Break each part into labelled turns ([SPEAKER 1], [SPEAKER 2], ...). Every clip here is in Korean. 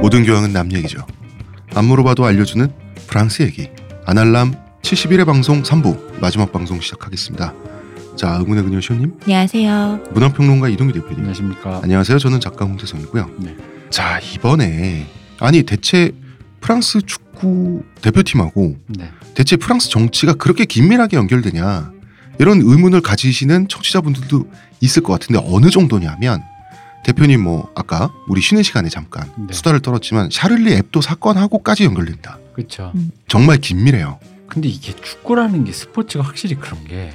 [SPEAKER 1] 모든 교양은 남 얘기죠. 안 물어봐도 알려주는 프랑스 얘기. 아날람 71회 방송 3부 마지막 방송 시작하겠습니다. 자, 응원의 그녀 시호님,
[SPEAKER 2] 안녕하세요.
[SPEAKER 1] 문화평론가 이동규 대표님.
[SPEAKER 3] 안녕하십니까.
[SPEAKER 1] 안녕하세요. 저는 작가 홍태성이고요.
[SPEAKER 3] 네.
[SPEAKER 1] 자, 이번에 아니 대체 프랑스 축구 대표팀하고
[SPEAKER 3] 네.
[SPEAKER 1] 대체 프랑스 정치가 그렇게 긴밀하게 연결되냐 이런 의문을 가지시는 청취자분들도 있을 것 같은데 어느 정도냐면 대표님 뭐 아까 우리 쉬는 시간에 잠깐
[SPEAKER 3] 네.
[SPEAKER 1] 수다를 떨었지만 샤를리 앱도 사건하고까지 연결된다.
[SPEAKER 3] 그렇죠.
[SPEAKER 1] 정말 긴밀해요.
[SPEAKER 3] 근데 이게 축구라는 게 스포츠가 확실히 그런 게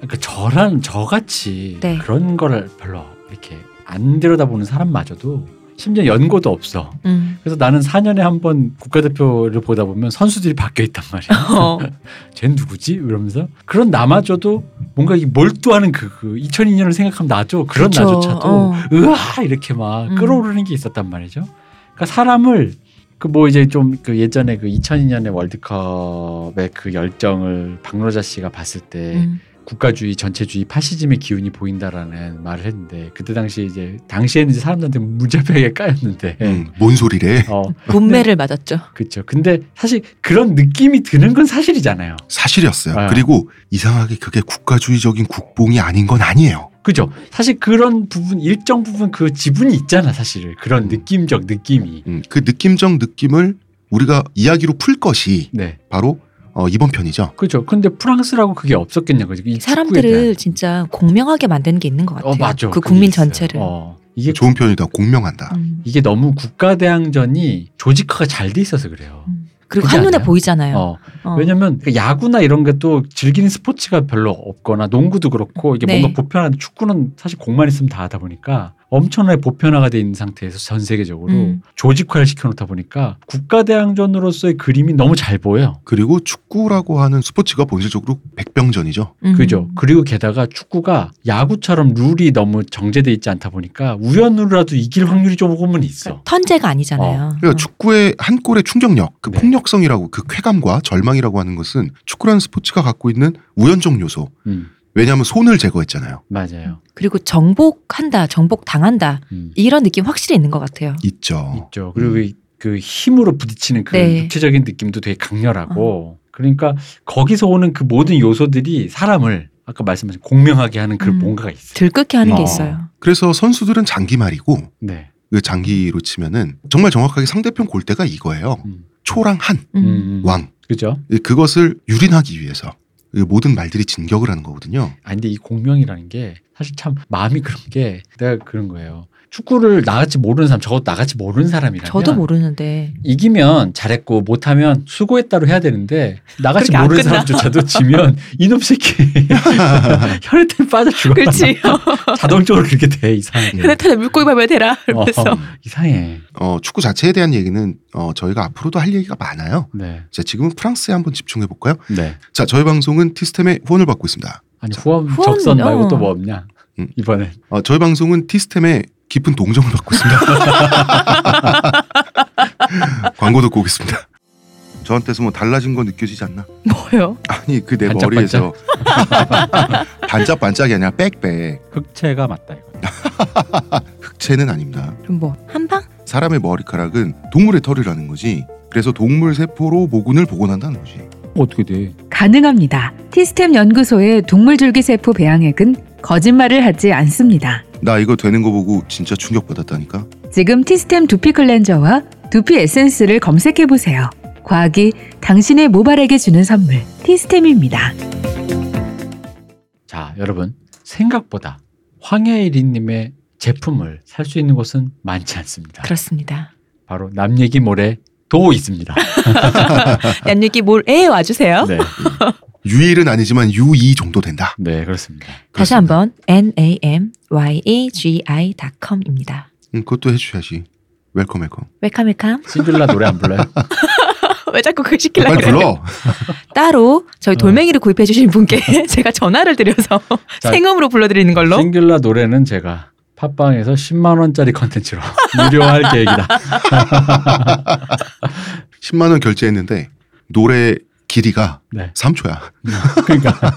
[SPEAKER 3] 그러니까 저란 저같이
[SPEAKER 2] 네.
[SPEAKER 3] 그런 거를 별로 이렇게 안 들여다보는 사람마저도 심지어 연고도 없어.
[SPEAKER 2] 음.
[SPEAKER 3] 그래서 나는 4년에 한 번 국가대표를 보다 보면 선수들이 바뀌어 있단 말이야.
[SPEAKER 2] 어.
[SPEAKER 3] 쟤 누구지? 이러면서 그런 나마저도 뭔가 이 몰두하는 그, 그 2002년을 생각하면 나죠. 그런
[SPEAKER 2] 그쵸.
[SPEAKER 3] 나조차도
[SPEAKER 2] 어.
[SPEAKER 3] 으아 이렇게 막
[SPEAKER 2] 음.
[SPEAKER 3] 끌어오르는 게 있었단 말이죠. 그러니까 사람을 그 뭐 이제 좀 그 예전에 그 2002년에 월드컵의 그 열정을 박노자 씨가 봤을 때
[SPEAKER 2] 음.
[SPEAKER 3] 국가주의 전체주의 파시즘의 기운이 보인다라는 말을 했는데 그때 당시 이제 당시에는 이제 사람들한테 무자백에 까였는데
[SPEAKER 1] 음, 뭔 소리래?
[SPEAKER 3] 네. 어
[SPEAKER 2] 문매를 맞았죠.
[SPEAKER 3] 그렇죠. 근데 사실 그런 느낌이 드는 건 사실이잖아요.
[SPEAKER 1] 사실이었어요.
[SPEAKER 3] 아.
[SPEAKER 1] 그리고 이상하게 그게 국가주의적인 국뽕이 아닌 건 아니에요.
[SPEAKER 3] 그죠? 사실 그런 부분 일정 부분 그 지분이 있잖아 사실 그런
[SPEAKER 1] 음.
[SPEAKER 3] 느낌적 느낌이
[SPEAKER 1] 음, 그 느낌적 느낌을 우리가 이야기로 풀 것이
[SPEAKER 3] 네.
[SPEAKER 1] 바로 어, 이번 편이죠.
[SPEAKER 3] 그렇죠. 근데 프랑스라고 그게 없었겠냐 그죠? 이
[SPEAKER 2] 사람들을 진짜 공명하게 만드는 게 있는 것 같아요.
[SPEAKER 3] 축구에 대한. 어 맞죠.
[SPEAKER 2] 그
[SPEAKER 3] 그게
[SPEAKER 2] 국민
[SPEAKER 3] 있어요.
[SPEAKER 2] 전체를.
[SPEAKER 3] 어, 이게
[SPEAKER 1] 좋은 편이다. 공명한다.
[SPEAKER 2] 음.
[SPEAKER 3] 이게 너무 국가 대항전이 조직화가 잘 돼 있어서 그래요.
[SPEAKER 2] 음. 그리고
[SPEAKER 3] 그렇지
[SPEAKER 2] 한눈에
[SPEAKER 3] 않아요?
[SPEAKER 2] 보이잖아요.
[SPEAKER 3] 어,
[SPEAKER 2] 어.
[SPEAKER 3] 왜냐면 그 야구나 이런 게 또 즐기는 스포츠가 별로 없거나 농구도 그렇고 이게
[SPEAKER 2] 네.
[SPEAKER 3] 뭔가 보편한 축구는 사실 공만 있으면 다 하다 보니까 엄청나게 보편화가 돼 있는 상태에서 전 세계적으로
[SPEAKER 2] 음.
[SPEAKER 3] 조직화를 시켜놓다 보니까 국가 대항전으로서의 그림이 너무 잘 보여.
[SPEAKER 1] 그리고 축구라고 하는 스포츠가 본질적으로 백병전이죠.
[SPEAKER 2] 음.
[SPEAKER 3] 그죠. 그리고 게다가 축구가 야구처럼 룰이 너무 정제돼 있지 않다 보니까 우연으로라도 이길 확률이 조금은 있어.
[SPEAKER 2] 턴제가 아니잖아요. 어.
[SPEAKER 1] 그러니까 축구의 한 골의 충격력, 그
[SPEAKER 3] 네.
[SPEAKER 1] 폭력성이라고 그 쾌감과 절망이라고 하는 것은 축구라는 스포츠가 갖고 있는 우연적 요소.
[SPEAKER 3] 음,
[SPEAKER 2] 그러니까.
[SPEAKER 1] 왜냐하면 손을 제거했잖아요.
[SPEAKER 3] 맞아요.
[SPEAKER 2] 고 정복한다, 정복 당한다
[SPEAKER 3] 음,
[SPEAKER 2] 이런 느낌 확실히 있는 것 같아요.
[SPEAKER 1] 있죠.
[SPEAKER 3] 있죠. 그리고 이- 그 힘으로 부딪히는 그
[SPEAKER 2] 어. 음. 네. 어.
[SPEAKER 3] 육체적인 느낌도 되게 강렬하고 그러니까 거기서 오는 그 모든 요소들이 사람을 아까 말씀하신 공명하게 하는 그
[SPEAKER 2] 음.
[SPEAKER 3] 뭔가가 있어요.
[SPEAKER 2] 들끓게 하는 게
[SPEAKER 3] 어.
[SPEAKER 2] 있어요.
[SPEAKER 1] 그래서 선수들은 장기 말이고
[SPEAKER 3] 네.
[SPEAKER 1] 그 장기로 치면은 정말 정확하게 상대편 골대가 이거예요.
[SPEAKER 3] 음.
[SPEAKER 1] 초랑 한,
[SPEAKER 2] 음.
[SPEAKER 3] 음.
[SPEAKER 1] 왕. 예,
[SPEAKER 3] 그죠?
[SPEAKER 1] 그것을 유린하기 위해서 이 모든 말들이 진격을 하는 거거든요.
[SPEAKER 3] 아 근데 이 공명이라는 게 사실 참 마음이 그런 게 내가 그런 거예요. 축구를 나같이 모르는 사람, 저것 나같이 모르는 사람이라면
[SPEAKER 2] 저도 모르는데
[SPEAKER 3] 이기면 잘했고 못하면 수고했다로 해야 되는데 나같이
[SPEAKER 2] 그렇게 안
[SPEAKER 3] 모르는
[SPEAKER 2] 끝나?
[SPEAKER 3] 사람조차도 지면 이놈 새끼 혈액탄 빠져 죽어.
[SPEAKER 2] 그렇지.
[SPEAKER 3] 자동적으로 그렇게 돼 이상해.
[SPEAKER 2] 그렇다면 물고기 밟아야 되라. 이러면서
[SPEAKER 3] 네. 어, 이상해.
[SPEAKER 1] 어, 축구 자체에 대한 얘기는 어, 저희가 앞으로도 할 얘기가 많아요.
[SPEAKER 3] 네.
[SPEAKER 1] 자, 지금은 프랑스에 한번 집중해 볼까요?
[SPEAKER 3] 네.
[SPEAKER 1] 자, 저희 방송은 티스템의 후원을 받고 있습니다.
[SPEAKER 3] 아니
[SPEAKER 1] 자,
[SPEAKER 3] 후원
[SPEAKER 2] 후원,
[SPEAKER 3] 적선 말고
[SPEAKER 2] 어.
[SPEAKER 3] 또 뭐 없냐?
[SPEAKER 1] 음.
[SPEAKER 3] 이번엔
[SPEAKER 1] 어, 저희 방송은 티스템의 깊은 동정을 받고 있습니다. 광고 듣고 오겠습니다. 저한테서 뭐 달라진 거 느껴지지 않나?
[SPEAKER 2] 뭐요?
[SPEAKER 1] 아니 그 내
[SPEAKER 3] 반짝반짝?
[SPEAKER 1] 머리에서 반짝반짝이 아니라 빽빽
[SPEAKER 3] 흑채가 맞다 이거.
[SPEAKER 1] 흑채는 아닙니다.
[SPEAKER 2] 그럼 뭐 한방?
[SPEAKER 1] 사람의 머리카락은 동물의 털이라는 거지. 그래서 동물 세포로 모근을 복원한다는 거지.
[SPEAKER 3] 어떻게 돼?
[SPEAKER 4] 가능합니다. 티스템 연구소의 동물줄기세포 배양액은 거짓말을 하지 않습니다.
[SPEAKER 1] 나 이거 되는 거 보고 진짜 충격 받았다니까.
[SPEAKER 4] 지금 티스템 두피 클렌저와 두피 에센스를 검색해 보세요. 과학이 당신의 모발에게 주는 선물 티스템입니다.
[SPEAKER 3] 자 여러분 생각보다 황혜일이님의 제품을 살 수 있는 곳은 많지 않습니다.
[SPEAKER 2] 그렇습니다.
[SPEAKER 3] 바로 남 얘기 모레 도 있습니다.
[SPEAKER 2] 얀유기 몰에 와주세요.
[SPEAKER 3] 네,
[SPEAKER 1] 유일은 아니지만 유이 정도 된다.
[SPEAKER 3] 네 그렇습니다.
[SPEAKER 2] 다시 한번 n a m y e g i com입니다.
[SPEAKER 1] 음, 그것도 해주셔야지. 웰컴 웰컴.
[SPEAKER 2] 웰컴 웰컴.
[SPEAKER 3] 싱글라 노래 안 불러요?
[SPEAKER 2] 왜 자꾸 그 시키려고
[SPEAKER 1] 어, 아, 빨리
[SPEAKER 2] 그래요?
[SPEAKER 1] 불러. 네.
[SPEAKER 2] 따로 저희
[SPEAKER 3] 어.
[SPEAKER 2] 돌멩이를 구입해 주신 분께 제가 전화를 드려서
[SPEAKER 3] 자,
[SPEAKER 2] 생음으로 불러드리는 걸로.
[SPEAKER 3] 싱글라 노래는 제가 팟빵에서 10만 원짜리 컨텐츠로 무료할 계획이다.
[SPEAKER 1] 10만 원 결제했는데 노래 길이가
[SPEAKER 3] 네.
[SPEAKER 1] 3초야.
[SPEAKER 3] 그러니까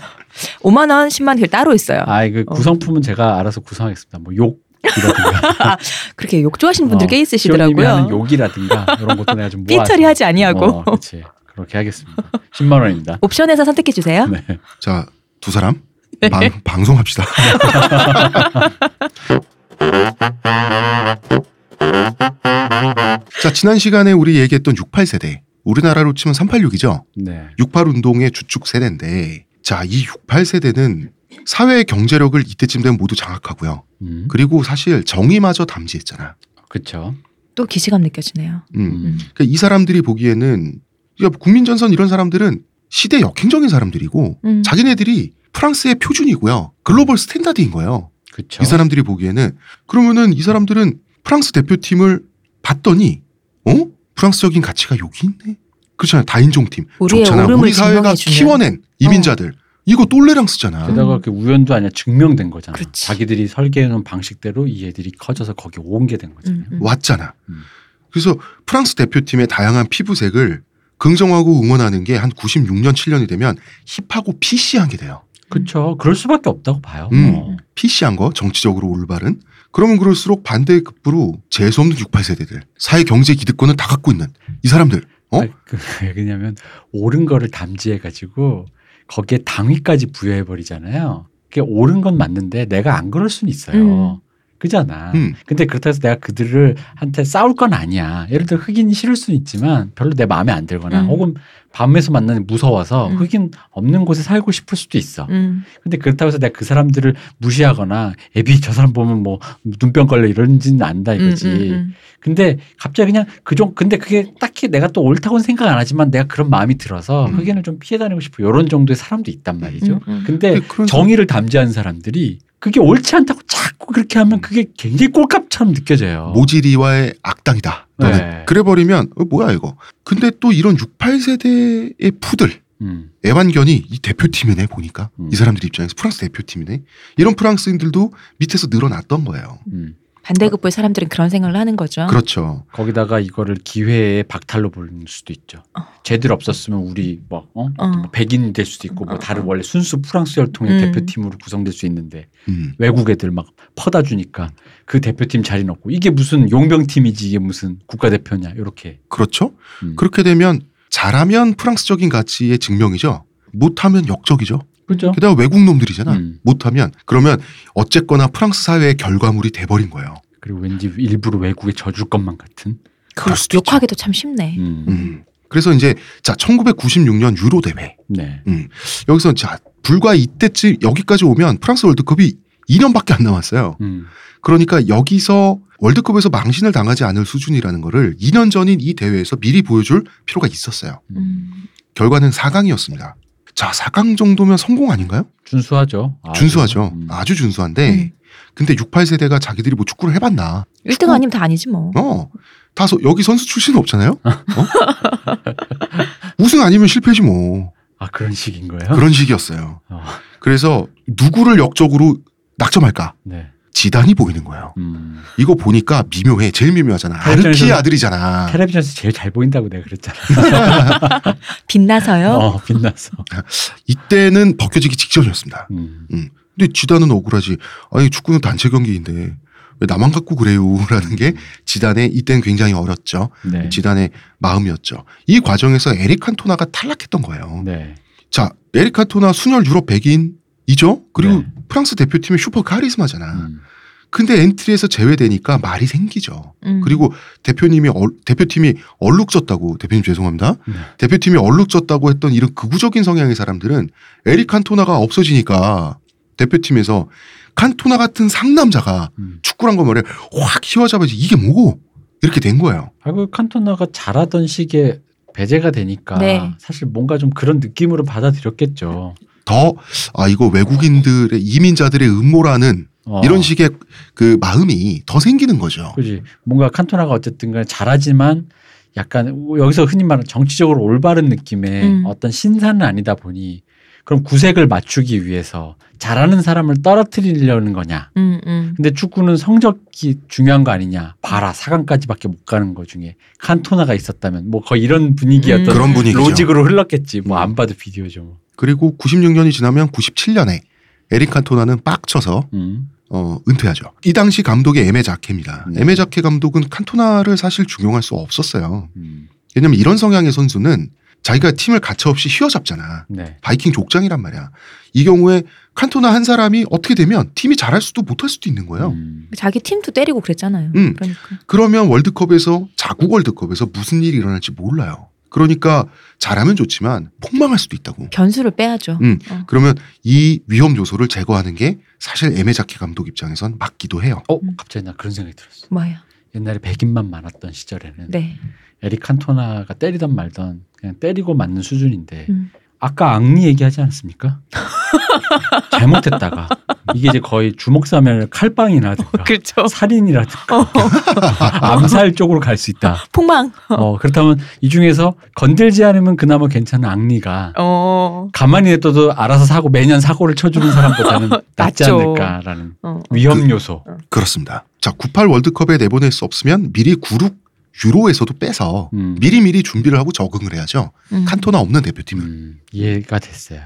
[SPEAKER 2] 5만 원, 10만 원 따로 있어요.
[SPEAKER 3] 아이 그
[SPEAKER 2] 어.
[SPEAKER 3] 구성품은 제가 알아서 구성하겠습니다. 뭐 욕 욕이라든가
[SPEAKER 2] 그렇게 욕 좋아하시는 분들
[SPEAKER 3] 어,
[SPEAKER 2] 꽤
[SPEAKER 3] 시원님이 하는
[SPEAKER 2] 있으시더라고요.
[SPEAKER 3] 욕이라든가 이런 것도 내가 좀 모아.
[SPEAKER 2] 삐처리 하지 아니하고
[SPEAKER 3] 어, 그렇지. 그렇게 하겠습니다. 10만 원입니다.
[SPEAKER 2] 옵션에서 선택해 주세요.
[SPEAKER 3] 네.
[SPEAKER 1] 자, 두 사람 방, 방송합시다. 자, 지난 시간에 우리 얘기했던 68세대. 우리나라로 치면 386이죠.
[SPEAKER 3] 네.
[SPEAKER 1] 68 운동의 주축 세대인데 자, 이 68세대는 사회의 경제력을 이때쯤 되면 모두 장악하고요.
[SPEAKER 3] 음.
[SPEAKER 1] 그리고 사실 정의마저 담지했잖아.
[SPEAKER 3] 그렇죠.
[SPEAKER 2] 또 기시감 느껴지네요.
[SPEAKER 1] 음.
[SPEAKER 3] 음.
[SPEAKER 1] 그러니까 이 사람들이 보기에는 그러니까 국민전선 이런 사람들은 시대 역행적인 사람들이고
[SPEAKER 2] 음.
[SPEAKER 1] 자기네들이 프랑스의 표준이고요. 글로벌 스탠다드인 거예요.
[SPEAKER 3] 그렇죠.
[SPEAKER 1] 이 사람들이 보기에는 그러면은 이 사람들은 프랑스 대표팀을 봤더니 어? 프랑스적인 가치가 여기 있네. 그렇잖아요. 다인종 팀.
[SPEAKER 2] 우리의
[SPEAKER 1] 좋잖아.
[SPEAKER 2] 오름을
[SPEAKER 1] 우리 사회가
[SPEAKER 2] 증명해주는. 어.
[SPEAKER 1] 키워낸 이민자들. 이거 똘레랑스잖아.
[SPEAKER 2] 그죠.
[SPEAKER 3] 게다가 그 우연도 아니라 증명된 거잖아.
[SPEAKER 2] 그렇지.
[SPEAKER 3] 자기들이 설계해놓은 방식대로 이 애들이 커져서 거기 온 게 된 거잖아요.
[SPEAKER 2] 음, 음.
[SPEAKER 1] 왔잖아.
[SPEAKER 3] 음.
[SPEAKER 1] 그래서 프랑스 대표팀의 다양한 피부색을 긍정하고 응원하는 게 한 96년 7년이 되면 힙하고 PC한 게 돼요.
[SPEAKER 3] 그렇죠. 그럴 수밖에 없다고 봐요.
[SPEAKER 1] 음.
[SPEAKER 3] 어.
[SPEAKER 1] PC한 거 정치적으로 올바른. 그러면 그럴수록 반대의 급부로 재수없는 68세대들 사회 경제 기득권을 다 갖고 있는 이 사람들. 어?
[SPEAKER 3] 아니, 그, 왜 그러냐면 옳은 거를 담지해가지고 거기에 당위까지 부여해버리잖아요. 그게 옳은 건 맞는데 내가 안 그럴 수는
[SPEAKER 2] 음.
[SPEAKER 3] 있어요. 그잖아.
[SPEAKER 1] 음.
[SPEAKER 3] 근데 그렇다고 해서 내가 그들을 한테 싸울 건 아니야. 예를 들어 흑인이 싫을 수는 있지만 별로 내 마음에 안 들거나
[SPEAKER 2] 음.
[SPEAKER 3] 혹은 밤에서 만나는 무서워서
[SPEAKER 2] 음.
[SPEAKER 3] 흑인 없는 곳에 살고 싶을 수도 있어.
[SPEAKER 2] 음.
[SPEAKER 3] 근데 그렇다고 해서 내가 그 사람들을 무시하거나 애비 저 사람 보면 뭐 눈병 걸려 이런지는 안다 이거지.
[SPEAKER 2] 음, 음,
[SPEAKER 3] 근데 갑자기 그냥 그종 근데 그게 딱히 내가 또 옳다고는 생각 안 하지만 내가 그런 마음이 들어서
[SPEAKER 1] 음.
[SPEAKER 3] 흑인을 좀 피해 다니고 싶어 이런 정도의 사람도 있단 말이죠.
[SPEAKER 2] 음, 음.
[SPEAKER 3] 근데
[SPEAKER 1] 그런
[SPEAKER 3] 네. 정의를 담지하는 사람들이 그게 옳지 않다고 자꾸 그렇게
[SPEAKER 2] 음.
[SPEAKER 3] 하면 그게 굉장히 꼴값처럼 느껴져요.
[SPEAKER 1] 모지리와의 악당이다. 너는.
[SPEAKER 3] 네.
[SPEAKER 1] 그래버리면 어, 뭐야 이거. 근데 또 이런 68세대의 푸들
[SPEAKER 3] 음.
[SPEAKER 1] 애완견이 이 대표팀이네 보니까
[SPEAKER 3] 음.
[SPEAKER 1] 이 사람들 입장에서 프랑스 대표팀이네. 이런 프랑스인들도 밑에서 늘어났던 거예요.
[SPEAKER 3] 음.
[SPEAKER 2] 반대급부의 사람들은 그런 생각을 하는 거죠.
[SPEAKER 1] 그렇죠.
[SPEAKER 3] 거기다가 이거를 기회의 박탈로 볼 수도 있죠.
[SPEAKER 2] 어.
[SPEAKER 3] 쟤들 없었으면 우리 뭐 어?
[SPEAKER 2] 어.
[SPEAKER 3] 뭐 백인 될 수도 있고
[SPEAKER 2] 어,
[SPEAKER 3] 뭐
[SPEAKER 2] 어.
[SPEAKER 3] 다른 원래 순수 프랑스 혈통의
[SPEAKER 2] 음.
[SPEAKER 3] 대표팀으로 구성될 수 있는데
[SPEAKER 1] 음.
[SPEAKER 3] 외국 애들 막 퍼다 주니까 그 대표팀 자리는 없고 이게 무슨 용병팀이지 이게 무슨 국가대표냐 이렇게
[SPEAKER 1] 그렇죠.
[SPEAKER 3] 음.
[SPEAKER 1] 그렇게 되면 잘하면 프랑스적인 가치의 증명이죠. 못하면 역적이죠.
[SPEAKER 3] 그죠?
[SPEAKER 1] 게다가 외국 놈들이잖아.
[SPEAKER 3] 음.
[SPEAKER 1] 못하면 그러면 어쨌거나 프랑스 사회의 결과물이 돼버린 거예요.
[SPEAKER 3] 그리고 왠지 일부러 외국에 져줄 것만 같은.
[SPEAKER 1] 그럴 수도 있죠.
[SPEAKER 2] 욕하기도 참 쉽네.
[SPEAKER 3] 음.
[SPEAKER 1] 음. 그래서 이제 자 1996년 유로 대회
[SPEAKER 3] 네.
[SPEAKER 1] 여기서 자 불과 이때쯤 여기까지 오면 프랑스 월드컵이 2년밖에 안 남았어요.
[SPEAKER 3] 음.
[SPEAKER 1] 그러니까 여기서 월드컵에서 망신을 당하지 않을 수준이라는 거를 2년 전인 이 대회에서 미리 보여줄 필요가 있었어요.
[SPEAKER 2] 음.
[SPEAKER 1] 결과는 4강이었습니다. 자 4강 정도면 성공 아닌가요?
[SPEAKER 3] 준수하죠. 아주.
[SPEAKER 1] 준수하죠.
[SPEAKER 3] 음.
[SPEAKER 1] 아주 준수한데 근데 68세대가 자기들이 뭐 축구를 해봤나?
[SPEAKER 2] 1등 아니면 다 아니지 뭐.
[SPEAKER 1] 어. 다소 여기 선수 출신 없잖아요. 어? 우승 아니면 실패지 뭐
[SPEAKER 3] 아 그런 식인 거예요?
[SPEAKER 1] 그런 식이었어요.
[SPEAKER 3] 어.
[SPEAKER 1] 그래서 누구를 역적으로 낙점할까?
[SPEAKER 3] 네.
[SPEAKER 1] 지단이 보이는 거예요.
[SPEAKER 3] 음.
[SPEAKER 1] 이거 보니까 미묘해. 제일 미묘하잖아. 아르키의
[SPEAKER 3] 텔레비전에서-
[SPEAKER 1] 아들이잖아.
[SPEAKER 3] 텔레비전에서 제일 잘 보인다고 내가 그랬잖아.
[SPEAKER 2] 빛나서요.
[SPEAKER 3] 어, 빛나서.
[SPEAKER 1] 이때는 벗겨지기 직전이었습니다.
[SPEAKER 3] 음.
[SPEAKER 1] 근데 지단은 억울하지. 아니 축구는 단체 경기인데 왜 나만 갖고 그래요라는 게 지단의 이때는 굉장히 어렸죠.
[SPEAKER 3] 네.
[SPEAKER 1] 지단의 마음이었죠. 이 과정에서 에릭 칸토나가 탈락했던 거예요.
[SPEAKER 3] 네.
[SPEAKER 1] 자, 에리카토나 순혈 유럽 백인이죠? 그리고
[SPEAKER 3] 네.
[SPEAKER 1] 프랑스 대표팀의 슈퍼 카리스마잖아.
[SPEAKER 3] 음.
[SPEAKER 1] 근데 엔트리에서 제외되니까 말이 생기죠.
[SPEAKER 2] 음.
[SPEAKER 1] 그리고 대표님이 얼- 대표팀이 얼룩졌다고 대표님 죄송합니다.
[SPEAKER 3] 네.
[SPEAKER 1] 대표팀이 얼룩졌다고 했던 이런 극우적인 성향의 사람들은 에릭 칸토나가 없어지니까 대표팀에서 칸토나 같은 상남자가
[SPEAKER 3] 음.
[SPEAKER 1] 축구란 거 말해 확 휘어잡아지 이게 뭐고 이렇게 된 거예요.
[SPEAKER 3] 아, 그 칸토나가 잘하던 시기에 배제가 되니까
[SPEAKER 2] 네.
[SPEAKER 3] 사실 뭔가 좀 그런 느낌으로 받아들였겠죠.
[SPEAKER 1] 더 아 이거 외국인들의 이민자들의 음모라는
[SPEAKER 3] 어.
[SPEAKER 1] 이런 식의 그 마음이 더 생기는 거죠.
[SPEAKER 3] 그지 뭔가 칸토나가 어쨌든 간에 잘하지만 약간 여기서 흔히 말하는 정치적으로 올바른 느낌의
[SPEAKER 2] 음.
[SPEAKER 3] 어떤 신사는 아니다 보니 그럼 구색을 맞추기 위해서 잘하는 사람을 떨어뜨리려는 거냐
[SPEAKER 2] 음, 음.
[SPEAKER 3] 근데 축구는 성적이 중요한 거 아니냐 봐라 4강까지밖에 못 가는 거 중에 칸토나가 있었다면 뭐 거의 이런 분위기였던
[SPEAKER 2] 음.
[SPEAKER 1] 그런 분위기죠.
[SPEAKER 3] 그렇죠.
[SPEAKER 1] 음.
[SPEAKER 3] 로직으로 흘렀겠지 뭐 안 봐도 비디오죠 뭐.
[SPEAKER 1] 그리고 96년이 지나면 97년에 에릭 칸토나는 빡쳐서
[SPEAKER 3] 음.
[SPEAKER 1] 어, 은퇴하죠. 이 당시 감독이 에메 자케입니다.
[SPEAKER 3] 네.
[SPEAKER 1] 에메 자케 감독은 칸토나를 사실 중용할 수 없었어요.
[SPEAKER 3] 음,
[SPEAKER 1] 왜냐면 이런 성향의 선수는 자기가 팀을 가차없이 휘어잡잖아.
[SPEAKER 3] 네.
[SPEAKER 1] 바이킹 족장이란 말이야. 이 경우에 칸토나 한 사람이 어떻게 되면 팀이 잘할 수도 못할 수도 있는 거예요.
[SPEAKER 3] 음,
[SPEAKER 2] 자기 팀도 때리고 그랬잖아요.
[SPEAKER 1] 음.
[SPEAKER 2] 그러니까.
[SPEAKER 1] 그러면 월드컵에서 자국 월드컵에서 무슨 일이 일어날지 몰라요. 그러니까 잘하면 좋지만 폭망할 수도 있다고.
[SPEAKER 2] 변수를 빼야죠.
[SPEAKER 1] 음.
[SPEAKER 2] 어.
[SPEAKER 1] 그러면 이 위험 요소를 제거하는 게 사실 에메자키 감독 입장에선 맞기도 해요.
[SPEAKER 3] 어, 갑자기 나 그런 생각이 들었어.
[SPEAKER 2] 뭐예요?
[SPEAKER 3] 옛날에 백인만 많았던 시절에는
[SPEAKER 2] 네.
[SPEAKER 3] 에릭 칸토나가 때리던 말던 그냥 때리고 맞는 수준인데
[SPEAKER 2] 음.
[SPEAKER 3] 아까 앙리 얘기하지 않습니까? 잘못했다가 이게 이제 거의 주먹 싸면 칼빵이라든가
[SPEAKER 2] 그렇죠.
[SPEAKER 3] 살인이라든가 암살 쪽으로 갈 수 있다.
[SPEAKER 2] 폭망.
[SPEAKER 3] 어, 그렇다면 이 중에서 건들지 않으면 그나마 괜찮은 앙리가
[SPEAKER 2] 어.
[SPEAKER 3] 가만히 냅둬도 알아서 사고 매년 사고를 쳐주는 사람보다는 낫지
[SPEAKER 2] 낫죠.
[SPEAKER 3] 않을까라는 그
[SPEAKER 2] 어.
[SPEAKER 3] 위험 요소.
[SPEAKER 1] 그렇습니다. 자, 98 월드컵에 내보낼 수 없으면 미리 구룩 유로에서도 빼서
[SPEAKER 3] 음,
[SPEAKER 1] 미리미리 준비를 하고 적응을 해야죠.
[SPEAKER 2] 음.
[SPEAKER 1] 칸토나 없는 대표팀을.
[SPEAKER 3] 음, 이해가 됐어요.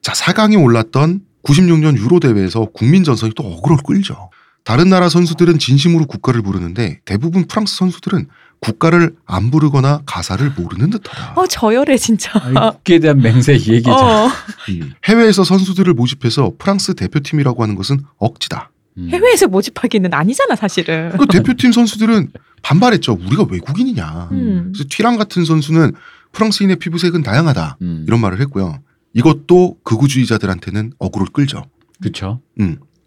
[SPEAKER 1] 자, 4강에 올랐던 96년 유로 대회에서 국민 전선이 또 어그로를 끌죠. 다른 나라 선수들은 진심으로 국가를 부르는데 대부분 프랑스 선수들은 국가를 안 부르거나 가사를 모르는 듯하다.
[SPEAKER 2] 어 저열해 진짜.
[SPEAKER 3] 아, 국기에 대한 맹세 이 얘기잖아.
[SPEAKER 2] 어.
[SPEAKER 1] 음. 해외에서 선수들을 모집해서 프랑스 대표팀이라고 하는 것은 억지다.
[SPEAKER 3] 음.
[SPEAKER 2] 해외에서 모집하기는 아니잖아 사실은.
[SPEAKER 1] 그 대표팀 선수들은 반발했죠. 우리가 외국인이냐.
[SPEAKER 2] 음.
[SPEAKER 1] 그래서 튀랑 같은 선수는 프랑스인의 피부색은 다양하다.
[SPEAKER 3] 음.
[SPEAKER 1] 이런 말을 했고요. 이것도 극우주의자들한테는 어그로를 끌죠.
[SPEAKER 3] 그렇죠.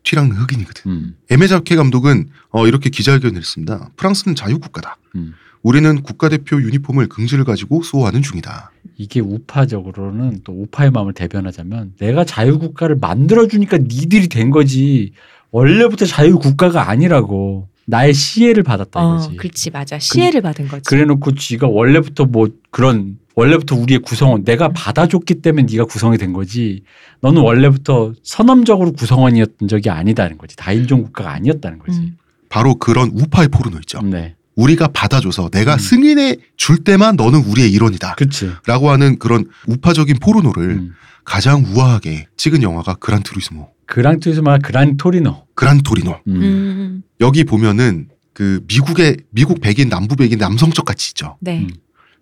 [SPEAKER 1] 튀랑은 흑인이거든.
[SPEAKER 3] 음.
[SPEAKER 1] 에메자케 감독은 어, 이렇게 기자회견을 했습니다. 프랑스는 자유국가다.
[SPEAKER 3] 음.
[SPEAKER 1] 우리는 국가대표 유니폼을 긍지를 가지고 수호하는 중이다.
[SPEAKER 3] 이게 우파적으로는 또 우파의 마음을 대변하자면 내가 자유국가를 만들어주니까 니들이 된 거지 원래부터 자유국가가 아니라고 나의 시혜를 받았다
[SPEAKER 2] 어,
[SPEAKER 3] 이거지.
[SPEAKER 2] 그렇지 맞아. 시혜를 받은 거지. 음,
[SPEAKER 3] 그래놓고 쥐가 원래부터 뭐 그런 원래부터 우리의 구성원 내가
[SPEAKER 2] 음.
[SPEAKER 3] 받아줬기 때문에 네가 구성이 된 거지 너는 원래부터 선언적으로 구성원이었던 적이 아니다는 거지 다인종 국가가 아니었다는 거지
[SPEAKER 2] 음.
[SPEAKER 1] 바로 그런 우파의 포르노 있죠.
[SPEAKER 3] 네
[SPEAKER 1] 우리가 받아줘서 내가
[SPEAKER 3] 음.
[SPEAKER 1] 승인해 줄 때만 너는 우리의 일원이다.
[SPEAKER 3] 그치
[SPEAKER 1] 라고 하는 그런 우파적인 포르노를
[SPEAKER 3] 음.
[SPEAKER 1] 가장 우아하게 찍은 영화가 그란투리스모.
[SPEAKER 3] 그랑투에서 그란토리노
[SPEAKER 1] 그란토리노.
[SPEAKER 3] 음.
[SPEAKER 2] 음.
[SPEAKER 1] 여기 보면은 그 미국의 미국 백인 남부 백인 남성적 가치 있죠.
[SPEAKER 2] 네.
[SPEAKER 3] 음.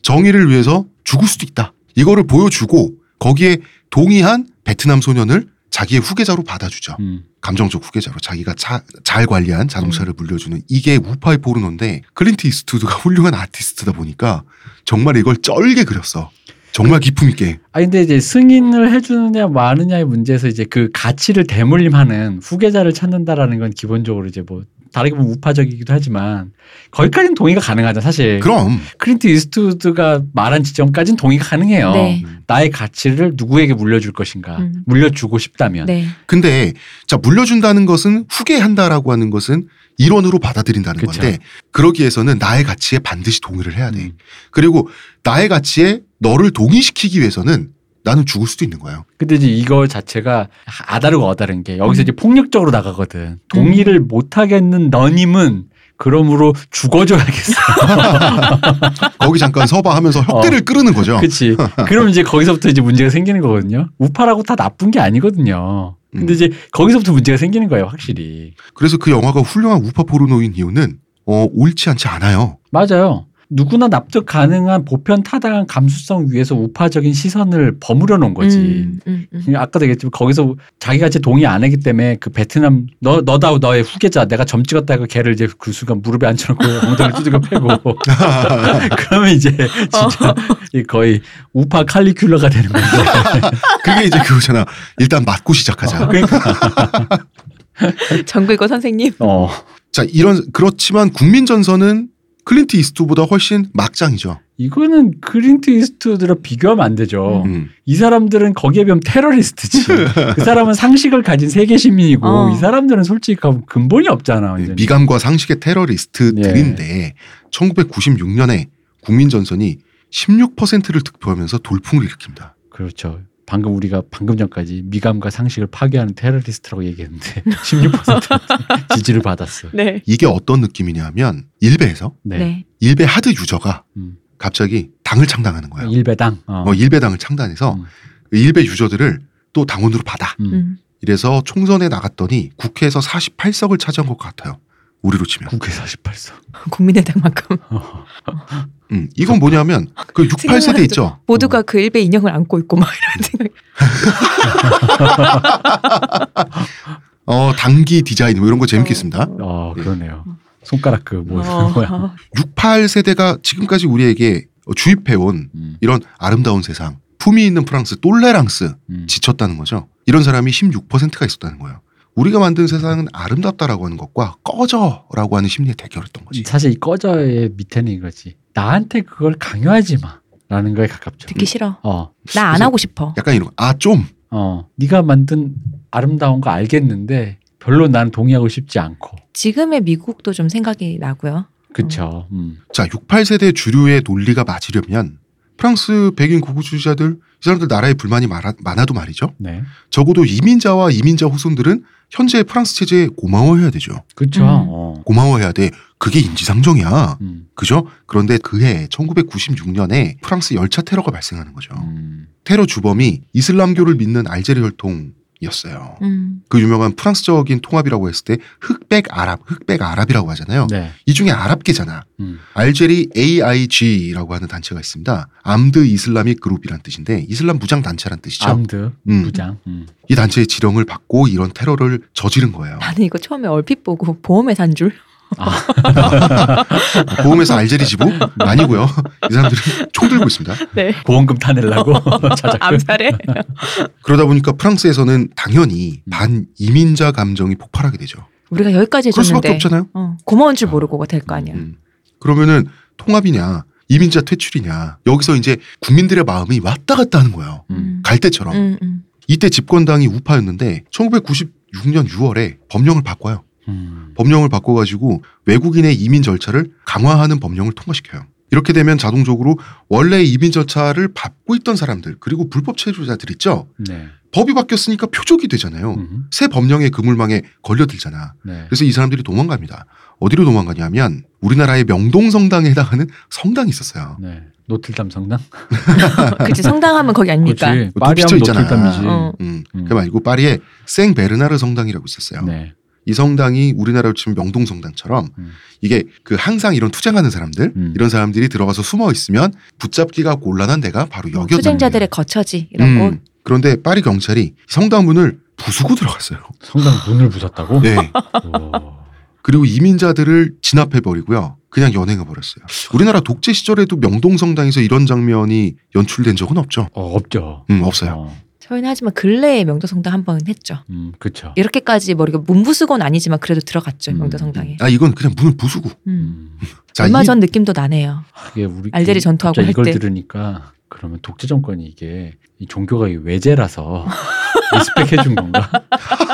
[SPEAKER 1] 정의를 위해서 죽을 수도 있다. 이거를 보여주고 거기에 동의한 베트남 소년을 자기의 후계자로 받아주죠.
[SPEAKER 3] 음.
[SPEAKER 1] 감정적 후계자로 자기가 자- 잘 관리한 자동차를 물려주는 이게 우파의 포르노인데 클린트 이스트우드가 훌륭한 아티스트다 보니까 정말 이걸 쩔게 그렸어. 정말 기품 있게.
[SPEAKER 3] 아 근데 이제 승인을 해주느냐 마느냐의 문제에서 이제 그 가치를 대물림하는 후계자를 찾는다라는 건 기본적으로 이제 뭐 다르게 보면 우파적이기도 하지만 거기까지는 동의가 가능하죠 사실.
[SPEAKER 1] 그럼
[SPEAKER 3] 크린트 이스트우드가 말한 지점까지는 동의가 가능해요.
[SPEAKER 2] 네.
[SPEAKER 3] 나의 가치를 누구에게 물려줄 것인가,
[SPEAKER 2] 음.
[SPEAKER 3] 물려주고 싶다면.
[SPEAKER 2] 네.
[SPEAKER 1] 근데 자 물려준다는 것은 후계한다라고 하는 것은 일원으로 받아들인다는
[SPEAKER 3] 그쵸.
[SPEAKER 1] 건데 그러기 위해서는 나의 가치에 반드시 동의를 해야 돼.
[SPEAKER 3] 음.
[SPEAKER 1] 그리고 나의 가치에 너를 동의시키기 위해서는 나는 죽을 수도 있는 거예요.
[SPEAKER 3] 근데 이제 이거 자체가 아다르고 어다른 게 여기서
[SPEAKER 2] 음.
[SPEAKER 3] 이제 폭력적으로 나가거든. 동의를 못 하겠는 너님은 그러므로 죽어줘야겠어.
[SPEAKER 1] 거기 잠깐 서봐하면서 혁대를 끄르는 거죠.
[SPEAKER 3] 어. 그치. 그럼 이제 거기서부터 이제 문제가 생기는 거거든요. 우파라고 다 나쁜 게 아니거든요.
[SPEAKER 1] 음.
[SPEAKER 3] 근데 이제 거기서부터 문제가 생기는 거예요, 확실히.
[SPEAKER 1] 그래서 그 영화가 훌륭한 우파 포르노인 이유는 어, 옳지 않지 않아요.
[SPEAKER 3] 맞아요. 누구나 납득 가능한 보편 타당한 감수성 위에서 우파적인 시선을 버무려 놓은 거지.
[SPEAKER 2] 음, 음, 음.
[SPEAKER 3] 아까도 얘기했지만 거기서 자기가 이제 동의 안 하기 때문에 그 베트남 너 너다 너의 후계자 내가 점 찍었다가 걔를 이제 그 순간 무릎에 앉혀놓고 엉덩이 두들겨 패고 그러면 이제 진짜 이 거의 우파 칼리큘러가 되는 건데
[SPEAKER 1] 그게 이제 그거잖아. 일단 맞고 시작하자.
[SPEAKER 3] 그러니까
[SPEAKER 1] 네.
[SPEAKER 2] 정글거 선생님.
[SPEAKER 3] 어
[SPEAKER 1] 자, 이런 그렇지만 국민 전선은 클린트 이스트보다 훨씬 막장이죠.
[SPEAKER 3] 이거는 그린트 이스트들랑 비교하면 안 되죠
[SPEAKER 1] 음.
[SPEAKER 3] 이 사람들은 거기에 비하면 테러리스트지 그 사람은 상식을 가진 세계 시민이고
[SPEAKER 2] 어.
[SPEAKER 3] 이 사람들은 솔직히 가면 근본이 없잖아 완전히. 네.
[SPEAKER 1] 미감과 상식의 테러리스트들인데 1996년에 국민 전선이 16%를 득표하면서 돌풍을 일으킵니다.
[SPEAKER 3] 그렇죠. 방금 우리가 방금 전까지 미감과 상식을 파괴하는 테러리스트라고 얘기했는데 16% 지지를 받았어.
[SPEAKER 2] 네.
[SPEAKER 1] 이게 어떤 느낌이냐면 일베에서
[SPEAKER 3] 네.
[SPEAKER 2] 네.
[SPEAKER 1] 일베 하드 유저가
[SPEAKER 3] 음.
[SPEAKER 1] 갑자기 당을 창당하는 거예요. 뭐
[SPEAKER 3] 일배당. 어.
[SPEAKER 1] 어, 일베당을 창단해서
[SPEAKER 3] 음.
[SPEAKER 1] 일베 유저들을 또 당원으로 받아.
[SPEAKER 3] 음.
[SPEAKER 2] 음.
[SPEAKER 1] 이래서 총선에 나갔더니 국회에서 48석을 차지한 것 같아요. 우리로 치면.
[SPEAKER 3] 국회 48석.
[SPEAKER 2] 국민의당만큼
[SPEAKER 1] 음, 이건 뭐냐면
[SPEAKER 3] 아,
[SPEAKER 1] 그 68세대 있죠.
[SPEAKER 2] 모두가 그 일베 인형을 안고 있고 막 이런 생각.
[SPEAKER 1] 어, 단기 디자인 뭐 이런 거 재밌게 있습니다.
[SPEAKER 3] 어 그러네요. 손가락 그 뭐,
[SPEAKER 2] 어,
[SPEAKER 3] 뭐야.
[SPEAKER 2] 어.
[SPEAKER 1] 68세대가 지금까지 우리에게 주입해온
[SPEAKER 3] 음,
[SPEAKER 1] 이런 아름다운 세상, 품이 있는 프랑스, 똘레랑스
[SPEAKER 3] 음.
[SPEAKER 1] 지쳤다는 거죠. 이런 사람이 16%가 있었다는 거예요. 우리가 만든 세상은 아름답다라고 하는 것과 꺼져라고 하는 심리의 대결이었던 거지.
[SPEAKER 3] 사실 이 꺼져의 밑에는 이거지. 나한테 그걸 강요하지 마라는 거에 가깝죠.
[SPEAKER 2] 듣기 싫어.
[SPEAKER 3] 어,
[SPEAKER 2] 나 안
[SPEAKER 1] 음. 그래서
[SPEAKER 2] 하고 싶어.
[SPEAKER 1] 약간 이런 거. 아 좀.
[SPEAKER 3] 어, 네가 만든 아름다운 거 알겠는데 별로 난 동의하고 싶지 않고.
[SPEAKER 2] 지금의 미국도 좀 생각이 나고요.
[SPEAKER 3] 그쵸. 음.
[SPEAKER 1] 자, 68세대 주류의 논리가 맞으려면 프랑스 백인 구구주의자들 이 사람들 나라에 불만이 많아, 많아도 말이죠.
[SPEAKER 3] 네.
[SPEAKER 1] 적어도 이민자와 이민자 후손들은 현재의 프랑스 체제에 고마워해야 되죠.
[SPEAKER 3] 그쵸.
[SPEAKER 2] 음.
[SPEAKER 3] 어.
[SPEAKER 1] 고마워해야 돼. 그게 인지상정이야.
[SPEAKER 3] 음.
[SPEAKER 1] 그죠? 그런데 그해 1996년에 프랑스 열차 테러가 발생하는 거죠.
[SPEAKER 3] 음.
[SPEAKER 1] 테러 주범이 이슬람교를 믿는 알제리 혈통이었어요.
[SPEAKER 2] 음.
[SPEAKER 1] 그 유명한 프랑스적인 통합이라고 했을 때 흑백 아랍, 흑백 아랍이라고 하잖아요.
[SPEAKER 3] 네.
[SPEAKER 1] 이 중에 아랍계잖아.
[SPEAKER 3] 음.
[SPEAKER 1] 알제리 AIG라고 하는 단체가 있습니다. 암드 이슬라믹 그룹이란 뜻인데 이슬람 무장 단체란 뜻이죠.
[SPEAKER 3] 암드
[SPEAKER 1] 음.
[SPEAKER 3] 부장. 음.
[SPEAKER 1] 이 단체의 지령을 받고 이런 테러를 저지른 거예요.
[SPEAKER 2] 나는 이거 처음에 얼핏 보고 보험에 산 줄.
[SPEAKER 1] 보험회사 알제리 지부 아니고요. 이 사람들은 총 들고 있습니다.
[SPEAKER 2] 네.
[SPEAKER 3] 보험금 타내려고 찾아.
[SPEAKER 2] 암살해.
[SPEAKER 1] 그러다 보니까 프랑스에서는 당연히
[SPEAKER 3] 음.
[SPEAKER 1] 반 이민자 감정이 폭발하게 되죠.
[SPEAKER 2] 우리가 여기까지
[SPEAKER 1] 그럴
[SPEAKER 2] 해줬는데.
[SPEAKER 1] 수밖에
[SPEAKER 2] 네.
[SPEAKER 1] 없잖아요.
[SPEAKER 2] 어, 고마운 줄 모르고 될 거 아니야.
[SPEAKER 1] 음. 그러면은 통합이냐 이민자 퇴출이냐 여기서 이제 국민들의 마음이 왔다 갔다 하는 거예요.
[SPEAKER 3] 음.
[SPEAKER 1] 갈대처럼
[SPEAKER 2] 음, 음.
[SPEAKER 1] 이때 집권당이 우파였는데 1996년 6월에 법령을 바꿔요.
[SPEAKER 3] 음.
[SPEAKER 1] 법령을 바꿔가지고 외국인의 이민 절차를 강화하는 법령을 통과시켜요. 이렇게 되면 자동적으로 원래 이민 절차를 밟고 있던 사람들 그리고 불법 체류자들 있죠.
[SPEAKER 3] 네.
[SPEAKER 1] 법이 바뀌었으니까 표적이 되잖아요.
[SPEAKER 3] 음.
[SPEAKER 1] 새 법령의 그물망에 걸려들잖아.
[SPEAKER 3] 네.
[SPEAKER 1] 어. 그래서 이 사람들이 도망갑니다. 어디로 도망가냐면 우리나라의 명동성당에 해당하는 성당이 있었어요.
[SPEAKER 3] 네. 노틀담 성당?
[SPEAKER 2] 어, 그치 성당하면 거기 아닙니까?
[SPEAKER 3] 그렇지.
[SPEAKER 1] 비쳐
[SPEAKER 3] 파리하면
[SPEAKER 1] 있잖아.
[SPEAKER 3] 노틀담이지.
[SPEAKER 2] 어.
[SPEAKER 1] 음,
[SPEAKER 3] 음.
[SPEAKER 1] 그 말고 파리에 생 베르나르 성당이라고 있었어요.
[SPEAKER 3] 네.
[SPEAKER 1] 이 성당이 우리나라로 치면 명동성당처럼
[SPEAKER 3] 음.
[SPEAKER 1] 이게 그 항상 이런 투쟁하는 사람들
[SPEAKER 3] 음.
[SPEAKER 1] 이런 사람들이 들어가서 숨어 있으면 붙잡기가 곤란한 데가 바로 여기였던
[SPEAKER 2] 투쟁자들의 거처지 이런
[SPEAKER 1] 거예요.
[SPEAKER 2] 곳.
[SPEAKER 1] 음, 그런데 파리 경찰이 성당 문을 부수고 들어갔어요.
[SPEAKER 3] 성당 문을 부쉈다고?
[SPEAKER 1] 네.
[SPEAKER 3] 오.
[SPEAKER 1] 그리고 이민자들을 진압해 버리고요. 그냥 연행해 버렸어요. 우리나라 독재 시절에도 명동성당에서 이런 장면이 연출된 적은 없죠.
[SPEAKER 3] 어, 없죠.
[SPEAKER 1] 음, 없어요.
[SPEAKER 3] 어,
[SPEAKER 2] 저희는 하지만 근래에 명도성당 한 번 했죠.
[SPEAKER 3] 음, 그쵸.
[SPEAKER 2] 이렇게까지 뭐 이렇게 문부수건 아니지만 그래도 들어갔죠
[SPEAKER 3] 음.
[SPEAKER 2] 명도성당에.
[SPEAKER 1] 아 이건 그냥 문을 부수고.
[SPEAKER 2] 음.
[SPEAKER 3] 음,
[SPEAKER 1] 자,
[SPEAKER 2] 얼마
[SPEAKER 1] 이-
[SPEAKER 2] 전 느낌도 나네요.
[SPEAKER 3] 그게 우리
[SPEAKER 2] 알제리 전투하고
[SPEAKER 3] 갑자기
[SPEAKER 2] 할
[SPEAKER 3] 이걸
[SPEAKER 2] 때.
[SPEAKER 3] 들으니까 그러면 독재 정권이 이게 이 종교가 이 외제라서 리스펙해 준 건가?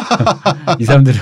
[SPEAKER 3] 이 사람들은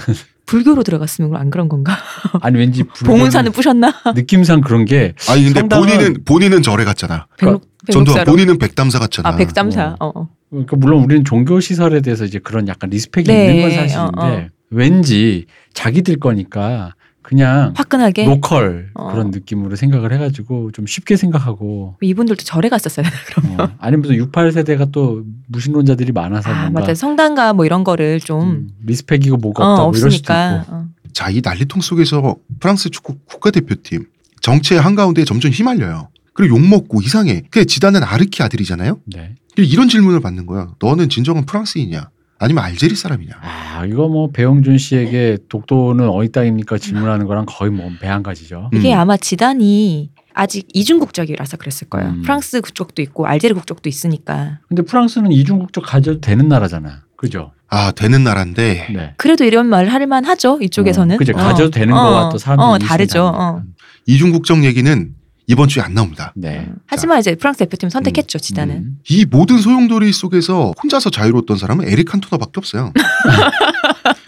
[SPEAKER 2] 불교로 들어갔으면 그럼 안 그런 건가?
[SPEAKER 3] 아니 왠지 불교는 뭐.
[SPEAKER 2] 봉은사는 뿌셨나?
[SPEAKER 3] 느낌상 그런 게
[SPEAKER 1] 아니 근데
[SPEAKER 3] 성당은-
[SPEAKER 1] 본인은 본인은 절에 갔잖아.
[SPEAKER 2] 백록
[SPEAKER 1] 전두환
[SPEAKER 2] 백록사로.
[SPEAKER 1] 본인은 백담사 갔잖아.
[SPEAKER 2] 아 백담사. 어. 어.
[SPEAKER 3] 그러니까 물론 우리는 종교 시설에 대해서 이제 그런 약간 리스펙이
[SPEAKER 2] 네,
[SPEAKER 3] 있는 건 사실인데
[SPEAKER 2] 어, 어.
[SPEAKER 3] 왠지 자기들 거니까 그냥
[SPEAKER 2] 화끈하게
[SPEAKER 3] 로컬
[SPEAKER 2] 어.
[SPEAKER 3] 그런 느낌으로 생각을 해가지고 좀 쉽게 생각하고
[SPEAKER 2] 이분들도 절에 갔었어요. 그럼.
[SPEAKER 3] 어, 아니면 68 세대가 또 무신론자들이 많아서
[SPEAKER 2] 아
[SPEAKER 3] 뭔가
[SPEAKER 2] 맞아 성당과 뭐 이런 거를 좀
[SPEAKER 3] 음, 리스펙이고 뭐가
[SPEAKER 2] 어,
[SPEAKER 3] 없다고 이럴 수도
[SPEAKER 2] 없으니까.
[SPEAKER 3] 있고 음.
[SPEAKER 2] 어.
[SPEAKER 1] 자, 이 난리통 속에서 프랑스 축구 국가대표팀 정체의 한가운데 점점 휘말려요. 그리고 욕먹고 이상해. 그게 지단은 아르키 아들이잖아요.
[SPEAKER 3] 네.
[SPEAKER 1] 그리고 이런 질문을 받는 거야. 너는 진정한 프랑스인이냐? 아니면 알제리 사람이냐?
[SPEAKER 3] 아 이거 뭐 배용준 씨에게 독도는 어디 땅입니까 질문하는 거랑 거의 뭐 배 한 가지죠.
[SPEAKER 2] 이게
[SPEAKER 1] 음.
[SPEAKER 2] 아마 지단이 아직 이중국적이라서 그랬을 거예요.
[SPEAKER 3] 음.
[SPEAKER 2] 프랑스 국적도 있고 알제리 국적도 있으니까.
[SPEAKER 3] 근데 프랑스는 이중국적 가져도 되는 나라잖아. 그죠?
[SPEAKER 1] 아, 되는 나라인데
[SPEAKER 3] 네.
[SPEAKER 2] 그래도 이런 말 할 만하죠. 이쪽에서는.
[SPEAKER 3] 어, 그죠.
[SPEAKER 2] 어.
[SPEAKER 3] 가져도 되는
[SPEAKER 2] 어,
[SPEAKER 3] 거와 또 사람들이
[SPEAKER 2] 어,
[SPEAKER 3] 인식이
[SPEAKER 2] 다르죠.
[SPEAKER 3] 다르니까. 음.
[SPEAKER 2] 어.
[SPEAKER 1] 이중 국적 얘기는 이번 주에 안 나옵니다.
[SPEAKER 3] 네.
[SPEAKER 2] 하지만 이제 프랑스 대표팀 선택했죠. 음, 지단은.
[SPEAKER 3] 음.
[SPEAKER 1] 이 모든 소용돌이 속에서 혼자서 자유로웠던 사람은 에릭 칸토나밖에 없어요.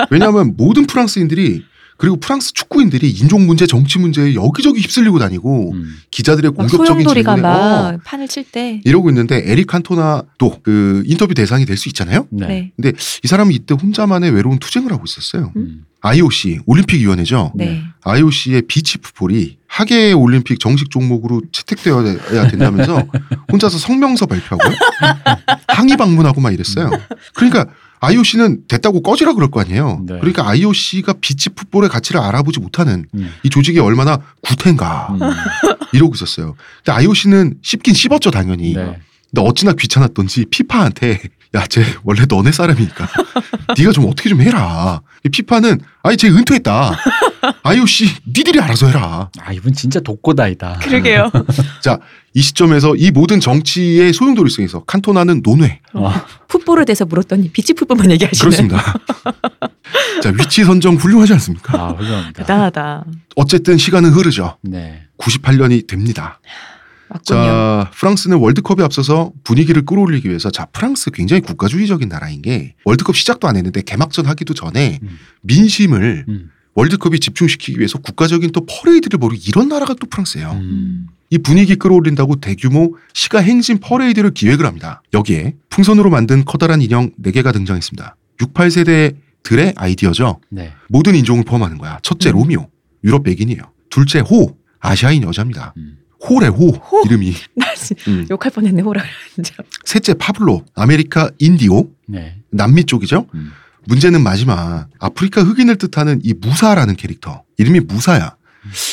[SPEAKER 1] 왜냐하면 모든 프랑스인들이 그리고 프랑스 축구인들이 인종 문제, 정치 문제에 여기저기 휩쓸리고 다니고
[SPEAKER 3] 음.
[SPEAKER 1] 기자들의
[SPEAKER 2] 막
[SPEAKER 1] 공격적인
[SPEAKER 2] 소용돌이가
[SPEAKER 1] 질문에
[SPEAKER 2] 막
[SPEAKER 1] 어,
[SPEAKER 2] 판을 칠 때.
[SPEAKER 1] 이러고 있는데 에릭 칸토나도 그 인터뷰 대상이 될 수 있잖아요.
[SPEAKER 3] 네.
[SPEAKER 2] 네.
[SPEAKER 1] 이 사람이 이때 혼자만의 외로운 투쟁을 하고 있었어요.
[SPEAKER 3] 음.
[SPEAKER 1] IOC 올림픽 위원회죠.
[SPEAKER 2] 네.
[SPEAKER 3] 네.
[SPEAKER 1] IOC의 비치 풋볼이 하계 올림픽 정식 종목으로 채택되어야 된다면서 혼자서 성명서 발표하고 항의 방문하고 막 이랬어요. 그러니까 IOC는 됐다고 꺼지라 그럴 거 아니에요.
[SPEAKER 3] 네.
[SPEAKER 1] 그러니까 IOC가 비치 풋볼의 가치를 알아보지 못하는
[SPEAKER 3] 음.
[SPEAKER 1] 이 조직이 얼마나 구태인가
[SPEAKER 3] 음.
[SPEAKER 1] 이러고 있었어요. 근데 IOC는 씹긴 씹었죠 당연히.
[SPEAKER 3] 네.
[SPEAKER 1] 근데 어찌나 귀찮았던지 피파한테 야 쟤 원래 너네 사람이니까 네가 좀 어떻게 좀 해라. 이 피파는 아니 쟤 은퇴했다. IOC 니들이 알아서 해라.
[SPEAKER 3] 아 이분 진짜 독고다이다.
[SPEAKER 2] 그러게요.
[SPEAKER 1] 이 시점에서 이 모든 정치의 소용돌이성에서 칸토나는 논외.
[SPEAKER 3] 어,
[SPEAKER 2] 풋볼에 대해서 물었더니 비치 풋볼만 얘기하시네.
[SPEAKER 1] 그렇습니다. 자 위치 선정 훌륭하지 않습니까?
[SPEAKER 3] 아 훌륭합니다.
[SPEAKER 2] 대단하다.
[SPEAKER 1] 어쨌든 시간은 흐르죠.
[SPEAKER 3] 네.
[SPEAKER 1] 98년이 됩니다.
[SPEAKER 2] 맞군요.
[SPEAKER 1] 자, 프랑스는 월드컵에 앞서서 분위기를 끌어올리기 위해서 자, 프랑스 굉장히 국가주의적인 나라인 게 월드컵 시작도 안 했는데 개막전 하기도 전에
[SPEAKER 3] 음.
[SPEAKER 1] 민심을
[SPEAKER 3] 음.
[SPEAKER 1] 월드컵에 집중시키기 위해서 국가적인 또 퍼레이드를 벌이고 이런 나라가 또 프랑스예요.
[SPEAKER 3] 음.
[SPEAKER 1] 이 분위기 끌어올린다고 대규모 시가 행진 퍼레이드를 기획을 합니다. 여기에 풍선으로 만든 커다란 인형 4개가 등장했습니다. 68세대들의 아이디어죠.
[SPEAKER 3] 네.
[SPEAKER 1] 모든 인종을 포함하는 거야. 첫째
[SPEAKER 2] 음.
[SPEAKER 1] 로미오, 유럽 백인이에요. 둘째 호, 아시아인 여자입니다.
[SPEAKER 3] 음.
[SPEAKER 1] 호래 호,
[SPEAKER 2] 호?
[SPEAKER 1] 이름이.
[SPEAKER 2] 나 진짜
[SPEAKER 1] 음.
[SPEAKER 2] 욕할 뻔했네 호라. 진짜.
[SPEAKER 1] 셋째 파블로, 아메리카 인디오,
[SPEAKER 3] 네.
[SPEAKER 1] 남미 쪽이죠.
[SPEAKER 3] 음.
[SPEAKER 1] 문제는 마지막 아프리카 흑인을 뜻하는 이 무사라는 캐릭터 이름이 무사야.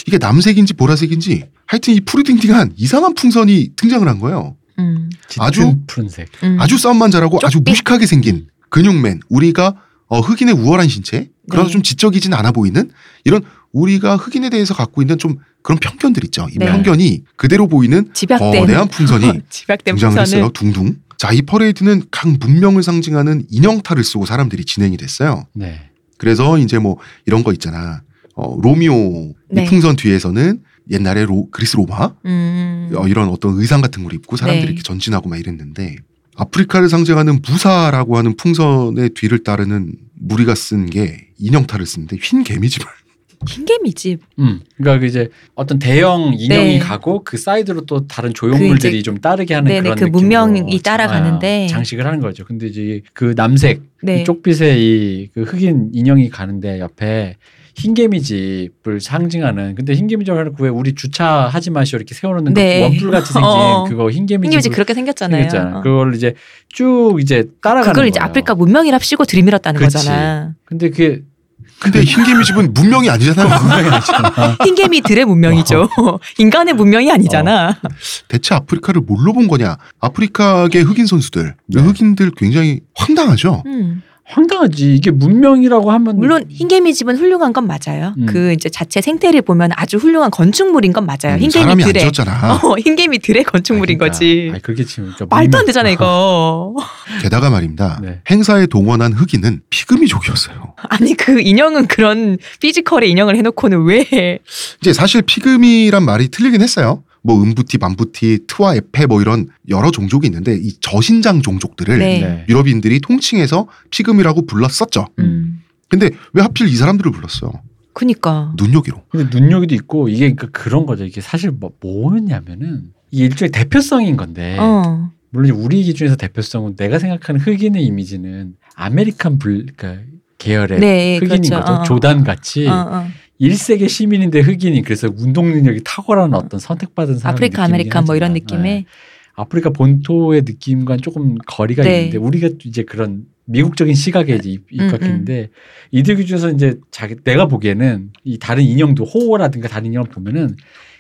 [SPEAKER 1] 이게 남색인지 보라색인지 하여튼 이 푸르딩딩한 이상한 풍선이 등장을 한 거예요.
[SPEAKER 2] 음,
[SPEAKER 3] 짙은
[SPEAKER 1] 아주-
[SPEAKER 3] 푸른색.
[SPEAKER 2] 음.
[SPEAKER 1] 아주 싸움만 잘하고 아주
[SPEAKER 2] 쪼삐. 음.
[SPEAKER 1] 무식하게 생긴 근육맨 우리가 어, 흑인의 우월한 신체 그러나
[SPEAKER 2] 네.
[SPEAKER 1] 좀 지적이진 않아 보이는 이런 우리가 흑인에 대해서 갖고 있는 좀 그런 편견들 있죠. 이
[SPEAKER 2] 네.
[SPEAKER 1] 편견이 그대로 보이는
[SPEAKER 3] 어,
[SPEAKER 2] 집약된 어,
[SPEAKER 1] 거대한 풍선이
[SPEAKER 2] 집약된
[SPEAKER 1] 등장을 했어요.
[SPEAKER 2] 풍선을
[SPEAKER 1] 둥둥. 자, 이 퍼레이드는 각 문명을 상징하는 인형탈을 쓰고 사람들이 진행이 됐어요.
[SPEAKER 3] 네.
[SPEAKER 1] 그래서 이제 뭐 이런 거 있잖아. 어, 로미오 이
[SPEAKER 2] 네.
[SPEAKER 1] 풍선 뒤에서는 옛날에 로- 그리스 로마
[SPEAKER 2] 음.
[SPEAKER 1] 어, 이런 어떤 의상 같은 걸 입고 사람들이
[SPEAKER 2] 네.
[SPEAKER 1] 이렇게 전진하고 막 이랬는데 아프리카를 상징하는 무사라고 하는 풍선의 뒤를 따르는 무리가 쓴 게 인형탈을 쓰는데 흰 개미집을
[SPEAKER 2] 흰개미집.
[SPEAKER 3] 음. 그러니까 그 이제 어떤 대형 인형이
[SPEAKER 2] 네.
[SPEAKER 3] 가고 그 사이드로 또 다른 조형물들이
[SPEAKER 2] 그 이제-
[SPEAKER 3] 좀 따르게 하는
[SPEAKER 2] 네네,
[SPEAKER 3] 그런
[SPEAKER 2] 그
[SPEAKER 3] 느낌으로
[SPEAKER 2] 문명이 따라가는데.
[SPEAKER 3] 아, 장식을 하는 거죠. 근데 이제 그 남색
[SPEAKER 2] 네.
[SPEAKER 3] 이 쪽빛의 이그 흑인 인형이 가는데 옆에 흰개미집을 상징하는 근데 흰개미집을 그 왜 우리 주차하지 마시오 이렇게 세워놓는
[SPEAKER 2] 네.
[SPEAKER 3] 그 원뿔같이 생긴
[SPEAKER 2] 어어.
[SPEAKER 3] 그거
[SPEAKER 2] 흰개미집
[SPEAKER 3] 흰개미집
[SPEAKER 2] 그렇게 생겼잖아요. 어.
[SPEAKER 3] 그걸 이제 쭉 이제 따라가는
[SPEAKER 2] 그걸
[SPEAKER 3] 거예요.
[SPEAKER 2] 이제 아프리카 문명이랍시고 들이밀었다는
[SPEAKER 3] 그치.
[SPEAKER 2] 거잖아.
[SPEAKER 3] 근데 그게
[SPEAKER 1] 근데 흰 개미집은 문명이 아니잖아요.
[SPEAKER 2] 흰개미들의 문명이죠. 인간의 문명이 아니잖아.
[SPEAKER 3] 어.
[SPEAKER 1] 대체 아프리카를 뭘로 본 거냐? 아프리카계 흑인 선수들,
[SPEAKER 3] 네.
[SPEAKER 1] 흑인들 굉장히 황당하죠.
[SPEAKER 2] 음.
[SPEAKER 3] 황당하지. 이게 문명이라고 하면
[SPEAKER 2] 물론 흰개미집은 훌륭한 건 맞아요.
[SPEAKER 3] 음.
[SPEAKER 2] 그 이제 자체 생태를 보면 아주 훌륭한 건축물인 건 맞아요.
[SPEAKER 1] 음, 사람이 안
[SPEAKER 2] 네, 흰개미들의
[SPEAKER 1] 지었잖아.
[SPEAKER 2] 어, 흰개미들의 건축물인
[SPEAKER 3] 그러니까.
[SPEAKER 2] 거지.
[SPEAKER 3] 아니, 그게 지금 그러니까
[SPEAKER 2] 말도
[SPEAKER 3] 문명-
[SPEAKER 2] 안 되잖아 이거.
[SPEAKER 1] 게다가 말입니다.
[SPEAKER 3] 네.
[SPEAKER 1] 행사에 동원한 흑인은 피그미족이었어요.
[SPEAKER 2] 아니 그 인형은 그런 피지컬의 인형을 해놓고는 왜? 해?
[SPEAKER 1] 이제 사실 피그미란 말이 틀리긴 했어요. 뭐 음부티, 만부티, 트와 에페 뭐 이런 여러 종족이 있는데 이 저신장 종족들을
[SPEAKER 2] 네.
[SPEAKER 3] 네.
[SPEAKER 1] 유럽인들이 통칭해서 피그미라고 불렀었죠.
[SPEAKER 2] 음.
[SPEAKER 1] 근데 왜 하필 이 사람들을 불렀어요?
[SPEAKER 2] 그니까.
[SPEAKER 1] 눈요기로.
[SPEAKER 3] 근데 눈요기도 있고 이게 그러니까 그런 거죠. 이게 사실 뭐 뭐였냐면은 이게 일종의 대표성인 건데
[SPEAKER 2] 어.
[SPEAKER 3] 물론 이제 우리 기준에서 대표성은 내가 생각하는 흑인의 이미지는 아메리칸 불 그러니까 계열의
[SPEAKER 2] 네.
[SPEAKER 3] 흑인인
[SPEAKER 2] 그렇죠.
[SPEAKER 3] 거죠.
[SPEAKER 2] 어, 어.
[SPEAKER 3] 조단 같이
[SPEAKER 2] 어, 어.
[SPEAKER 3] 일세계 시민인데 흑인이 그래서 운동 능력이 탁월한 어떤 선택받은 사람
[SPEAKER 2] 아프리카 아메리칸 뭐 이런
[SPEAKER 3] 네.
[SPEAKER 2] 느낌의
[SPEAKER 3] 아프리카 본토의 느낌과는 조금 거리가
[SPEAKER 2] 네.
[SPEAKER 3] 있는데 우리가 이제 그런 미국적인 시각에 이제 입-
[SPEAKER 2] 음,
[SPEAKER 3] 입각했는데 이들 기준에서 이제 자기 내가 보기에는 이 다른 인형도 호호라든가 다른 인형을 보면은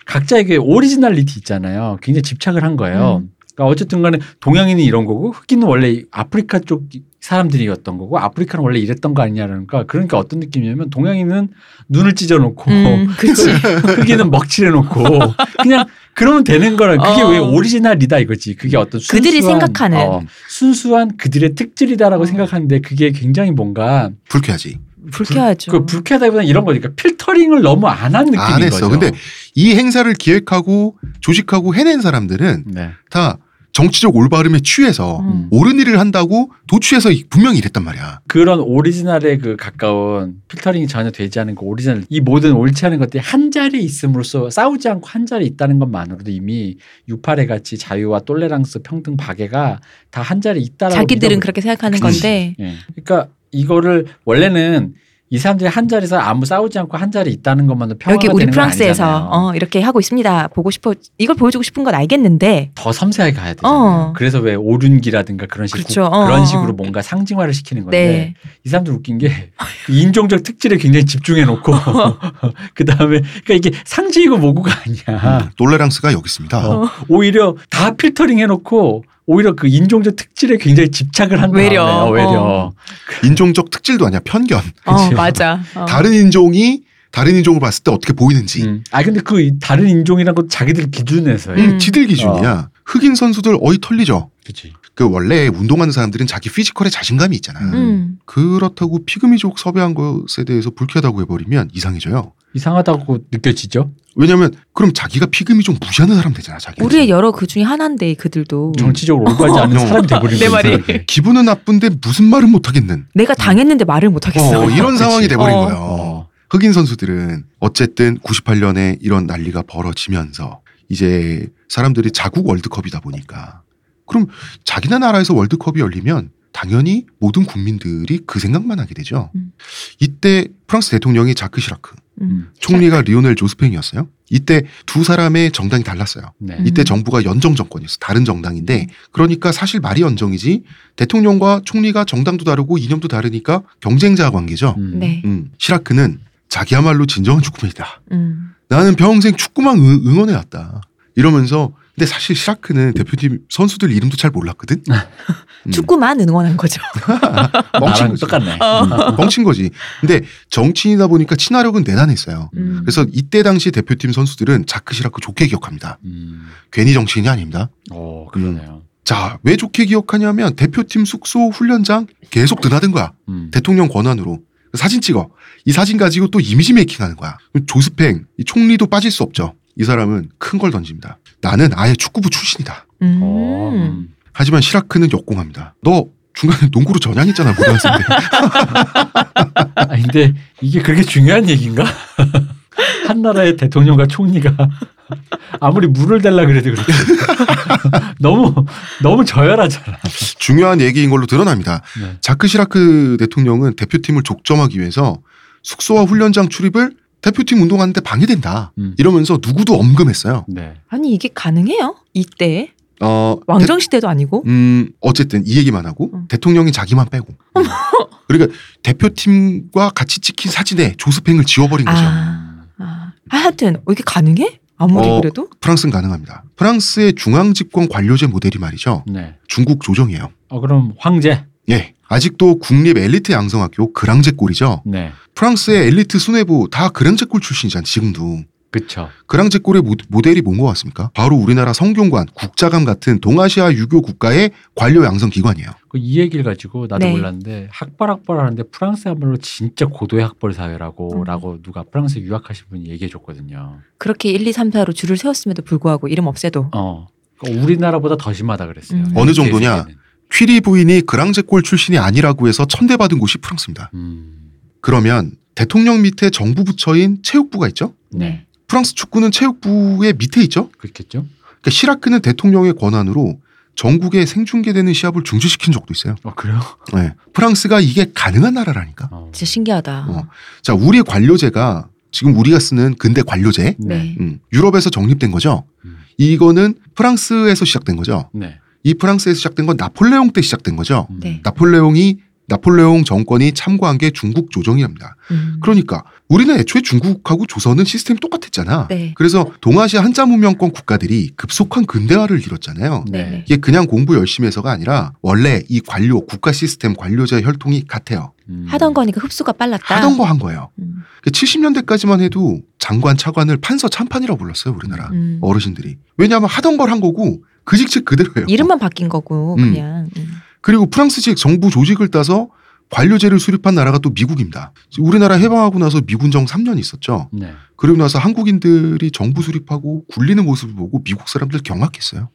[SPEAKER 3] 각자에게 오리지널리티 있잖아요. 굉장히 집착을 한 거예요.
[SPEAKER 2] 음.
[SPEAKER 3] 그러니까 어쨌든 간에 동양인은 이런 거고 흑인은 원래 이 아프리카 쪽 사람들이었던 거고 아프리카는 원래 이랬던 거 아니냐니까 그러니까 어떤 느낌이냐면 동양인은 눈을 네. 찢어놓고
[SPEAKER 2] 음, 그치.
[SPEAKER 3] 흑인은 먹칠해놓고 그냥 그러면 되는 거라 그게
[SPEAKER 2] 어.
[SPEAKER 3] 왜 오리지널이다 이거지 그게 어떤 순수한, 어,
[SPEAKER 2] 그들이 생각하는.
[SPEAKER 3] 순수한 그들의 특질이다라고
[SPEAKER 2] 어.
[SPEAKER 3] 생각하는데 그게 굉장히 뭔가
[SPEAKER 1] 불쾌하지.
[SPEAKER 2] 불쾌하죠.
[SPEAKER 3] 그 불쾌하다기보다는 이런 거니까 필터링을 너무 안 한 느낌인
[SPEAKER 1] 아, 안 했어.
[SPEAKER 3] 거죠.
[SPEAKER 1] 근데 이 행사를 기획하고 조직하고 해낸 사람들은
[SPEAKER 3] 네.
[SPEAKER 1] 다 정치적 올바름에 취해서
[SPEAKER 2] 음.
[SPEAKER 1] 옳은 일을 한다고 도취해서 이- 분명히 이랬단 말이야.
[SPEAKER 3] 그런 오리지널에 그 가까운 필터링이 전혀 되지 않은 그 오리지널 이 모든 옳지 않은 것들이 한 자리에 있음으로써 싸우지 않고 한 자리에 있다는 것만으로도 이미 유파레 같이 자유와 똘레랑스 평등 박애가 다 한 자리에 있다라고
[SPEAKER 2] 자기들은
[SPEAKER 3] 믿어-
[SPEAKER 2] 그렇게 생각하는
[SPEAKER 3] 그치.
[SPEAKER 2] 건데
[SPEAKER 3] 예. 그러니까 이거를 원래는 이 사람들이 한 자리에서 아무 싸우지 않고 한 자리에 있다는 것만도 평화가
[SPEAKER 2] 여기 우리
[SPEAKER 3] 되는 건
[SPEAKER 2] 프랑스에서
[SPEAKER 3] 아니잖아요.
[SPEAKER 2] 어, 이렇게 하고 있습니다. 보고 싶어 이걸 보여주고 싶은 건 알겠는데
[SPEAKER 3] 더 섬세하게 가야 되잖아요.
[SPEAKER 2] 어.
[SPEAKER 3] 그래서 왜 오륜기라든가 그런 식으로
[SPEAKER 2] 그렇죠. 어,
[SPEAKER 3] 그런
[SPEAKER 2] 어.
[SPEAKER 3] 식으로 뭔가 상징화를 시키는
[SPEAKER 2] 네.
[SPEAKER 3] 건데 이 사람들 웃긴 게그 인종적 특질에 굉장히 집중해 놓고 그 다음에 그러니까 이게 상징이고 뭐고가 아니야.
[SPEAKER 1] 놀레랑스가 여기 있습니다.
[SPEAKER 3] 어, 오히려 다 필터링 해 놓고 오히려 그 인종적 특질에 굉장히 집착을 한 다음에
[SPEAKER 2] 외려.
[SPEAKER 3] 어, 외려.
[SPEAKER 2] 어.
[SPEAKER 1] 인종적 특질도 아니야 편견.
[SPEAKER 2] 어,
[SPEAKER 3] 그치.
[SPEAKER 2] 맞아. 어.
[SPEAKER 1] 다른 인종이 다른 인종을 봤을 때 어떻게 보이는지.
[SPEAKER 3] 음. 아 근데 그 다른 인종이란 건 자기들 기준에서요.
[SPEAKER 2] 음.
[SPEAKER 1] 음, 지들
[SPEAKER 3] 어.
[SPEAKER 1] 기준이야. 흑인 선수들 어이 털리죠.
[SPEAKER 3] 그렇지.
[SPEAKER 1] 그 원래 운동하는 사람들은 자기 피지컬에 자신감이 있잖아.
[SPEAKER 3] 음.
[SPEAKER 2] 음.
[SPEAKER 1] 그렇다고 피그미족 섭외한 것에 대해서 불쾌하다고 해버리면 이상해져요.
[SPEAKER 3] 이상하다고 느껴지죠.
[SPEAKER 1] 왜냐면 그럼 자기가 피그미족 무시하는 사람 되잖아. 자기
[SPEAKER 2] 우리의 여러 그 중에 하나인데 그들도
[SPEAKER 3] 음. 정치적으로 올바르지 않은
[SPEAKER 1] 어.
[SPEAKER 3] 사람이 돼버린
[SPEAKER 2] 내
[SPEAKER 3] 거예요,
[SPEAKER 2] 말이.
[SPEAKER 3] 이 사람들이.
[SPEAKER 1] 기분은 나쁜데 무슨 말은 못하겠는.
[SPEAKER 3] 음.
[SPEAKER 2] 내가 당했는데 말을 못 하겠어.
[SPEAKER 1] 어, 이런
[SPEAKER 3] 그치.
[SPEAKER 1] 상황이 돼버린
[SPEAKER 2] 어.
[SPEAKER 1] 거예요.
[SPEAKER 3] 어.
[SPEAKER 1] 흑인 선수들은 어쨌든 98년에 이런 난리가 벌어지면서 이제 사람들이 자국 월드컵이다 보니까 그럼 자기네 나라에서 월드컵이 열리면 당연히 모든 국민들이 그 생각만 하게 되죠.
[SPEAKER 2] 음.
[SPEAKER 1] 이때 프랑스 대통령이 자크 시라크,
[SPEAKER 2] 음.
[SPEAKER 1] 총리가 리오넬 조스팽이었어요. 이때 두 사람의 정당이 달랐어요.
[SPEAKER 3] 네.
[SPEAKER 2] 음.
[SPEAKER 1] 이때 정부가 연정 정권이었어. 다른 정당인데 그러니까 사실 말이 연정이지 대통령과 총리가 정당도 다르고 이념도 다르니까 경쟁자 관계죠.
[SPEAKER 3] 음.
[SPEAKER 2] 네.
[SPEAKER 1] 음, 시라크는 자기야말로 진정한 축구팬이다.
[SPEAKER 2] 음.
[SPEAKER 1] 나는 평생 축구만 응- 응원해왔다. 이러면서 근데 사실 시라크는 대표팀 선수들 이름도 잘 몰랐거든.
[SPEAKER 3] 네.
[SPEAKER 1] 음,
[SPEAKER 2] 축구만 응원한 거죠.
[SPEAKER 1] 멍친
[SPEAKER 3] 나랑
[SPEAKER 1] 거지. 음,
[SPEAKER 3] 똑같네.
[SPEAKER 2] 어.
[SPEAKER 1] 멍친 거지. 근데 정치인이다 보니까 친화력은 대단했어요.
[SPEAKER 2] 음.
[SPEAKER 1] 그래서 이때 당시 대표팀 선수들은 자크 시라크 좋게 기억합니다.
[SPEAKER 3] 음.
[SPEAKER 1] 괜히 정치인이 아닙니다.
[SPEAKER 3] 어, 그러네요.
[SPEAKER 1] 자, 왜 좋게 기억하냐면 대표팀 숙소 훈련장 계속 드나든 거야.
[SPEAKER 3] 음.
[SPEAKER 1] 대통령 권한으로 사진 찍어 이 사진 가지고 또 이미지 메이킹하는 거야 그럼 조스팽 이 총리도 빠질 수 없죠 이 사람은 큰 걸 던집니다 나는 아예 축구부 출신이다
[SPEAKER 2] 음.
[SPEAKER 3] 어, 음.
[SPEAKER 1] 하지만 시라크는 역공합니다 너 중간에 농구로 전향했잖아 뭐 고등학생 때
[SPEAKER 3] 아, 근데 이게 그렇게 중요한 얘기인가? 한 나라의 대통령과 총리가 아무리 물을 달라 그래도 그렇게 너무 너무 저열하잖아.
[SPEAKER 1] 중요한 얘기인 걸로 드러납니다
[SPEAKER 3] 네.
[SPEAKER 1] 자크 시라크 대통령은 대표팀을 족점하기 위해서 숙소와 훈련장 출입을 대표팀 운동하는데 방해된다
[SPEAKER 3] 음.
[SPEAKER 1] 이러면서 누구도 엄금했어요
[SPEAKER 3] 네.
[SPEAKER 2] 아니 이게 가능해요? 이때
[SPEAKER 3] 그
[SPEAKER 1] 어,
[SPEAKER 2] 왕정 시대도 아니고.
[SPEAKER 1] 음, 어쨌든 이 얘기만 하고
[SPEAKER 2] 음.
[SPEAKER 1] 대통령이 자기만 빼고. 그러니까 대표팀과 같이 찍힌 사진에 조스팽을 지워버린 거죠.
[SPEAKER 3] 음.
[SPEAKER 2] 아, 아. 하여튼 이게 가능해? 아무리
[SPEAKER 1] 어.
[SPEAKER 2] 그래도
[SPEAKER 1] 프랑스는 가능합니다. 프랑스의 중앙집권 관료제 모델이 말이죠.
[SPEAKER 3] 네.
[SPEAKER 1] 중국 조정이에요.
[SPEAKER 3] 어 그럼 황제.
[SPEAKER 1] 예. 아직도 국립 엘리트 양성학교 그랑제골이죠.
[SPEAKER 3] 네.
[SPEAKER 1] 프랑스의 엘리트 수뇌부 다 그랑제골 출신이잖아, 지금도.
[SPEAKER 3] 그쵸.
[SPEAKER 1] 그랑제골의 모- 모델이 뭔 것 같습니까? 바로 우리나라 성균관, 국자감 같은 동아시아 유교 국가의 관료 양성 기관이에요.
[SPEAKER 3] 그 이 얘기를 가지고 나도
[SPEAKER 2] 네.
[SPEAKER 3] 몰랐는데 학벌 학벌 하는데 프랑스야말로 진짜 고도의 학벌 사회라고
[SPEAKER 2] 음.
[SPEAKER 3] 라고 누가 프랑스 유학하신 분이 얘기해 줬거든요.
[SPEAKER 2] 그렇게 1, 2, 3, 4로 줄을 세웠음에도 불구하고 이름 없애도
[SPEAKER 3] 어. 그러니까 우리나라보다 더 심하다 그랬어요.
[SPEAKER 2] 음.
[SPEAKER 1] 어느 정도냐? 퀴리 부인이 그랑제골 출신이 아니라고 해서 천대받은 곳이 프랑스입니다.
[SPEAKER 3] 음.
[SPEAKER 1] 그러면 대통령 밑에 정부 부처인 체육부가 있죠.
[SPEAKER 3] 네.
[SPEAKER 1] 프랑스 축구는 체육부의 밑에 있죠.
[SPEAKER 3] 그렇겠죠?
[SPEAKER 1] 그러니까 시라크는 대통령의 권한으로 전국에 생중계되는 시합을 중지시킨 적도 있어요.
[SPEAKER 3] 어 그래요?
[SPEAKER 1] 네. 프랑스가 이게 가능한 나라라니까.
[SPEAKER 3] 어.
[SPEAKER 2] 진짜 신기하다.
[SPEAKER 1] 어. 자, 우리의 관료제가 지금 우리가 쓰는 근대 관료제,
[SPEAKER 2] 네.
[SPEAKER 1] 음, 유럽에서 정립된 거죠.
[SPEAKER 3] 음.
[SPEAKER 1] 이거는 프랑스에서 시작된 거죠.
[SPEAKER 3] 네.
[SPEAKER 1] 이 프랑스에서 시작된 건 나폴레옹 때 시작된 거죠.
[SPEAKER 3] 음.
[SPEAKER 2] 네.
[SPEAKER 1] 나폴레옹이 나폴레옹 정권이 참고한 게 중국 조정이랍니다.
[SPEAKER 2] 음.
[SPEAKER 1] 그러니까 우리는 애초에 중국하고 조선은 시스템이 똑같았잖아.
[SPEAKER 2] 네.
[SPEAKER 1] 그래서 동아시아 한자 문명권 국가들이 급속한 근대화를 이뤘잖아요.
[SPEAKER 2] 네.
[SPEAKER 3] 네.
[SPEAKER 2] 네.
[SPEAKER 1] 이게 그냥 공부 열심히 해서가 아니라 원래 이 관료 국가 시스템 관료제 혈통이 같아요.
[SPEAKER 3] 음.
[SPEAKER 2] 하던 거니까 흡수가 빨랐다.
[SPEAKER 1] 하던 거 한 거예요.
[SPEAKER 2] 음.
[SPEAKER 1] 70년대까지만 해도 장관 차관을 판서 참판이라고 불렀어요 우리나라
[SPEAKER 2] 음.
[SPEAKER 1] 어르신들이. 왜냐하면 하던 걸 한 거고 그 직책 그대로예요.
[SPEAKER 2] 이름만 바뀐 거고
[SPEAKER 1] 음.
[SPEAKER 2] 그냥 음.
[SPEAKER 1] 그리고 프랑스식 정부 조직을 따서 관료제를 수립한 나라가 또 미국입니다. 우리나라 해방하고 나서 미군정 3년 있었죠.
[SPEAKER 3] 네.
[SPEAKER 1] 그리고 나서 한국인들이 정부 수립하고 굴리는 모습을 보고 미국 사람들 경악했어요.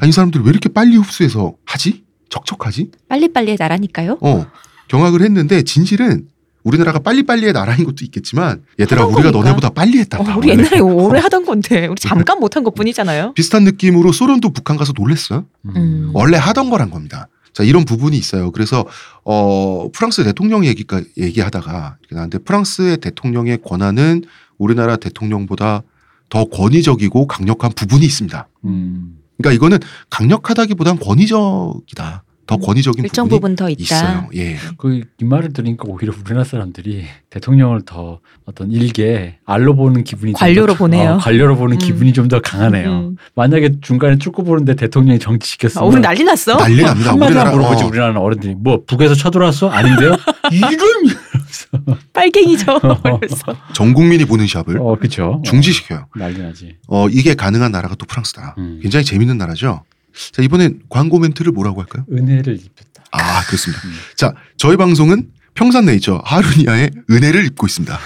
[SPEAKER 1] 아니 이 사람들 왜 이렇게 빨리 흡수해서 하지? 적적하지?
[SPEAKER 2] 빨리빨리의 나라니까요.
[SPEAKER 1] 어 경악을 했는데 진실은 우리나라가 빨리빨리의 나라인 것도 있겠지만 얘들아
[SPEAKER 2] 하던
[SPEAKER 1] 우리가
[SPEAKER 2] 거니까.
[SPEAKER 1] 너네보다 빨리 했다. 그러니까
[SPEAKER 2] 어, 우리 옛날에 오래 하던 건데 우리 잠깐 못 한 것뿐이잖아요.
[SPEAKER 1] 비슷한 느낌으로 소련도 북한 가서 놀랬어요.
[SPEAKER 3] 음.
[SPEAKER 2] 음.
[SPEAKER 1] 원래 하던 거란 겁니다. 자, 이런 부분이 있어요. 그래서 어, 프랑스 대통령 얘기까 얘기하다가 이렇게 나한테 프랑스의 대통령의 권한은 우리나라 대통령보다 더 권위적이고 강력한 부분이 있습니다.
[SPEAKER 3] 음.
[SPEAKER 1] 그러니까 이거는 강력하다기보단 권위적이다. 더 권위적인
[SPEAKER 2] 음, 일정 부분
[SPEAKER 1] 부분이
[SPEAKER 2] 더 있다. 음.
[SPEAKER 1] 있어요. 예.
[SPEAKER 3] 그 이 말을 들으니까 오히려 우리나라 사람들이 대통령을 더 어떤 일개 알로 보는 기분이 좀
[SPEAKER 2] 관료로
[SPEAKER 3] 더-
[SPEAKER 2] 보네요.
[SPEAKER 3] 어, 관료로 보는
[SPEAKER 2] 음.
[SPEAKER 3] 기분이 좀 더 강하네요.
[SPEAKER 2] 음.
[SPEAKER 3] 만약에 중간에 축구 보는데 대통령이 정치
[SPEAKER 2] 아,
[SPEAKER 3] 시켰으면
[SPEAKER 2] 오늘 난리 났어?
[SPEAKER 1] 난리 납니다.
[SPEAKER 3] 한마디나
[SPEAKER 1] 우리나라
[SPEAKER 3] 물어보지
[SPEAKER 1] 어,
[SPEAKER 3] 우리나라는 어른들이 뭐 북에서 쳐들어왔어? 아닌데요? 이름
[SPEAKER 2] 빨갱이죠. 그래서
[SPEAKER 1] 전 국민이 보는 샵을
[SPEAKER 3] 어 그렇죠.
[SPEAKER 1] 중지시켜요.
[SPEAKER 3] 난리 나지.
[SPEAKER 1] 어, 이게 가능한 나라가 또 프랑스다.
[SPEAKER 3] 음.
[SPEAKER 1] 굉장히 재밌는 나라죠. 자, 이번엔 광고 멘트를 뭐라고 할까요?
[SPEAKER 3] 은혜를 입혔다.
[SPEAKER 1] 아, 그렇습니다.
[SPEAKER 3] 음.
[SPEAKER 1] 자, 저희 방송은 평산네이처 하루니아의 은혜를 입고 있습니다.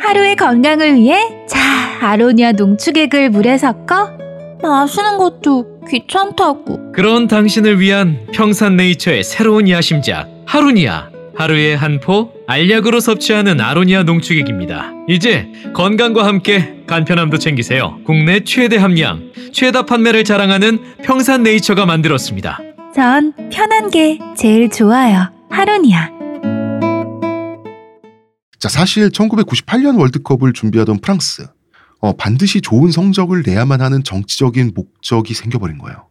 [SPEAKER 4] 하루의 건강을 위해 자 아로니아 농축액을 물에 섞어
[SPEAKER 5] 마시는 것도 귀찮다고.
[SPEAKER 6] 그런 당신을 위한 평산네이처의 새로운 야심작 하루니아 하루에 한 포 알약으로 섭취하는 아로니아 농축액입니다. 이제 건강과 함께 간편함도 챙기세요. 국내 최대 함량, 최다 판매를 자랑하는 평산네이처가 만들었습니다.
[SPEAKER 4] 전 편한 게 제일 좋아요 하루니아
[SPEAKER 1] 자, 사실 1998년 월드컵을 준비하던 프랑스. 어, 반드시 좋은 성적을 내야만 하는 정치적인 목적이 생겨버린 거예요.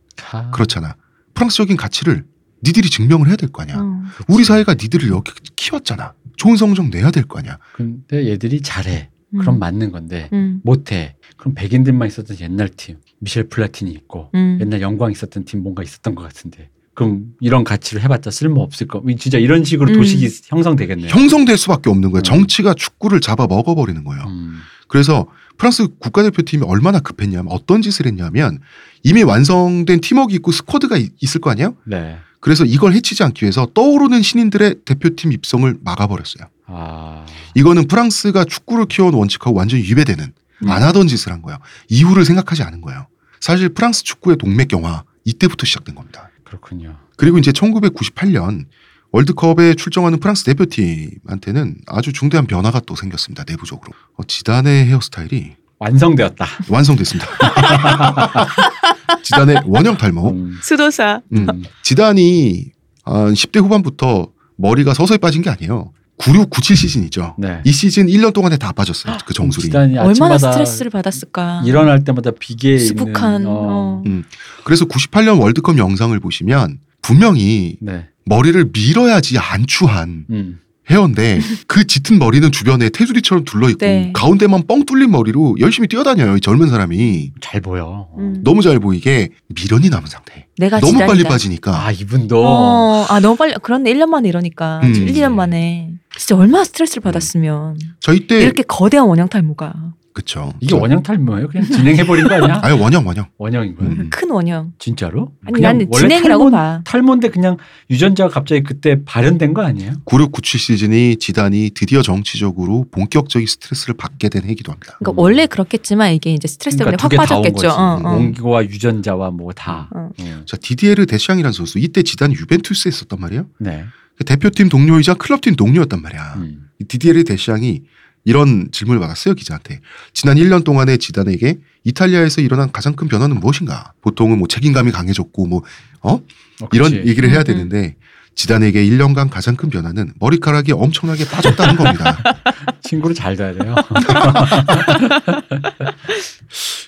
[SPEAKER 1] 그렇잖아. 프랑스적인 가치를 니들이 증명을 해야 될 거 아니야.
[SPEAKER 2] 어.
[SPEAKER 1] 우리 사회가 니들을 여기 키웠잖아. 좋은 성적 내야 될 거 아니야.
[SPEAKER 3] 근데 얘들이 잘해. 그럼
[SPEAKER 2] 음.
[SPEAKER 3] 맞는 건데
[SPEAKER 2] 음.
[SPEAKER 3] 못해. 그럼 백인들만 있었던 옛날 팀 미셸 플라틴이 있고
[SPEAKER 2] 음.
[SPEAKER 3] 옛날 영광 있었던 팀 뭔가 있었던 것 같은데 그럼 이런 가치를 해봤자 쓸모 없을 거. 진짜 이런 식으로
[SPEAKER 2] 음.
[SPEAKER 3] 도식이 형성되겠네요.
[SPEAKER 1] 형성될 수밖에 없는 거야.
[SPEAKER 3] 음.
[SPEAKER 1] 정치가 축구를 잡아 먹어버리는 거예요.
[SPEAKER 3] 음.
[SPEAKER 1] 그래서 프랑스 국가대표팀이 얼마나 급했냐면 어떤 짓을 했냐면 이미 완성된 팀워크 있고 스쿼드가 이- 있을 거 아니에요?
[SPEAKER 3] 네.
[SPEAKER 1] 그래서 이걸 해치지 않기 위해서 떠오르는 신인들의 대표팀 입성을 막아버렸어요.
[SPEAKER 3] 아.
[SPEAKER 1] 이거는 프랑스가 축구를 키워온 원칙하고 완전히 위배되는
[SPEAKER 3] 음.
[SPEAKER 1] 안 하던 짓을 한 거예요. 이유를 생각하지 않은 거예요. 사실 프랑스 축구의 동맥 경화 이때부터 시작된 겁니다.
[SPEAKER 3] 그렇군요.
[SPEAKER 1] 그리고 이제 1998년 월드컵에 출정하는 프랑스 대표팀한테는 아주 중대한 변화가 또 생겼습니다. 내부적으로 어, 지단의 헤어스타일이
[SPEAKER 3] 완성되었다.
[SPEAKER 1] 완성됐습니다. 지단의 원형 탈모.
[SPEAKER 3] 음.
[SPEAKER 2] 수도사.
[SPEAKER 1] 음.
[SPEAKER 3] 음.
[SPEAKER 1] 지단이 한 10대 후반부터 머리가 서서히 빠진 게 아니에요. 96, 97 시즌이죠.
[SPEAKER 3] 네.
[SPEAKER 1] 이 시즌 1년 동안에 다 빠졌어요. 그 정수리.
[SPEAKER 3] 단이
[SPEAKER 2] 얼마나 스트레스를 받았을까.
[SPEAKER 3] 일어날 때마다 비계
[SPEAKER 2] 수북한.
[SPEAKER 3] 있는,
[SPEAKER 2] 어.
[SPEAKER 1] 그래서 98년 월드컵 영상을 보시면 분명히
[SPEAKER 3] 네.
[SPEAKER 1] 머리를 밀어야지 안추한
[SPEAKER 3] 음.
[SPEAKER 1] 헤어인데 그 짙은 머리는 주변에 테두리처럼 둘러 있고
[SPEAKER 2] 네.
[SPEAKER 1] 가운데만 뻥 뚫린 머리로 열심히 뛰어다녀요. 이 젊은 사람이
[SPEAKER 3] 잘 보여.
[SPEAKER 2] 음.
[SPEAKER 1] 너무 잘 보이게 미련이 남은 상태.
[SPEAKER 2] 내가
[SPEAKER 1] 너무
[SPEAKER 2] 지단이다.
[SPEAKER 1] 빨리 빠지니까
[SPEAKER 3] 아 이분도
[SPEAKER 2] 어, 아 너무 빨리 그런데 1년 만에 이러니까
[SPEAKER 1] 음.
[SPEAKER 2] 1, 2년 만에 진짜 얼마나 스트레스를 받았으면
[SPEAKER 3] 음.
[SPEAKER 1] 저희 때
[SPEAKER 2] 이렇게 거대한 원형 탈모가
[SPEAKER 1] 그쵸.
[SPEAKER 3] 이게 원형 탈모예요? 그냥 진행해 버린 거 아니야?
[SPEAKER 1] 아유 원형 원형.
[SPEAKER 3] 원형인 거야.
[SPEAKER 1] 음.
[SPEAKER 2] 큰 원형
[SPEAKER 3] 진짜로?
[SPEAKER 2] 아니 나는 진행이라고 봐
[SPEAKER 3] 탈모인데 그냥 유전자가 갑자기 그때 발현된 거 아니에요?
[SPEAKER 1] 96, 97 시즌이 지단이 드디어 정치적으로 본격적인 스트레스를 받게 된 해기도 합니다.
[SPEAKER 2] 그러니까 원래 그렇겠지만 이게 이제 스트레스 때문에
[SPEAKER 3] 음. 그러니까
[SPEAKER 2] 확
[SPEAKER 3] 두개 다 온 거지. 음.
[SPEAKER 2] 빠졌겠죠 어, 어.
[SPEAKER 3] 옹기와 유전자와 뭐 다.
[SPEAKER 2] 어.
[SPEAKER 3] 음.
[SPEAKER 1] 자 디디에르 데시앙이라는 선수 이때 지단이 유벤투스에 있었단 말이에요.
[SPEAKER 3] 네.
[SPEAKER 1] 대표팀 동료이자 클럽팀 동료였단 말이야.
[SPEAKER 3] 음.
[SPEAKER 1] 이 디디에르 데시앙이 이런 질문을 받았어요 기자한테. 지난 1년 동안에 지단에게 이탈리아에서 일어난 가장 큰 변화는 무엇인가? 보통은 뭐 책임감이 강해졌고 뭐
[SPEAKER 3] 어,
[SPEAKER 1] 이런
[SPEAKER 3] 그치.
[SPEAKER 1] 얘기를 해야
[SPEAKER 2] 음, 음.
[SPEAKER 1] 되는데 지단에게 1년간 가장 큰 변화는 머리카락이 엄청나게 빠졌다는 겁니다.
[SPEAKER 3] 친구를 잘 둬야 돼요.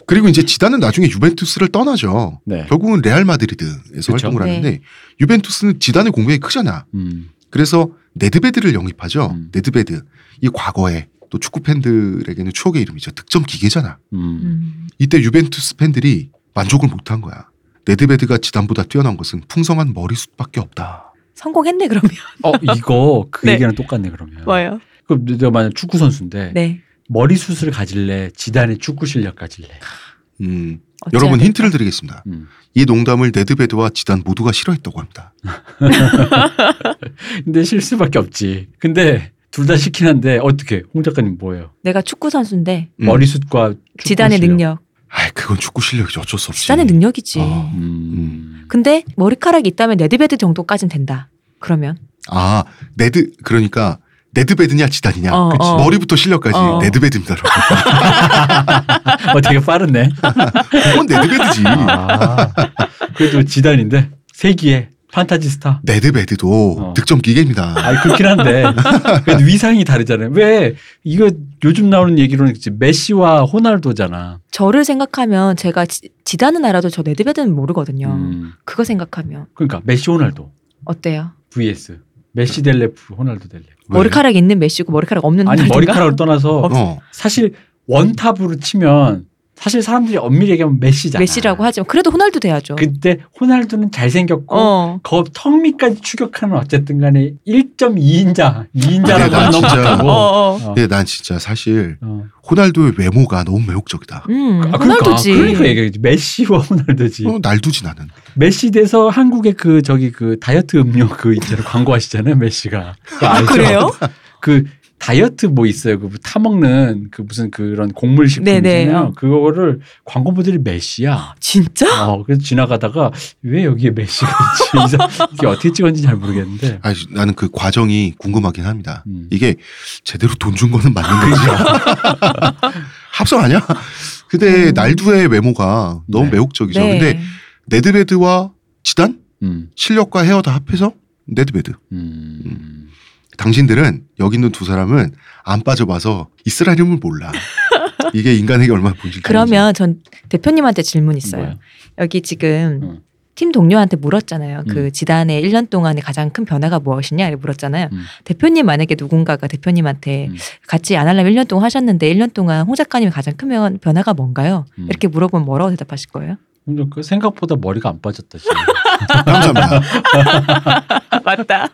[SPEAKER 1] 그리고 이제 지단은 나중에 유벤투스를 떠나죠.
[SPEAKER 3] 네.
[SPEAKER 1] 결국은 레알 마드리드에서
[SPEAKER 3] 그쵸.
[SPEAKER 1] 활동을
[SPEAKER 2] 네.
[SPEAKER 1] 하는데 유벤투스는 지단의 공백이 크잖아.
[SPEAKER 3] 음.
[SPEAKER 1] 그래서 네드베드를 영입하죠.
[SPEAKER 3] 음.
[SPEAKER 1] 네드베드 이 과거에 또 축구 팬들에게는 추억의 이름이죠. 득점 기계잖아.
[SPEAKER 3] 음.
[SPEAKER 2] 음.
[SPEAKER 1] 이때 유벤투스 팬들이 만족을 못한 거야. 네드베드가 지단보다 뛰어난 것은 풍성한 머리숱밖에 없다.
[SPEAKER 2] 성공했네 그러면
[SPEAKER 3] 어 이거 그
[SPEAKER 2] 네.
[SPEAKER 3] 얘기랑 똑같네 그러면.
[SPEAKER 2] 뭐예요
[SPEAKER 3] 그럼 내가 만약 축구 선수인데
[SPEAKER 2] 네
[SPEAKER 3] 머리숱을 가질래, 지단의 축구 실력 가질래.
[SPEAKER 1] 음,
[SPEAKER 2] 어찌해야
[SPEAKER 1] 여러분
[SPEAKER 2] 될까?
[SPEAKER 1] 힌트를 드리겠습니다.
[SPEAKER 3] 음.
[SPEAKER 1] 이 농담을 네드베드와 지단 모두가 싫어했다고 합니다.
[SPEAKER 3] 근데 실수밖에 없지. 근데 둘 다 시킨 한데 어떻게? 홍 작가님 뭐예요?
[SPEAKER 2] 내가 축구 선수인데
[SPEAKER 1] 음.
[SPEAKER 3] 머리숱과 축구
[SPEAKER 2] 지단의
[SPEAKER 3] 실력.
[SPEAKER 2] 능력
[SPEAKER 1] 아이, 그건 축구 실력이죠. 어쩔 수 없지.
[SPEAKER 2] 지단의 능력이지
[SPEAKER 1] 어.
[SPEAKER 3] 음.
[SPEAKER 2] 근데 머리카락이 있다면 네드베드 정도까진 된다 그러면
[SPEAKER 1] 아, 네드 그러니까 네드베드냐 지단이냐.
[SPEAKER 2] 어,
[SPEAKER 1] 그치.
[SPEAKER 2] 어.
[SPEAKER 1] 머리부터 실력까지
[SPEAKER 2] 어.
[SPEAKER 1] 네드베드입니다. 여러분.
[SPEAKER 3] 어, 되게 빠르네.
[SPEAKER 2] 어.
[SPEAKER 1] 그건 네드베드지.
[SPEAKER 3] 아, 그래도 지단인데 세기의 판타지 스타.
[SPEAKER 1] 매드베드도
[SPEAKER 3] 어.
[SPEAKER 1] 득점 기계입니다.
[SPEAKER 3] 아니 그렇긴 한데 그래도 위상이 다르잖아요. 왜 이거 요즘 나오는 얘기로는 그치, 메시와 호날두잖아.
[SPEAKER 2] 저를 생각하면 제가 지, 지단은 알아도 저 네드베드는 모르거든요.
[SPEAKER 3] 음,
[SPEAKER 2] 그거 생각하면
[SPEAKER 3] 그러니까 메시 호날두
[SPEAKER 2] 어때요?
[SPEAKER 3] vs 메시 델레프 호날두 델레프.
[SPEAKER 1] 왜?
[SPEAKER 2] 머리카락 있는 메시고 머리카락 없는
[SPEAKER 3] 네. 아니
[SPEAKER 2] 호날두인가?
[SPEAKER 3] 머리카락을 떠나서
[SPEAKER 1] 어.
[SPEAKER 3] 사실 원탑으로 치면 사실 사람들이 엄밀히 얘기하면 메시잖아.
[SPEAKER 2] 메시라고 하지만 그래도 호날두 돼야죠.
[SPEAKER 3] 그때 호날두는 잘생겼고
[SPEAKER 2] 어.
[SPEAKER 3] 거 턱밑까지 추격하는 어쨌든 간에 1.2인자,
[SPEAKER 1] 네,
[SPEAKER 3] 2인자라고
[SPEAKER 1] 난 진짜
[SPEAKER 3] 아, 넘었다고.
[SPEAKER 2] 어, 어.
[SPEAKER 1] 예, 난 진짜 사실
[SPEAKER 3] 어.
[SPEAKER 1] 호날두의 외모가 너무 매혹적이다.
[SPEAKER 2] 음,
[SPEAKER 3] 아,
[SPEAKER 2] 호날두지.
[SPEAKER 3] 그러니까, 그러니까 얘기하지. 메시와 호날두지.
[SPEAKER 1] 어, 날두지 나는.
[SPEAKER 3] 메시 돼서 한국의 그 저기 그 다이어트 음료 그 이제 광고하시잖아요, 메시가. 그거
[SPEAKER 2] 아,
[SPEAKER 3] 알죠?
[SPEAKER 2] 그래요?
[SPEAKER 3] 그 다이어트 뭐 있어요? 그 타먹는 그 무슨 그런 곡물
[SPEAKER 2] 네네,
[SPEAKER 3] 식품이잖아요.
[SPEAKER 2] 어.
[SPEAKER 3] 그거를 광고 모델이 메시야.
[SPEAKER 2] 진짜?
[SPEAKER 3] 어, 그래서 지나가다가 왜 여기에 메시가 있지? 이사- 이게 어떻게 찍었는지 잘 모르겠는데.
[SPEAKER 1] 아니, 나는 그 과정이 궁금하긴 합니다.
[SPEAKER 3] 음.
[SPEAKER 1] 이게 제대로 돈 준 거는
[SPEAKER 2] 아,
[SPEAKER 1] 맞는 거지. 합성 아니야? 근데
[SPEAKER 2] 음.
[SPEAKER 1] 날두의 외모가 너무
[SPEAKER 3] 네.
[SPEAKER 1] 매혹적이죠.
[SPEAKER 2] 네.
[SPEAKER 1] 근데 네드베드와 지단
[SPEAKER 3] 음,
[SPEAKER 1] 실력과 헤어 다 합해서 네드베드.
[SPEAKER 3] 음.
[SPEAKER 1] 당신들은 여기 있는 두 사람은 안 빠져봐서 이스라엘임을 몰라. 이게 인간에게 얼마나 본질적인지.
[SPEAKER 2] 그러면 전 대표님한테 질문 있어요.
[SPEAKER 3] 그러니까. 뭐야?
[SPEAKER 2] 여기 지금
[SPEAKER 3] 응.
[SPEAKER 2] 팀 동료한테 물었잖아요.
[SPEAKER 3] 음.
[SPEAKER 2] 그 지단의 1년 동안의 가장 큰 변화가 무엇이냐 이렇게 물었잖아요.
[SPEAKER 3] 음.
[SPEAKER 2] 대표님 만약에 누군가가 대표님한테
[SPEAKER 3] 음.
[SPEAKER 2] 같이 안 하려면 1년 동안 하셨는데 1년 동안 홍 작가님이 가장 큰 변- 변화가 뭔가요?
[SPEAKER 3] 음.
[SPEAKER 2] 이렇게 물어보면 뭐라고 대답하실 거예요?
[SPEAKER 3] 근데 그 생각보다 머리가 안 빠졌다 지금.
[SPEAKER 1] 감사합니다.
[SPEAKER 2] 맞다.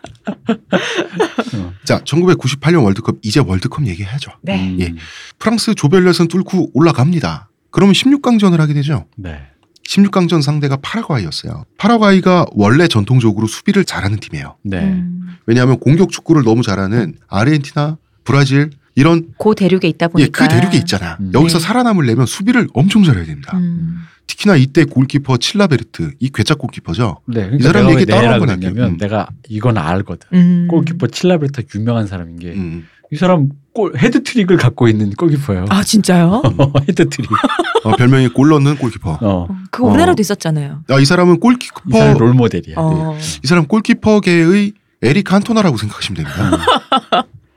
[SPEAKER 3] 어.
[SPEAKER 1] 자, 1998년 월드컵 이제 월드컵 얘기해야죠.
[SPEAKER 2] 네.
[SPEAKER 3] 음,
[SPEAKER 1] 예. 프랑스 조별예선 뚫고 올라갑니다. 그러면 16강전을 하게 되죠.
[SPEAKER 3] 네.
[SPEAKER 1] 16강전 상대가 파라과이였어요. 파라과이가 원래 전통적으로 수비를 잘하는 팀이에요.
[SPEAKER 3] 네.
[SPEAKER 2] 음.
[SPEAKER 1] 왜냐하면 공격 축구를 너무 잘하는 아르헨티나, 브라질 이런
[SPEAKER 2] 고 대륙에 있다
[SPEAKER 1] 예,
[SPEAKER 2] 보니까
[SPEAKER 1] 그 대륙이 있잖아.
[SPEAKER 3] 음.
[SPEAKER 1] 여기서
[SPEAKER 2] 네.
[SPEAKER 1] 살아남으려면 수비를 엄청 잘해야 됩니다.
[SPEAKER 2] 음.
[SPEAKER 1] 특히나 이때 골키퍼 칠라베르트 이 괴짜 골키퍼죠.
[SPEAKER 3] 네. 그러니까
[SPEAKER 1] 이 사람
[SPEAKER 3] 내가 왜
[SPEAKER 1] 얘기 따로
[SPEAKER 3] 내라고
[SPEAKER 1] 한건
[SPEAKER 3] 그랬냐면
[SPEAKER 1] 아니에요. 음.
[SPEAKER 3] 내가 이건 알거든.
[SPEAKER 2] 음.
[SPEAKER 3] 골키퍼 칠라베르타 유명한 사람인 게 이
[SPEAKER 1] 음.
[SPEAKER 3] 사람 골 헤드트릭을 갖고 있는 골키퍼예요.
[SPEAKER 2] 아 진짜요?
[SPEAKER 3] 헤드트릭.
[SPEAKER 1] 어, 별명이 골 넣는 골키퍼.
[SPEAKER 3] 어.
[SPEAKER 2] 어, 그거
[SPEAKER 3] 어. 예, 네.
[SPEAKER 2] 우리나라도 있었잖아요.
[SPEAKER 1] 아, 이 사람은
[SPEAKER 3] 이 사람
[SPEAKER 1] 골키퍼
[SPEAKER 3] 롤 모델이야.
[SPEAKER 2] 어.
[SPEAKER 1] 이 사람 골키퍼계의 에릭 칸토나라고 생각하시면 됩니다.
[SPEAKER 3] 음.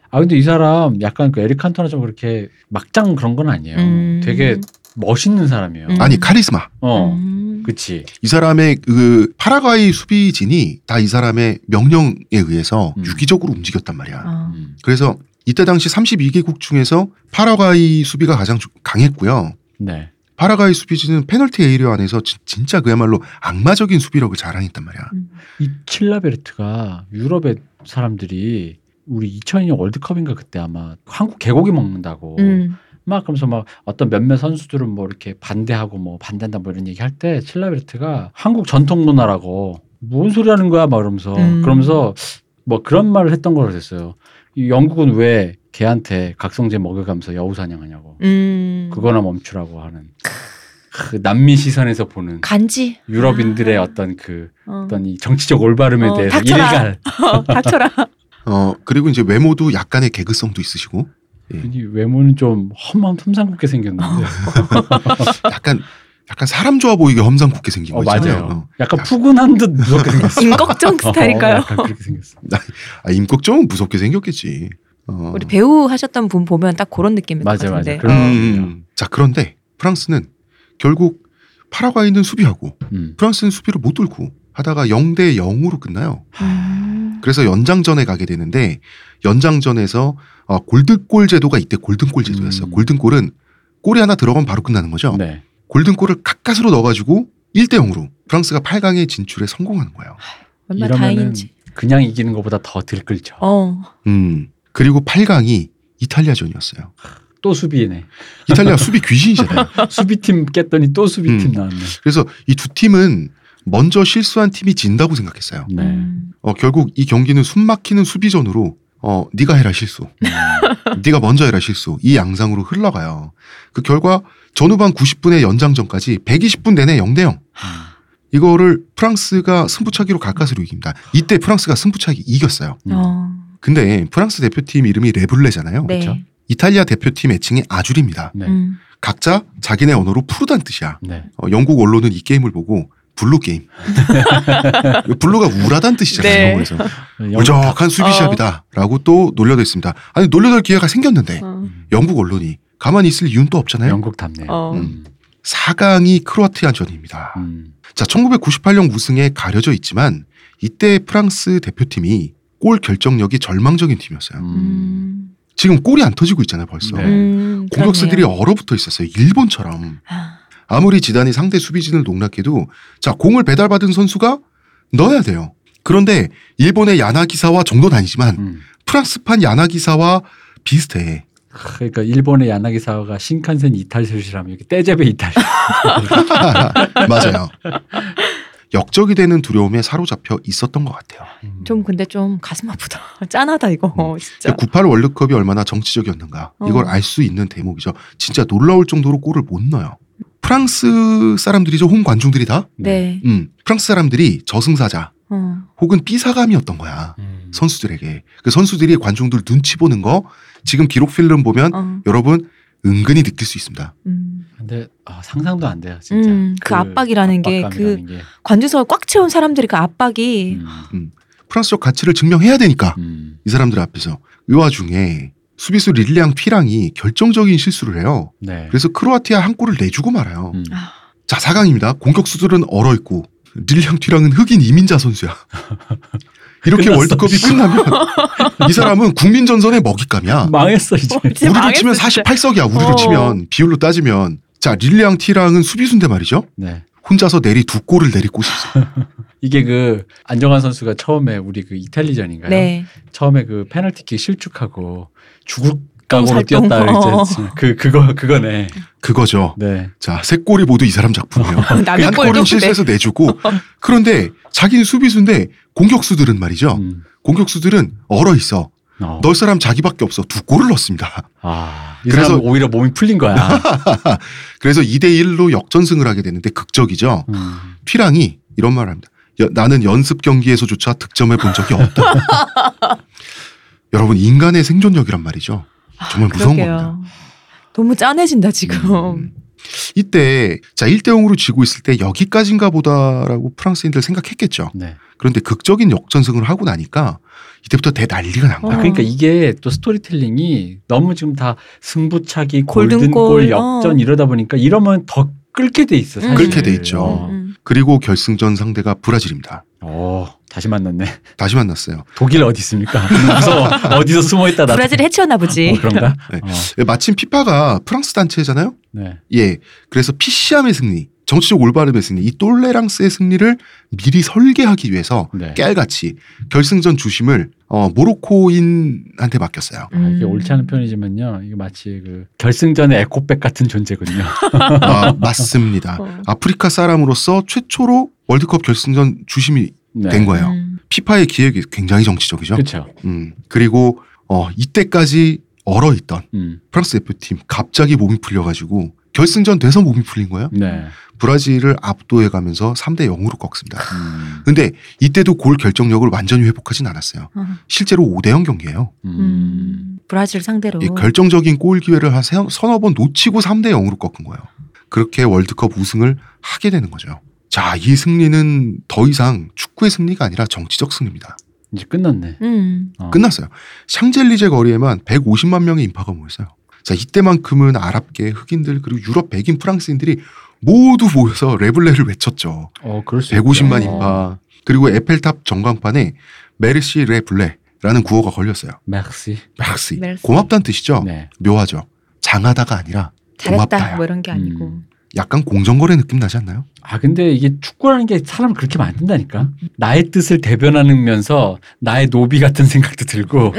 [SPEAKER 3] 아 근데 이 사람 약간 그 에릭 칸토나 좀 그렇게 막장 그런 건 아니에요.
[SPEAKER 2] 음.
[SPEAKER 3] 되게 멋있는 사람이에요.
[SPEAKER 2] 음.
[SPEAKER 1] 아니 카리스마.
[SPEAKER 3] 어.
[SPEAKER 2] 음.
[SPEAKER 3] 그치.
[SPEAKER 1] 이 사람의 그 파라과이 수비진이 다 이 사람의 명령에 의해서
[SPEAKER 3] 음.
[SPEAKER 1] 유기적으로 움직였단 말이야.
[SPEAKER 2] 어.
[SPEAKER 3] 음.
[SPEAKER 1] 그래서 이때 당시 32개국 중에서 파라과이 수비가 가장 주- 강했고요.
[SPEAKER 3] 네.
[SPEAKER 1] 파라과이 수비진은 페널티 에이리어 안에서 진- 진짜 그야말로 악마적인 수비력을 자랑했단 말이야.
[SPEAKER 3] 이 칠라베르트가 유럽의 사람들이 우리 2002년 월드컵인가 그때 아마 한국 개고기 먹는다고
[SPEAKER 2] 음.
[SPEAKER 3] 막 그러면서 막 어떤 몇몇 선수들은 뭐 이렇게 반대하고 뭐 반대한다 뭐 이런 얘기 할 때 칠라베르트가 한국 전통 문화라고 뭔 소리 하는 거야 막 이러면서
[SPEAKER 2] 음.
[SPEAKER 3] 그러면서 뭐 그런 말을 했던 걸로 됐어요. 이 영국은 왜 걔한테 각성제 먹여가면서 여우 사냥하냐고
[SPEAKER 2] 음.
[SPEAKER 3] 그거나 멈추라고 하는 그 난민 시선에서 보는
[SPEAKER 2] 간지.
[SPEAKER 3] 유럽인들의
[SPEAKER 2] 아.
[SPEAKER 3] 어떤 그
[SPEAKER 2] 어.
[SPEAKER 3] 어떤 이 정치적 올바름에
[SPEAKER 2] 어,
[SPEAKER 3] 대해서
[SPEAKER 2] 닥쳐라.
[SPEAKER 3] 이래갈
[SPEAKER 2] 닥쳐라.
[SPEAKER 1] 어 그리고 이제 외모도 약간의 개그성도 있으시고
[SPEAKER 3] 이 외모는 좀 험한 험상궂게 생겼는데
[SPEAKER 1] 약간 약간 사람 좋아 보이게 험상궂게 생긴
[SPEAKER 3] 어,
[SPEAKER 1] 거 있잖아요.
[SPEAKER 3] 맞아요.
[SPEAKER 1] 어.
[SPEAKER 3] 약간 푸근한 듯 무섭게 생겼어.
[SPEAKER 2] 임꺽정
[SPEAKER 3] 어,
[SPEAKER 2] 스타일일까요?
[SPEAKER 3] 약간 그렇게 생겼어.
[SPEAKER 1] 아, 임꺽정은 무섭게 생겼겠지. 어.
[SPEAKER 2] 우리 배우 하셨던 분 보면 딱 그런 느낌일 것
[SPEAKER 3] 맞아요,
[SPEAKER 2] 같은데.
[SPEAKER 3] 맞아요. 그런
[SPEAKER 2] 어.
[SPEAKER 3] 느낌.
[SPEAKER 1] 음. 자 그런데 프랑스는 결국 파라과이는 수비하고
[SPEAKER 3] 음.
[SPEAKER 1] 프랑스는 수비를 못 뚫고 하다가 0대 0으로 끝나요.
[SPEAKER 2] 음.
[SPEAKER 1] 그래서 연장전에 가게 되는데 연장전에서 어, 골든골 제도가 이때 골든골 제도였어요.
[SPEAKER 3] 음.
[SPEAKER 1] 골든골은 골이 하나 들어가면 바로 끝나는 거죠.
[SPEAKER 3] 네.
[SPEAKER 1] 골든골을 가까스로 넣어가지고 1대 0으로 프랑스가 8강에 진출에 성공하는 거예요.
[SPEAKER 2] 얼마나
[SPEAKER 3] 이러면은-
[SPEAKER 2] 다행인지.
[SPEAKER 3] 그냥 이기는 것보다 더 들끓죠.
[SPEAKER 2] 어.
[SPEAKER 1] 음 그리고 8강이 이탈리아전이었어요.
[SPEAKER 3] 또 수비네.
[SPEAKER 1] 이탈리아 수비 귀신이잖아요.
[SPEAKER 3] 수비팀 깼더니 또 수비팀
[SPEAKER 1] 음.
[SPEAKER 3] 나왔네.
[SPEAKER 1] 그래서 이 두 팀은 먼저 실수한 팀이 진다고 생각했어요.
[SPEAKER 3] 네.
[SPEAKER 2] 음.
[SPEAKER 1] 어, 결국 이 경기는 숨막히는 수비전으로 어, 네가 해라 실수, 네가 먼저 해라 실수 이 양상으로 흘러가요. 그 결과 전후반 90분의 연장전까지 120분 내내 0대 0. 이거를 프랑스가 승부차기로 가까스로 이깁니다. 이때 프랑스가 승부차기 이겼어요.
[SPEAKER 3] 음.
[SPEAKER 2] 어.
[SPEAKER 1] 근데 프랑스 대표팀 이름이 레블레잖아요.
[SPEAKER 2] 네.
[SPEAKER 3] 그렇죠?
[SPEAKER 1] 이탈리아 대표팀 애칭이 아줄입니다.
[SPEAKER 3] 네.
[SPEAKER 2] 음.
[SPEAKER 1] 각자 자기네 언어로 푸르단 뜻이야.
[SPEAKER 3] 네.
[SPEAKER 1] 어, 영국 언론은 이 게임을 보고 블루 게임. 블루가 우라단 뜻이잖아요.
[SPEAKER 7] 네.
[SPEAKER 1] 영어에서.
[SPEAKER 3] 영-
[SPEAKER 1] 무적한
[SPEAKER 3] 어.
[SPEAKER 1] 수비샵이다라고 또 놀려댔습니다. 아니 놀려댈 기회가
[SPEAKER 3] 네.
[SPEAKER 1] 생겼는데
[SPEAKER 7] 어,
[SPEAKER 1] 영국 언론이 가만히 있을 이유는 또 없잖아요.
[SPEAKER 3] 음. 영국 답네.
[SPEAKER 7] 어.
[SPEAKER 3] 음.
[SPEAKER 1] 4강이 크로아티아전입니다.
[SPEAKER 3] 음.
[SPEAKER 1] 자, 1998년 우승에 가려져 있지만 이때 프랑스 대표팀이 골 결정력이 절망적인 팀이었어요.
[SPEAKER 3] 음.
[SPEAKER 1] 지금 골이 안 터지고 있잖아요, 벌써.
[SPEAKER 3] 네.
[SPEAKER 7] 음,
[SPEAKER 1] 공격수들이
[SPEAKER 7] 그러네요.
[SPEAKER 1] 얼어붙어 있었어요. 일본처럼.
[SPEAKER 7] 아.
[SPEAKER 1] 아무리 지단이 상대 수비진을 농락해도 자, 공을 배달받은 선수가 넣어야 돼요. 그런데 일본의 야나기사와 정도는 아니지만
[SPEAKER 3] 음.
[SPEAKER 1] 프랑스판 야나기사와 비슷해.
[SPEAKER 3] 그러니까 일본의 야나기사와가 신칸센 이탈 셋이라면 이렇게 떼제베 이탈.
[SPEAKER 1] 맞아요. 역적이 되는 두려움에 사로잡혀 있었던 것 같아요.
[SPEAKER 3] 음.
[SPEAKER 7] 좀 근데 좀 가슴 아프다. 짠하다 이거 어, 진짜.
[SPEAKER 1] 98 그러니까 월드컵이 얼마나 정치적이었는가 이걸
[SPEAKER 7] 어.
[SPEAKER 1] 알 수 있는 대목이죠. 진짜 놀라울 정도로 골을 못 넣어요. 프랑스 사람들이죠. 홈 관중들이 다.
[SPEAKER 7] 네.
[SPEAKER 1] 음, 프랑스 사람들이 저승사자
[SPEAKER 7] 어.
[SPEAKER 1] 혹은 삐사감이었던 거야.
[SPEAKER 3] 음.
[SPEAKER 1] 선수들에게. 그 선수들이 관중들 눈치 보는 거 지금 기록 필름 보면
[SPEAKER 7] 어.
[SPEAKER 1] 여러분 은근히 느낄 수 있습니다.
[SPEAKER 7] 음.
[SPEAKER 3] 근데 아, 상상도 안 돼요, 진짜.
[SPEAKER 7] 음, 그 압박이라는 게그
[SPEAKER 3] 압박감이라는 게.
[SPEAKER 7] 관중석을 꽉 채운 사람들이 그 압박이
[SPEAKER 3] 음.
[SPEAKER 1] 프랑스적 가치를 증명해야 되니까
[SPEAKER 3] 음.
[SPEAKER 1] 이 사람들 앞에서 이 와중에 수비수 릴리앙 피랑이 결정적인 실수를 해요.
[SPEAKER 3] 네.
[SPEAKER 1] 그래서 크로아티아 한 골을 내주고 말아요.
[SPEAKER 3] 음.
[SPEAKER 1] 자, 4강입니다. 공격수들은 얼어있고, 릴량 튀랑은 흑인 이민자 선수야. 이렇게
[SPEAKER 3] 끝났어.
[SPEAKER 1] 월드컵이 끝나면 이 사람은 국민전선의 먹잇감이야.
[SPEAKER 3] 망했어 이제.
[SPEAKER 7] 어, 진짜
[SPEAKER 1] 우리로
[SPEAKER 7] 망했어,
[SPEAKER 1] 치면
[SPEAKER 7] 진짜.
[SPEAKER 1] 48석이야. 우리로
[SPEAKER 7] 어.
[SPEAKER 1] 치면 비율로 따지면 자 릴리앙 티랑은 수비수인데 말이죠.
[SPEAKER 3] 네.
[SPEAKER 1] 혼자서 내리 두 골을 내리고 싶어.
[SPEAKER 3] 이게 그 안정환 선수가 처음에 우리 그 이탈리전인가요?
[SPEAKER 7] 네.
[SPEAKER 3] 처음에 그 페널티킥 실축하고 죽을
[SPEAKER 7] 똥
[SPEAKER 3] 각오로
[SPEAKER 7] 살 똥.
[SPEAKER 3] 뛰었다
[SPEAKER 7] 어.
[SPEAKER 3] 이제 그 그거 그거네.
[SPEAKER 1] 그거죠.
[SPEAKER 3] 네.
[SPEAKER 1] 자 세 골이 모두 이 사람 작품이에요.
[SPEAKER 7] 남의
[SPEAKER 1] 그 한
[SPEAKER 7] 꼴도
[SPEAKER 1] 골은 실수해서 내주고 그런데 자기는 수비수인데 공격수들은 말이죠.
[SPEAKER 3] 음.
[SPEAKER 1] 공격수들은 얼어 있어.
[SPEAKER 3] 어.
[SPEAKER 1] 널 사람 자기밖에 없어. 두 골을 넣습니다.
[SPEAKER 3] 아, 이
[SPEAKER 1] 그래서-
[SPEAKER 3] 사람 오히려 몸이 풀린 거야.
[SPEAKER 1] 그래서 2대 1로 역전승을 하게 되는데 극적이죠.
[SPEAKER 3] 음.
[SPEAKER 1] 튀랑이 이런 말을 합니다. 여- 나는 연습 경기에서조차 득점해 본 적이 없다. 여러분 인간의 생존력이란 말이죠. 정말 무서운 겁니다.
[SPEAKER 7] 너무 짠해진다 지금.
[SPEAKER 1] 음. 이때 자 1대 0으로 지고 있을 때 여기까지인가 보다라고 프랑스인들 생각했겠죠.
[SPEAKER 3] 네.
[SPEAKER 1] 그런데 극적인 역전승을 하고 나니까 이때부터 대난리가 난
[SPEAKER 7] 어.
[SPEAKER 3] 아,
[SPEAKER 1] 거야.
[SPEAKER 3] 그러니까 이게 또 스토리텔링이 너무 지금 다 승부차기,
[SPEAKER 7] 골든골,
[SPEAKER 3] 골든골, 역전
[SPEAKER 7] 어.
[SPEAKER 3] 이러다 보니까 이러면 더 끓게 돼 있어. 사실.
[SPEAKER 1] 끓게 돼 있죠.
[SPEAKER 3] 어.
[SPEAKER 7] 음,
[SPEAKER 1] 그리고 결승전 상대가 브라질입니다.
[SPEAKER 3] 오, 어, 다시 만났네.
[SPEAKER 1] 다시 만났어요.
[SPEAKER 3] 독일 어디 있습니까? 무서워. 어디서 숨어 있다 나.
[SPEAKER 7] 음. 브라질 해치웠나 보지.
[SPEAKER 3] 뭐 그런가?
[SPEAKER 1] 네.
[SPEAKER 3] 어,
[SPEAKER 1] 마침 피파가 프랑스 단체잖아요.
[SPEAKER 3] 네.
[SPEAKER 1] 예. 그래서 피시함의 승리, 정치적 올바름의 승리, 이 똘레랑스의 승리를 미리 설계하기 위해서
[SPEAKER 3] 네.
[SPEAKER 1] 깨알같이 결승전 주심을 어, 모로코인한테 맡겼어요.
[SPEAKER 3] 아,
[SPEAKER 7] 음.
[SPEAKER 3] 이게 옳지 않은 편이지만요. 이게 마치 그 결승전의 에코백 같은 존재군요.
[SPEAKER 1] 아, 맞습니다. 아프리카 사람으로서 최초로 월드컵 결승전 주심이
[SPEAKER 3] 네.
[SPEAKER 1] 된 거예요.
[SPEAKER 7] 음.
[SPEAKER 1] 피파의 기획이 굉장히 정치적이죠.
[SPEAKER 3] 그렇죠.
[SPEAKER 1] 음, 그리고 어, 이때까지 얼어있던
[SPEAKER 3] 음.
[SPEAKER 1] 프랑스 대표팀 갑자기 몸이 풀려가지고 결승전 돼서 몸이 풀린 거예요.
[SPEAKER 3] 네.
[SPEAKER 1] 브라질을 압도해가면서 3대 0으로 꺾습니다.
[SPEAKER 3] 음.
[SPEAKER 1] 근데 이때도 골 결정력을 완전히 회복하진 않았어요.
[SPEAKER 7] 어.
[SPEAKER 1] 실제로 5대 0 경기예요.
[SPEAKER 3] 음.
[SPEAKER 7] 음. 브라질 상대로.
[SPEAKER 1] 이 결정적인 골 기회를 한 세- 서너 번 놓치고 3대 0으로 꺾은 거예요. 그렇게 월드컵 우승을 하게 되는 거죠. 자, 이 승리는 더 이상 축구의 승리가 아니라 정치적 승리입니다.
[SPEAKER 3] 이제 끝났네.
[SPEAKER 7] 음.
[SPEAKER 3] 어.
[SPEAKER 1] 끝났어요. 샹젤리제 거리에만 150만 명의 인파가 모였어요. 자, 이때만큼은 아랍계, 흑인들, 그리고 유럽 백인 프랑스인들이 모두 모여서 레블레를 외쳤죠.
[SPEAKER 3] 어, 그럴 수 있죠.
[SPEAKER 1] 150만
[SPEAKER 7] 어.
[SPEAKER 1] 인파. 그리고 에펠탑 전광판에 메르시 레블레라는 구호가 걸렸어요.
[SPEAKER 3] 맥시.
[SPEAKER 1] 맥시.
[SPEAKER 7] 멜시.
[SPEAKER 1] 고맙다는 뜻이죠.
[SPEAKER 3] 네.
[SPEAKER 1] 묘하죠. 장하다가 아니라
[SPEAKER 7] 잘했다
[SPEAKER 1] 고맙다야.
[SPEAKER 7] 뭐 이런 게 아니고.
[SPEAKER 3] 음.
[SPEAKER 1] 약간 공정거래 느낌 나지 않나요?
[SPEAKER 3] 아 근데 이게 축구라는 게 사람을 그렇게 만든다니까. 나의 뜻을 대변하면서 나의 노비 같은 생각도 들고.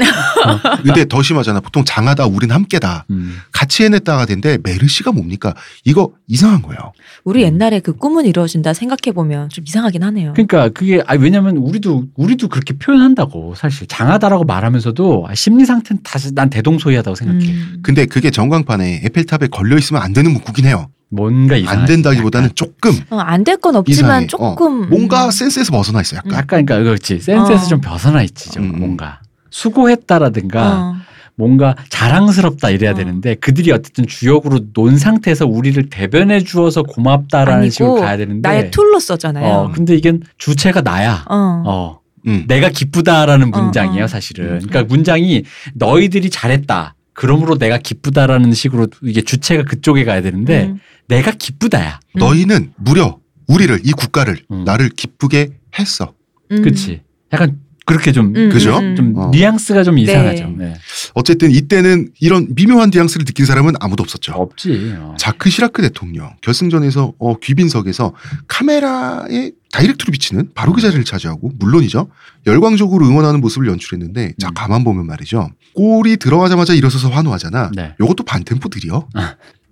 [SPEAKER 1] 근데 더 심하잖아. 보통 장하다 우린 함께다.
[SPEAKER 3] 음.
[SPEAKER 1] 같이 해냈다가 된데 메르시가 뭡니까? 이거 이상한 거예요.
[SPEAKER 7] 우리
[SPEAKER 1] 음.
[SPEAKER 7] 옛날에 그 꿈은 이루어진다 생각해 보면 좀 이상하긴 하네요.
[SPEAKER 3] 그러니까 그게 아 왜냐면 우리도 우리도 그렇게 표현한다고 사실 장하다라고 말하면서도 아, 심리 상태는 다시 난 대동소이하다고 생각해.
[SPEAKER 7] 음.
[SPEAKER 1] 근데 그게 전광판에 에펠탑에 걸려 있으면 안 되는 문구긴 해요.
[SPEAKER 3] 뭔가 이상.
[SPEAKER 1] 안 된다기보다는 조금
[SPEAKER 3] 음.
[SPEAKER 7] 어, 안 될 건 없지만
[SPEAKER 1] 그 이상해. 어,
[SPEAKER 7] 조금 음.
[SPEAKER 1] 뭔가 센스에서 벗어나 있어. 약간
[SPEAKER 3] 약간 그러니까 그렇지 센스에서
[SPEAKER 7] 어.
[SPEAKER 3] 좀 벗어나 있지 좀
[SPEAKER 1] 음. 아,
[SPEAKER 3] 뭔가 수고했다라든가
[SPEAKER 7] 어.
[SPEAKER 3] 뭔가 자랑스럽다 이래야
[SPEAKER 7] 어.
[SPEAKER 3] 되는데 그들이 어쨌든 주역으로 논 상태에서 우리를 대변해 주어서 고맙다라는
[SPEAKER 7] 아니고
[SPEAKER 3] 식으로 가야 되는데
[SPEAKER 1] 네.
[SPEAKER 7] 나의 툴로
[SPEAKER 3] 어,
[SPEAKER 7] 썼잖아요.
[SPEAKER 3] 근데 이게 주체가 나야.
[SPEAKER 7] 어.
[SPEAKER 3] 어.
[SPEAKER 1] 음.
[SPEAKER 3] 내가 기쁘다라는
[SPEAKER 7] 어,
[SPEAKER 3] 문장이에요,
[SPEAKER 7] 어.
[SPEAKER 3] 사실은. 그러니까 문장이 너희들이 잘했다. 그러므로 내가 기쁘다라는 식으로 이게 주체가 그쪽에 가야 되는데
[SPEAKER 7] 음.
[SPEAKER 3] 내가 기쁘다야.
[SPEAKER 1] 너희는 무려 우리를 이 국가를
[SPEAKER 3] 음.
[SPEAKER 1] 나를 기쁘게 했어.
[SPEAKER 7] 음.
[SPEAKER 3] 그치 약간 그렇게 좀
[SPEAKER 7] 음,
[SPEAKER 1] 그죠?
[SPEAKER 7] 음, 음.
[SPEAKER 3] 좀
[SPEAKER 1] 어.
[SPEAKER 3] 뉘앙스가 좀 이상하죠.
[SPEAKER 7] 네.
[SPEAKER 3] 네.
[SPEAKER 1] 어쨌든 이때는 이런 미묘한 뉘앙스를 느낀 사람은 아무도 없었죠.
[SPEAKER 3] 없지. 어.
[SPEAKER 1] 자크 시라크 대통령 결승전에서 어, 귀빈석에서 카메라에 다이렉트로 비치는 바로 그 자리를 차지하고 물론이죠 열광적으로 응원하는 모습을 연출했는데 자
[SPEAKER 3] 음.
[SPEAKER 1] 가만 보면 말이죠 골이 들어가자마자 일어서서 환호하잖아
[SPEAKER 3] 네.
[SPEAKER 1] 요것도 반템포 들이요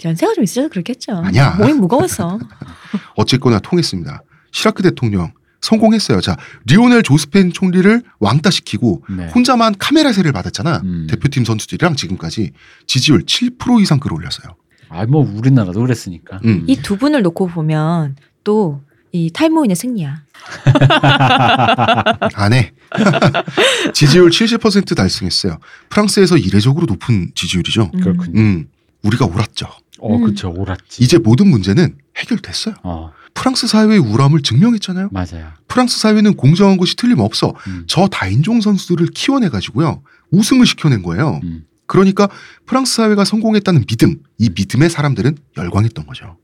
[SPEAKER 7] 연세가 좀 있어서 그렇겠죠.
[SPEAKER 1] 아니야.
[SPEAKER 7] 몸이 무거워서.
[SPEAKER 1] 어쨌거나 통했습니다 시라크 대통령 성공했어요 자 리오넬 조스펜 총리를 왕따시키고
[SPEAKER 3] 네.
[SPEAKER 1] 혼자만 카메라세를 받았잖아
[SPEAKER 3] 음.
[SPEAKER 1] 대표팀 선수들이랑 지금까지 지지율 7% 이상 끌어올렸어요
[SPEAKER 3] 아, 뭐 우리나라도 그랬으니까.
[SPEAKER 1] 음.
[SPEAKER 7] 이 두 분을 놓고 보면 또 이 탈모인의 승리야.
[SPEAKER 1] 안해 지지율 70% 달성했어요. 프랑스에서 이례적으로 높은 지지율이죠.
[SPEAKER 7] 음.
[SPEAKER 3] 그렇군요.
[SPEAKER 1] 음, 우리가 옳았죠.
[SPEAKER 3] 어,
[SPEAKER 7] 음.
[SPEAKER 3] 그쵸 옳았지.
[SPEAKER 1] 이제 모든 문제는 해결됐어요.
[SPEAKER 3] 어,
[SPEAKER 1] 프랑스 사회의 우람을 증명했잖아요.
[SPEAKER 3] 맞아요.
[SPEAKER 1] 프랑스 사회는 공정한 것이 틀림없어.
[SPEAKER 3] 음.
[SPEAKER 1] 저 다인종 선수들을 키워내 가지고요. 우승을 시켜낸 거예요.
[SPEAKER 3] 음.
[SPEAKER 1] 그러니까 프랑스 사회가 성공했다는 믿음, 이 믿음에 사람들은 열광했던 거죠.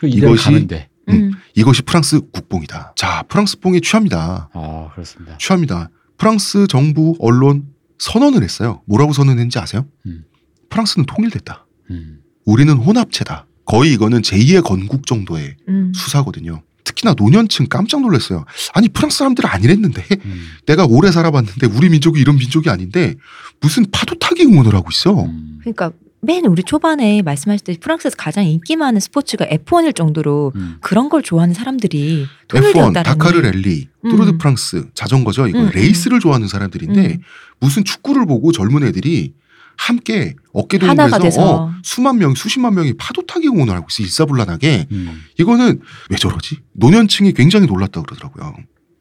[SPEAKER 3] 그 이대로
[SPEAKER 1] 이것이-
[SPEAKER 3] 가면 돼.
[SPEAKER 7] 음.
[SPEAKER 1] 이것이 프랑스 국뽕이다. 자, 프랑스 뽕에 취합니다.
[SPEAKER 3] 아, 그렇습니다.
[SPEAKER 1] 취합니다. 프랑스 정부 언론 선언을 했어요. 뭐라고 선언했는지 아세요?
[SPEAKER 3] 음.
[SPEAKER 1] 프랑스는 통일됐다.
[SPEAKER 3] 음.
[SPEAKER 1] 우리는 혼합체다. 거의 이거는 제2의 건국 정도의
[SPEAKER 7] 음.
[SPEAKER 1] 수사거든요. 특히나 노년층 깜짝 놀랐어요. 아니 프랑스 사람들 은 아니랬는데
[SPEAKER 3] 음.
[SPEAKER 1] 내가 오래 살아봤는데 우리 민족이 이런 민족이 아닌데 무슨 파도 타기 응원을 하고 있어.
[SPEAKER 3] 음.
[SPEAKER 7] 그러니까 맨 우리 초반에 말씀하실 때 프랑스에서 가장 인기 많은 스포츠가 F1일 정도로
[SPEAKER 3] 음.
[SPEAKER 7] 그런 걸 좋아하는 사람들이
[SPEAKER 1] F1,
[SPEAKER 7] 통일되었다는
[SPEAKER 1] 다카르 랠리,
[SPEAKER 7] 음.
[SPEAKER 1] 뚜르드 프랑스, 자전거죠. 이거
[SPEAKER 7] 음,
[SPEAKER 1] 레이스를 좋아하는 사람들인데
[SPEAKER 7] 음.
[SPEAKER 1] 무슨 축구를 보고 젊은 애들이 함께 어깨
[SPEAKER 7] 하나가
[SPEAKER 1] 동무에서
[SPEAKER 7] 돼서.
[SPEAKER 1] 어, 수만 명, 수십만 명이 파도 타기 응원을 하고 있어 일사불란하게
[SPEAKER 3] 음.
[SPEAKER 1] 이거는 왜 저러지? 노년층이 굉장히 놀랐다 그러더라고요.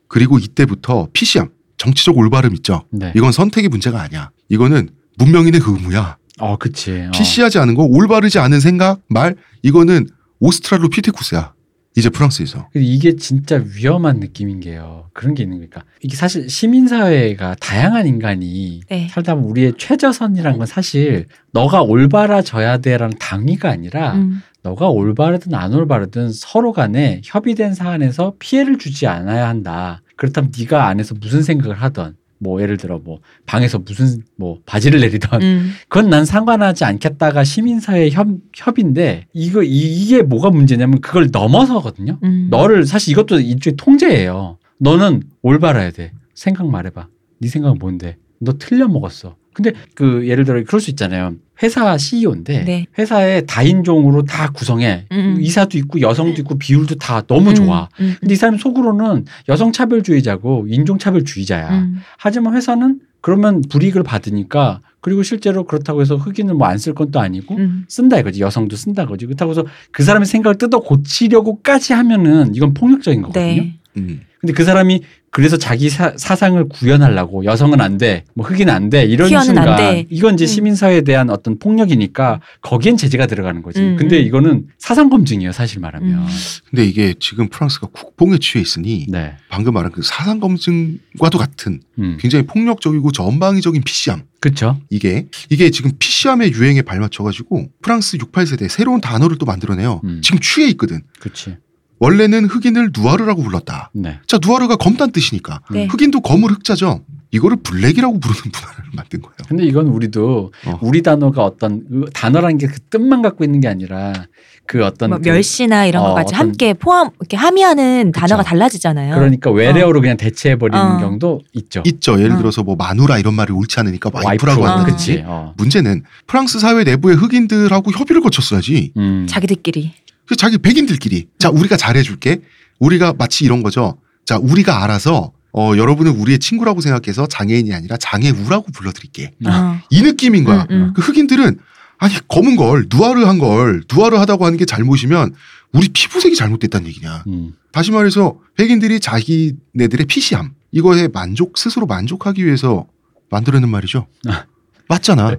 [SPEAKER 1] 그리고 이때부터 피시함, 정치적 올바름 있죠.
[SPEAKER 3] 네.
[SPEAKER 1] 이건 선택의 문제가 아니야. 이거는 문명인의 그 의무야.
[SPEAKER 3] 어, 그치. 어.
[SPEAKER 1] 피시하지 않은 거, 올바르지 않은 생각, 말 이거는 오스트랄로 피테쿠스야. 이제 프랑스에서.
[SPEAKER 3] 근데 이게 진짜 위험한 느낌인 게요. 그런 게 있는 거니까. 이게 사실 시민사회가 다양한 인간이
[SPEAKER 7] 네.
[SPEAKER 3] 살다 보면 우리의 최저선이란 건 사실 너가 올바라져야 돼라는 당위가 아니라
[SPEAKER 7] 음.
[SPEAKER 3] 너가 올바르든 안 올바르든 서로 간에 협의된 사안에서 피해를 주지 않아야 한다. 그렇다면 네가 안에서 무슨 생각을 하던 뭐 예를 들어 뭐 방에서 무슨 뭐 바지를 내리던
[SPEAKER 7] 음.
[SPEAKER 3] 그건 난 상관하지 않겠다가 시민사회 협 협인데 이거 이- 이게 뭐가 문제냐면 그걸 넘어서거든요.
[SPEAKER 7] 음.
[SPEAKER 3] 너를 사실 이것도 일종의 통제예요. 너는 올바라야 돼. 생각 말해봐. 네 생각은 뭔데? 너 틀려 먹었어. 근데 그 예를 들어 그럴 수 있잖아요. 회사 CEO인데
[SPEAKER 7] 네.
[SPEAKER 3] 회사에 다인종으로 다 구성해.
[SPEAKER 7] 음.
[SPEAKER 3] 이사도 있고 여성도 있고 비율도 다 너무
[SPEAKER 7] 음.
[SPEAKER 3] 좋아.
[SPEAKER 7] 음.
[SPEAKER 3] 근데 이 사람 속으로는 여성 차별주의자고 인종 차별주의자야.
[SPEAKER 7] 음.
[SPEAKER 3] 하지만 회사는 그러면 불이익을 받으니까 그리고 실제로 그렇다고 해서 흑인을 뭐 안 쓸 건 또 아니고
[SPEAKER 7] 음.
[SPEAKER 3] 쓴다 이거지 여성도 쓴다 거지 그렇다고 해서 그 사람의 생각을 뜯어 고치려고까지 하면은 이건 폭력적인 거거든요
[SPEAKER 7] 네.
[SPEAKER 1] 음.
[SPEAKER 3] 근데 그 사람이 그래서 자기 사, 상을 구현하려고 여성은 안돼뭐 흑인 은 안돼 이런
[SPEAKER 7] 퀴어는 안
[SPEAKER 3] 순간
[SPEAKER 7] 돼.
[SPEAKER 3] 이건 이제
[SPEAKER 7] 음.
[SPEAKER 3] 시민사회에 대한 어떤 폭력이니까 거기엔 제재가 들어가는 거지
[SPEAKER 7] 음,
[SPEAKER 3] 근데
[SPEAKER 7] 음.
[SPEAKER 3] 이거는 사상 검증이에요 사실 말하면
[SPEAKER 7] 음.
[SPEAKER 1] 근데 이게 지금 프랑스가 국뽕에 취해 있으니
[SPEAKER 3] 네
[SPEAKER 1] 방금 말한 그 사상 검증과도 같은
[SPEAKER 3] 음.
[SPEAKER 1] 굉장히 폭력적이고 전방위적인 피시함
[SPEAKER 3] 그쵸
[SPEAKER 1] 이게 이게 지금 피시함의 유행에 발맞춰 가지고 프랑스 68세대 새로운 단어를 또 만들어내요.
[SPEAKER 3] 음.
[SPEAKER 1] 지금 취해 있거든.
[SPEAKER 3] 그치
[SPEAKER 1] 원래는 흑인을 누아르라고 불렀다.
[SPEAKER 3] 네
[SPEAKER 1] 자 누아르가 검단 뜻이니까
[SPEAKER 7] 네.
[SPEAKER 1] 흑인도 검을 흑자죠. 이거를 블랙이라고 부르는 문화를 만든 거예요.
[SPEAKER 3] 근데 이건 우리도
[SPEAKER 1] 어.
[SPEAKER 3] 우리 단어가 어떤 그 단어라는 게 그 뜻만 갖고 있는 게 아니라 그 어떤
[SPEAKER 7] 뭐
[SPEAKER 3] 그
[SPEAKER 7] 멸시나 이런
[SPEAKER 3] 어,
[SPEAKER 7] 것까지
[SPEAKER 3] 어떤-
[SPEAKER 7] 함께 포함 이렇게 함의하는 단어가 달라지잖아요.
[SPEAKER 3] 그러니까 외래어로 그냥 대체해 버리는
[SPEAKER 7] 어.
[SPEAKER 3] 경우도 있죠.
[SPEAKER 1] 아, 있죠. 예를
[SPEAKER 7] 어.
[SPEAKER 1] 들어서 뭐 마누라 이런 말이 옳지 않으니까 와이프라고
[SPEAKER 7] 와이프.
[SPEAKER 1] 한다든지.
[SPEAKER 3] 그치. 어.
[SPEAKER 1] 문제는 프랑스 사회 내부의 흑인들하고 협의를 거쳤어야지.
[SPEAKER 3] 음.
[SPEAKER 7] 자기들끼리.
[SPEAKER 1] 그 자기 백인들끼리 자 우리가 잘해줄게 우리가 마치 이런 거죠 자 우리가 알아서 어 여러분은 우리의 친구라고 생각해서 장애인이 아니라 장애우라고 불러드릴게
[SPEAKER 3] 네.
[SPEAKER 7] 어.
[SPEAKER 1] 이 느낌인 거야
[SPEAKER 7] 음, 음.
[SPEAKER 1] 그 흑인들은 아니 검은 걸 누아르 한 걸 누아르 하다고 하는 게 잘못이면 우리 피부색이 잘못됐다는 얘기냐
[SPEAKER 3] 음.
[SPEAKER 1] 다시 말해서 백인들이
[SPEAKER 3] 아.
[SPEAKER 1] 자기네들의 피시함 이거에 만족 스스로 만족하기 위해서 만들어낸 말이죠 맞잖아.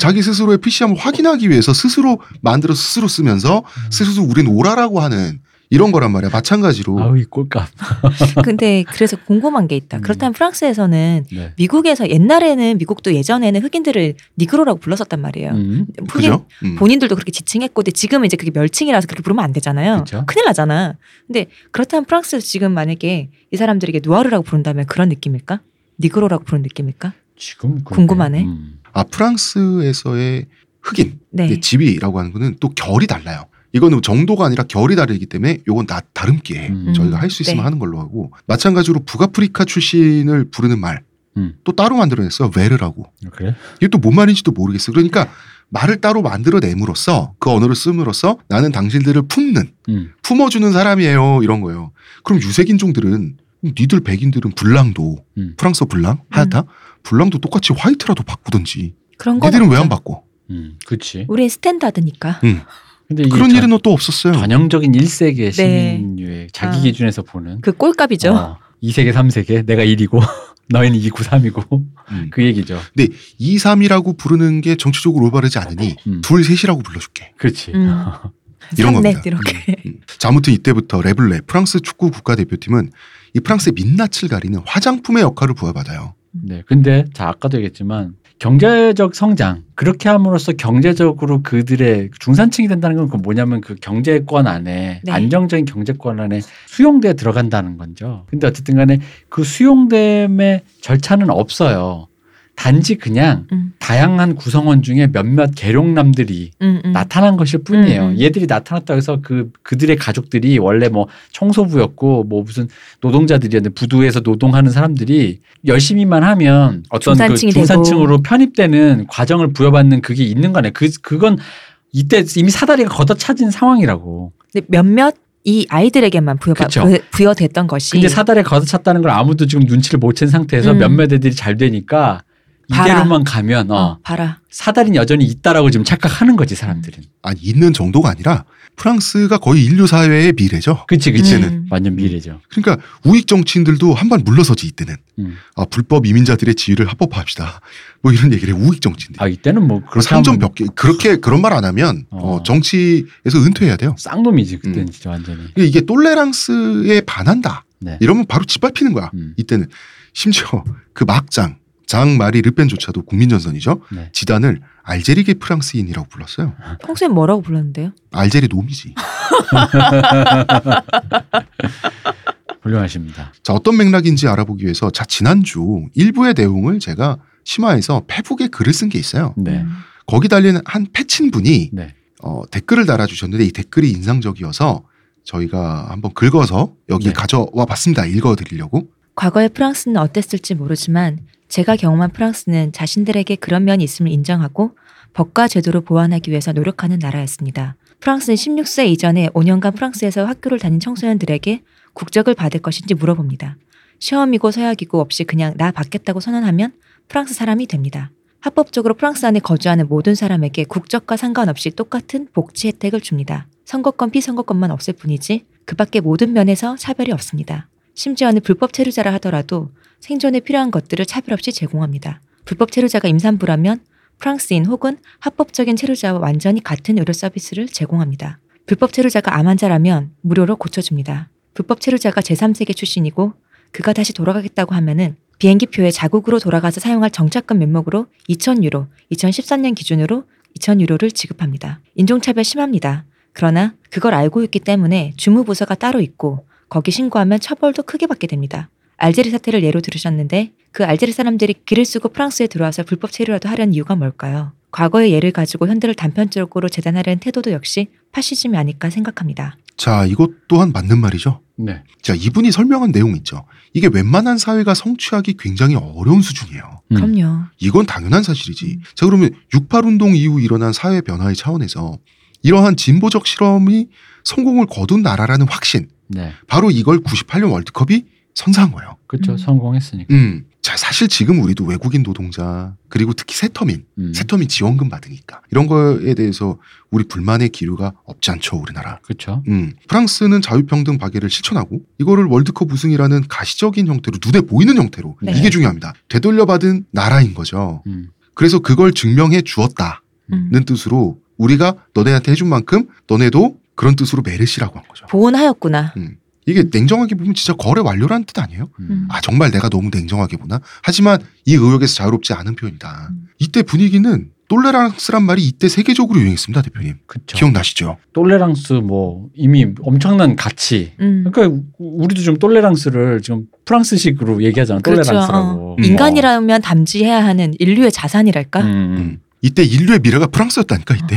[SPEAKER 1] 자기 스스로의 PC함을 확인하기 위해서 스스로 만들어 스스로 쓰면서
[SPEAKER 3] 음.
[SPEAKER 1] 스스로 우린 오라라고 하는 이런 거란 말이야. 마찬가지로
[SPEAKER 3] 음. 아우 이 꼴값.
[SPEAKER 7] 근데 그래서 궁금한 게 있다. 그렇다면 프랑스에서는
[SPEAKER 3] 네.
[SPEAKER 7] 미국에서 옛날에는 미국도 예전에는 흑인들을 니그로라고 불렀었단 말이에요.
[SPEAKER 3] 음.
[SPEAKER 7] 흑인
[SPEAKER 1] 그죠? 음.
[SPEAKER 7] 본인들도 그렇게 지칭했고, 근데 지금은 이제 그게 멸칭이라서 그렇게 부르면 안 되잖아요.
[SPEAKER 3] 그쵸.
[SPEAKER 7] 큰일 나잖아. 근데 그렇다면 프랑스 지금 만약에 이 사람들에게 누아르라고 부른다면 그런 느낌일까? 니그로라고 부르는 느낌일까?
[SPEAKER 3] 지금 그러게.
[SPEAKER 7] 궁금하네.
[SPEAKER 3] 음.
[SPEAKER 1] 아 프랑스에서의 흑인
[SPEAKER 7] 네.
[SPEAKER 1] 의 지위라고 하는 거는 또 결이 달라요. 이거는 정도가 아니라 결이 다르기 때문에 요건 다 다름기에
[SPEAKER 3] 음.
[SPEAKER 1] 저희가 할 수 있으면
[SPEAKER 7] 네.
[SPEAKER 1] 하는 걸로 하고 마찬가지로 북아프리카 출신을 부르는 말 또
[SPEAKER 3] 음.
[SPEAKER 1] 따로 만들어냈어요. 웨르라고.
[SPEAKER 3] 아, 그래?
[SPEAKER 1] 이게 또 뭔 말인지도 모르겠어. 그러니까 말을 따로 만들어냄으로써 그 언어를 씀으로써 나는 당신들을 품는
[SPEAKER 3] 음.
[SPEAKER 1] 품어주는 사람이에요 이런 거예요. 그럼 유색인종들은 니들 백인들은 불랑도
[SPEAKER 3] 음.
[SPEAKER 1] 프랑스 불랑 하얗다 불랑도 똑같이 화이트라도 바꾸든지
[SPEAKER 7] 그런 건
[SPEAKER 1] 니들은 왜 안
[SPEAKER 7] 없죠.
[SPEAKER 1] 바꿔?
[SPEAKER 3] 음. 그렇지.
[SPEAKER 7] 우리의 스탠다드니까.
[SPEAKER 3] 근데 이게
[SPEAKER 1] 그런
[SPEAKER 3] 전-
[SPEAKER 1] 일은 또 없었어요.
[SPEAKER 3] 예, 전형적인 1세계 시민의 자기
[SPEAKER 7] 네. 아.
[SPEAKER 3] 기준에서 보는
[SPEAKER 7] 그 꼴값이죠.
[SPEAKER 3] 어, 2세계 3세계 내가 1이고 너희는 2고 3이고
[SPEAKER 1] 음.
[SPEAKER 3] 그 얘기죠.
[SPEAKER 1] 2, 3이라고 부르는 게 정치적으로 올바르지 않으니
[SPEAKER 3] 음.
[SPEAKER 1] 둘, 셋이라고 불러줄게.
[SPEAKER 3] 그렇지.
[SPEAKER 7] 음.
[SPEAKER 1] 이런
[SPEAKER 7] 삼넷
[SPEAKER 1] 겁니다.
[SPEAKER 7] 이렇게.
[SPEAKER 1] 음. 자, 아무튼 이때부터 레블레 프랑스 축구 국가대표팀은 이 프랑스의 민낯을 가리는 화장품의 역할을 부여받아요.
[SPEAKER 3] 네. 근데 자 아까도 얘기했지만 경제적 성장 그렇게 함으로써 경제적으로 그들의 중산층이 된다는 건 그 뭐냐면 그 경제권 안에
[SPEAKER 7] 네.
[SPEAKER 3] 안정적인 경제권 안에 수용대에 들어간다는 건죠. 근데 어쨌든 간에 그 수용됨의 절차는 없어요. 단지 그냥
[SPEAKER 7] 음.
[SPEAKER 3] 다양한 구성원 중에 몇몇 계룡남들이
[SPEAKER 7] 음, 음.
[SPEAKER 3] 나타난 것일 뿐이에요.
[SPEAKER 7] 음, 음.
[SPEAKER 3] 얘들이 나타났다고 해서 그 그들의 가족들이 원래 뭐 청소부였고 뭐 무슨 노동자들이었는데 부두에서 노동하는 사람들이 열심히만 하면 어떤
[SPEAKER 7] 중산층이
[SPEAKER 3] 그
[SPEAKER 7] 되고.
[SPEAKER 3] 중산층으로 편입되는 과정을 부여받는 그게 있는 거네. 그 그건 이때 이미 사다리가 걷어차진 상황이라고.
[SPEAKER 7] 근데 몇몇 이 아이들에게만 부여
[SPEAKER 3] 그쵸.
[SPEAKER 7] 부여됐던 것이
[SPEAKER 3] 근데 사다리 걷어찼다는 걸 아무도 지금 눈치를 못 챈 상태에서
[SPEAKER 7] 예. 음.
[SPEAKER 3] 몇몇 애들이 잘 되니까
[SPEAKER 7] 봐라.
[SPEAKER 3] 이대로만 가면 어,
[SPEAKER 7] 어, 봐라.
[SPEAKER 3] 사다리는 여전히 있다라고 지금 착각하는 거지 사람들은.
[SPEAKER 1] 아니 있는 정도가 아니라 프랑스가 거의 인류 사회의 미래죠.
[SPEAKER 3] 그치 그치.
[SPEAKER 1] 이제는.
[SPEAKER 7] 음.
[SPEAKER 3] 완전 미래죠.
[SPEAKER 1] 그러니까 우익 정치인들도 한발 물러서지 이때는
[SPEAKER 3] 음.
[SPEAKER 1] 아, 불법 이민자들의 지위를 합법화합시다. 뭐 이런 얘기를 해, 우익 정치인들.
[SPEAKER 3] 아 이때는 뭐 그렇게
[SPEAKER 1] 삼점
[SPEAKER 3] 하면
[SPEAKER 1] 몇 개. 그렇게 그런 말 안 하면
[SPEAKER 3] 어.
[SPEAKER 1] 어, 정치에서 은퇴해야 돼요.
[SPEAKER 3] 쌍놈이지 그때는
[SPEAKER 1] 음.
[SPEAKER 3] 진짜 완전히.
[SPEAKER 1] 이게- 이게 똘레랑스에 반한다.
[SPEAKER 3] 네.
[SPEAKER 1] 이러면 바로 짓밟히는 거야.
[SPEAKER 3] 음.
[SPEAKER 1] 이때는 심지어 그 막장 장 마리 르펜조차도 국민전선이죠.
[SPEAKER 3] 네.
[SPEAKER 1] 지단을 알제리계 프랑스인이라고 불렀어요.
[SPEAKER 7] 평소에 뭐라고 불렀는데요?
[SPEAKER 1] 알제리 놈이지.
[SPEAKER 3] 훌륭하십니다.
[SPEAKER 1] 자 어떤 맥락인지 알아보기 위해서 자 지난주 일부의 내용을 제가 심화해서 페북에 글을 쓴 게 있어요.
[SPEAKER 3] 네.
[SPEAKER 7] 음.
[SPEAKER 1] 거기 달린 한 패친 분이
[SPEAKER 3] 네.
[SPEAKER 1] 어, 댓글을 달아주셨는데 이 댓글이 인상적이어서 저희가 한번 긁어서 여기
[SPEAKER 3] 네.
[SPEAKER 1] 가져와 봤습니다. 읽어드리려고.
[SPEAKER 7] 과거의 프랑스는 어땠을지 모르지만 제가 경험한 프랑스는 자신들에게 그런 면이 있음을 인정하고 법과 제도를 보완하기 위해서 노력하는 나라였습니다. 프랑스는 16세 이전에 5년간 프랑스에서 학교를 다닌 청소년들에게 국적을 받을 것인지 물어봅니다. 시험이고 서약이고 없이 그냥 나 받겠다고 선언하면 프랑스 사람이 됩니다. 합법적으로 프랑스 안에 거주하는 모든 사람에게 국적과 상관없이 똑같은 복지 혜택을 줍니다. 선거권 피선거권만 없을 뿐이지 그 밖에 모든 면에서 차별이 없습니다. 심지어는 불법 체류자라 하더라도 생존에 필요한 것들을 차별 없이 제공합니다. 불법 체류자가 임산부라면 프랑스인 혹은 합법적인 체류자와 완전히 같은 의료 서비스를 제공합니다. 불법 체류자가 암 환자라면 무료로 고쳐줍니다. 불법 체류자가 제3세계 출신이고 그가 다시 돌아가겠다고 하면은 비행기표에 자국으로 돌아가서 사용할 정착금 명목으로 2,000유로, 2013년 기준으로 2,000유로를 지급합니다. 인종차별 심합니다. 그러나 그걸 알고 있기 때문에 주무부서가 따로 있고 거기 신고하면 처벌도 크게 받게 됩니다. 알제리 사태를 예로 들으셨는데 그 알제리 사람들이 길을 쓰고 프랑스에 들어와서 불법 체류라도 하려는 이유가 뭘까요? 과거의 예를 가지고 현대를 단편적으로 재단하려는 태도도 역시 파시즘이 아닐까 생각합니다.
[SPEAKER 1] 자, 이것 또한 맞는 말이죠.
[SPEAKER 3] 네.
[SPEAKER 1] 자, 이분이 설명한 내용 있죠. 이게 웬만한 사회가 성취하기 굉장히 어려운 수준이에요.
[SPEAKER 3] 음.
[SPEAKER 7] 그럼요.
[SPEAKER 1] 이건 당연한 사실이지. 자, 그러면 68운동 이후 일어난 사회 변화의 차원에서 이러한 진보적 실험이 성공을 거둔 나라라는 확신.
[SPEAKER 3] 네.
[SPEAKER 1] 바로 이걸 98년 월드컵이 선사한 거예요.
[SPEAKER 3] 그렇죠.
[SPEAKER 7] 음.
[SPEAKER 3] 성공했으니까.
[SPEAKER 1] 음. 자, 사실 지금 우리도 외국인 노동자, 그리고 특히 새터민,
[SPEAKER 3] 음.
[SPEAKER 1] 새터민 지원금 받으니까. 이런 거에 대해서 우리 불만의 기류가 없지 않죠, 우리나라.
[SPEAKER 3] 그렇죠.
[SPEAKER 1] 음. 프랑스는 자유평등 박애를 실천하고, 이거를 월드컵 우승이라는 가시적인 형태로, 눈에 보이는 형태로,
[SPEAKER 7] 네.
[SPEAKER 1] 이게 중요합니다. 되돌려받은 나라인 거죠.
[SPEAKER 3] 음.
[SPEAKER 1] 그래서 그걸 증명해 주었다는
[SPEAKER 7] 음.
[SPEAKER 3] 네.
[SPEAKER 1] 뜻으로 우리가 너네한테 해준 만큼 너네도 그런 뜻으로 메르시라고 한 거죠.
[SPEAKER 7] 보온하였구나.
[SPEAKER 1] 이게 냉정하게 보면 진짜 거래 완료라는 뜻 아니에요?
[SPEAKER 7] 음.
[SPEAKER 1] 아 정말 내가 너무 냉정하게 보나? 하지만 이 의혹에서 자유롭지 않은 표현이다.
[SPEAKER 7] 음.
[SPEAKER 1] 이때 분위기는 똘레랑스란 말이 이때 세계적으로 유행했습니다, 대표님.
[SPEAKER 3] 그쵸.
[SPEAKER 1] 기억나시죠?
[SPEAKER 3] 똘레랑스 뭐 이미 엄청난 가치.
[SPEAKER 7] 음.
[SPEAKER 3] 그러니까 우- 우리도 좀 똘레랑스를 지금 프랑스식으로 얘기하잖아.
[SPEAKER 7] 그렇죠.
[SPEAKER 3] 똘레랑스라고.
[SPEAKER 1] 음.
[SPEAKER 7] 인간이라면 담지해야 하는 인류의 자산이랄까?
[SPEAKER 3] 음,
[SPEAKER 1] 이때 인류의 미래가 프랑스였다니까 이때.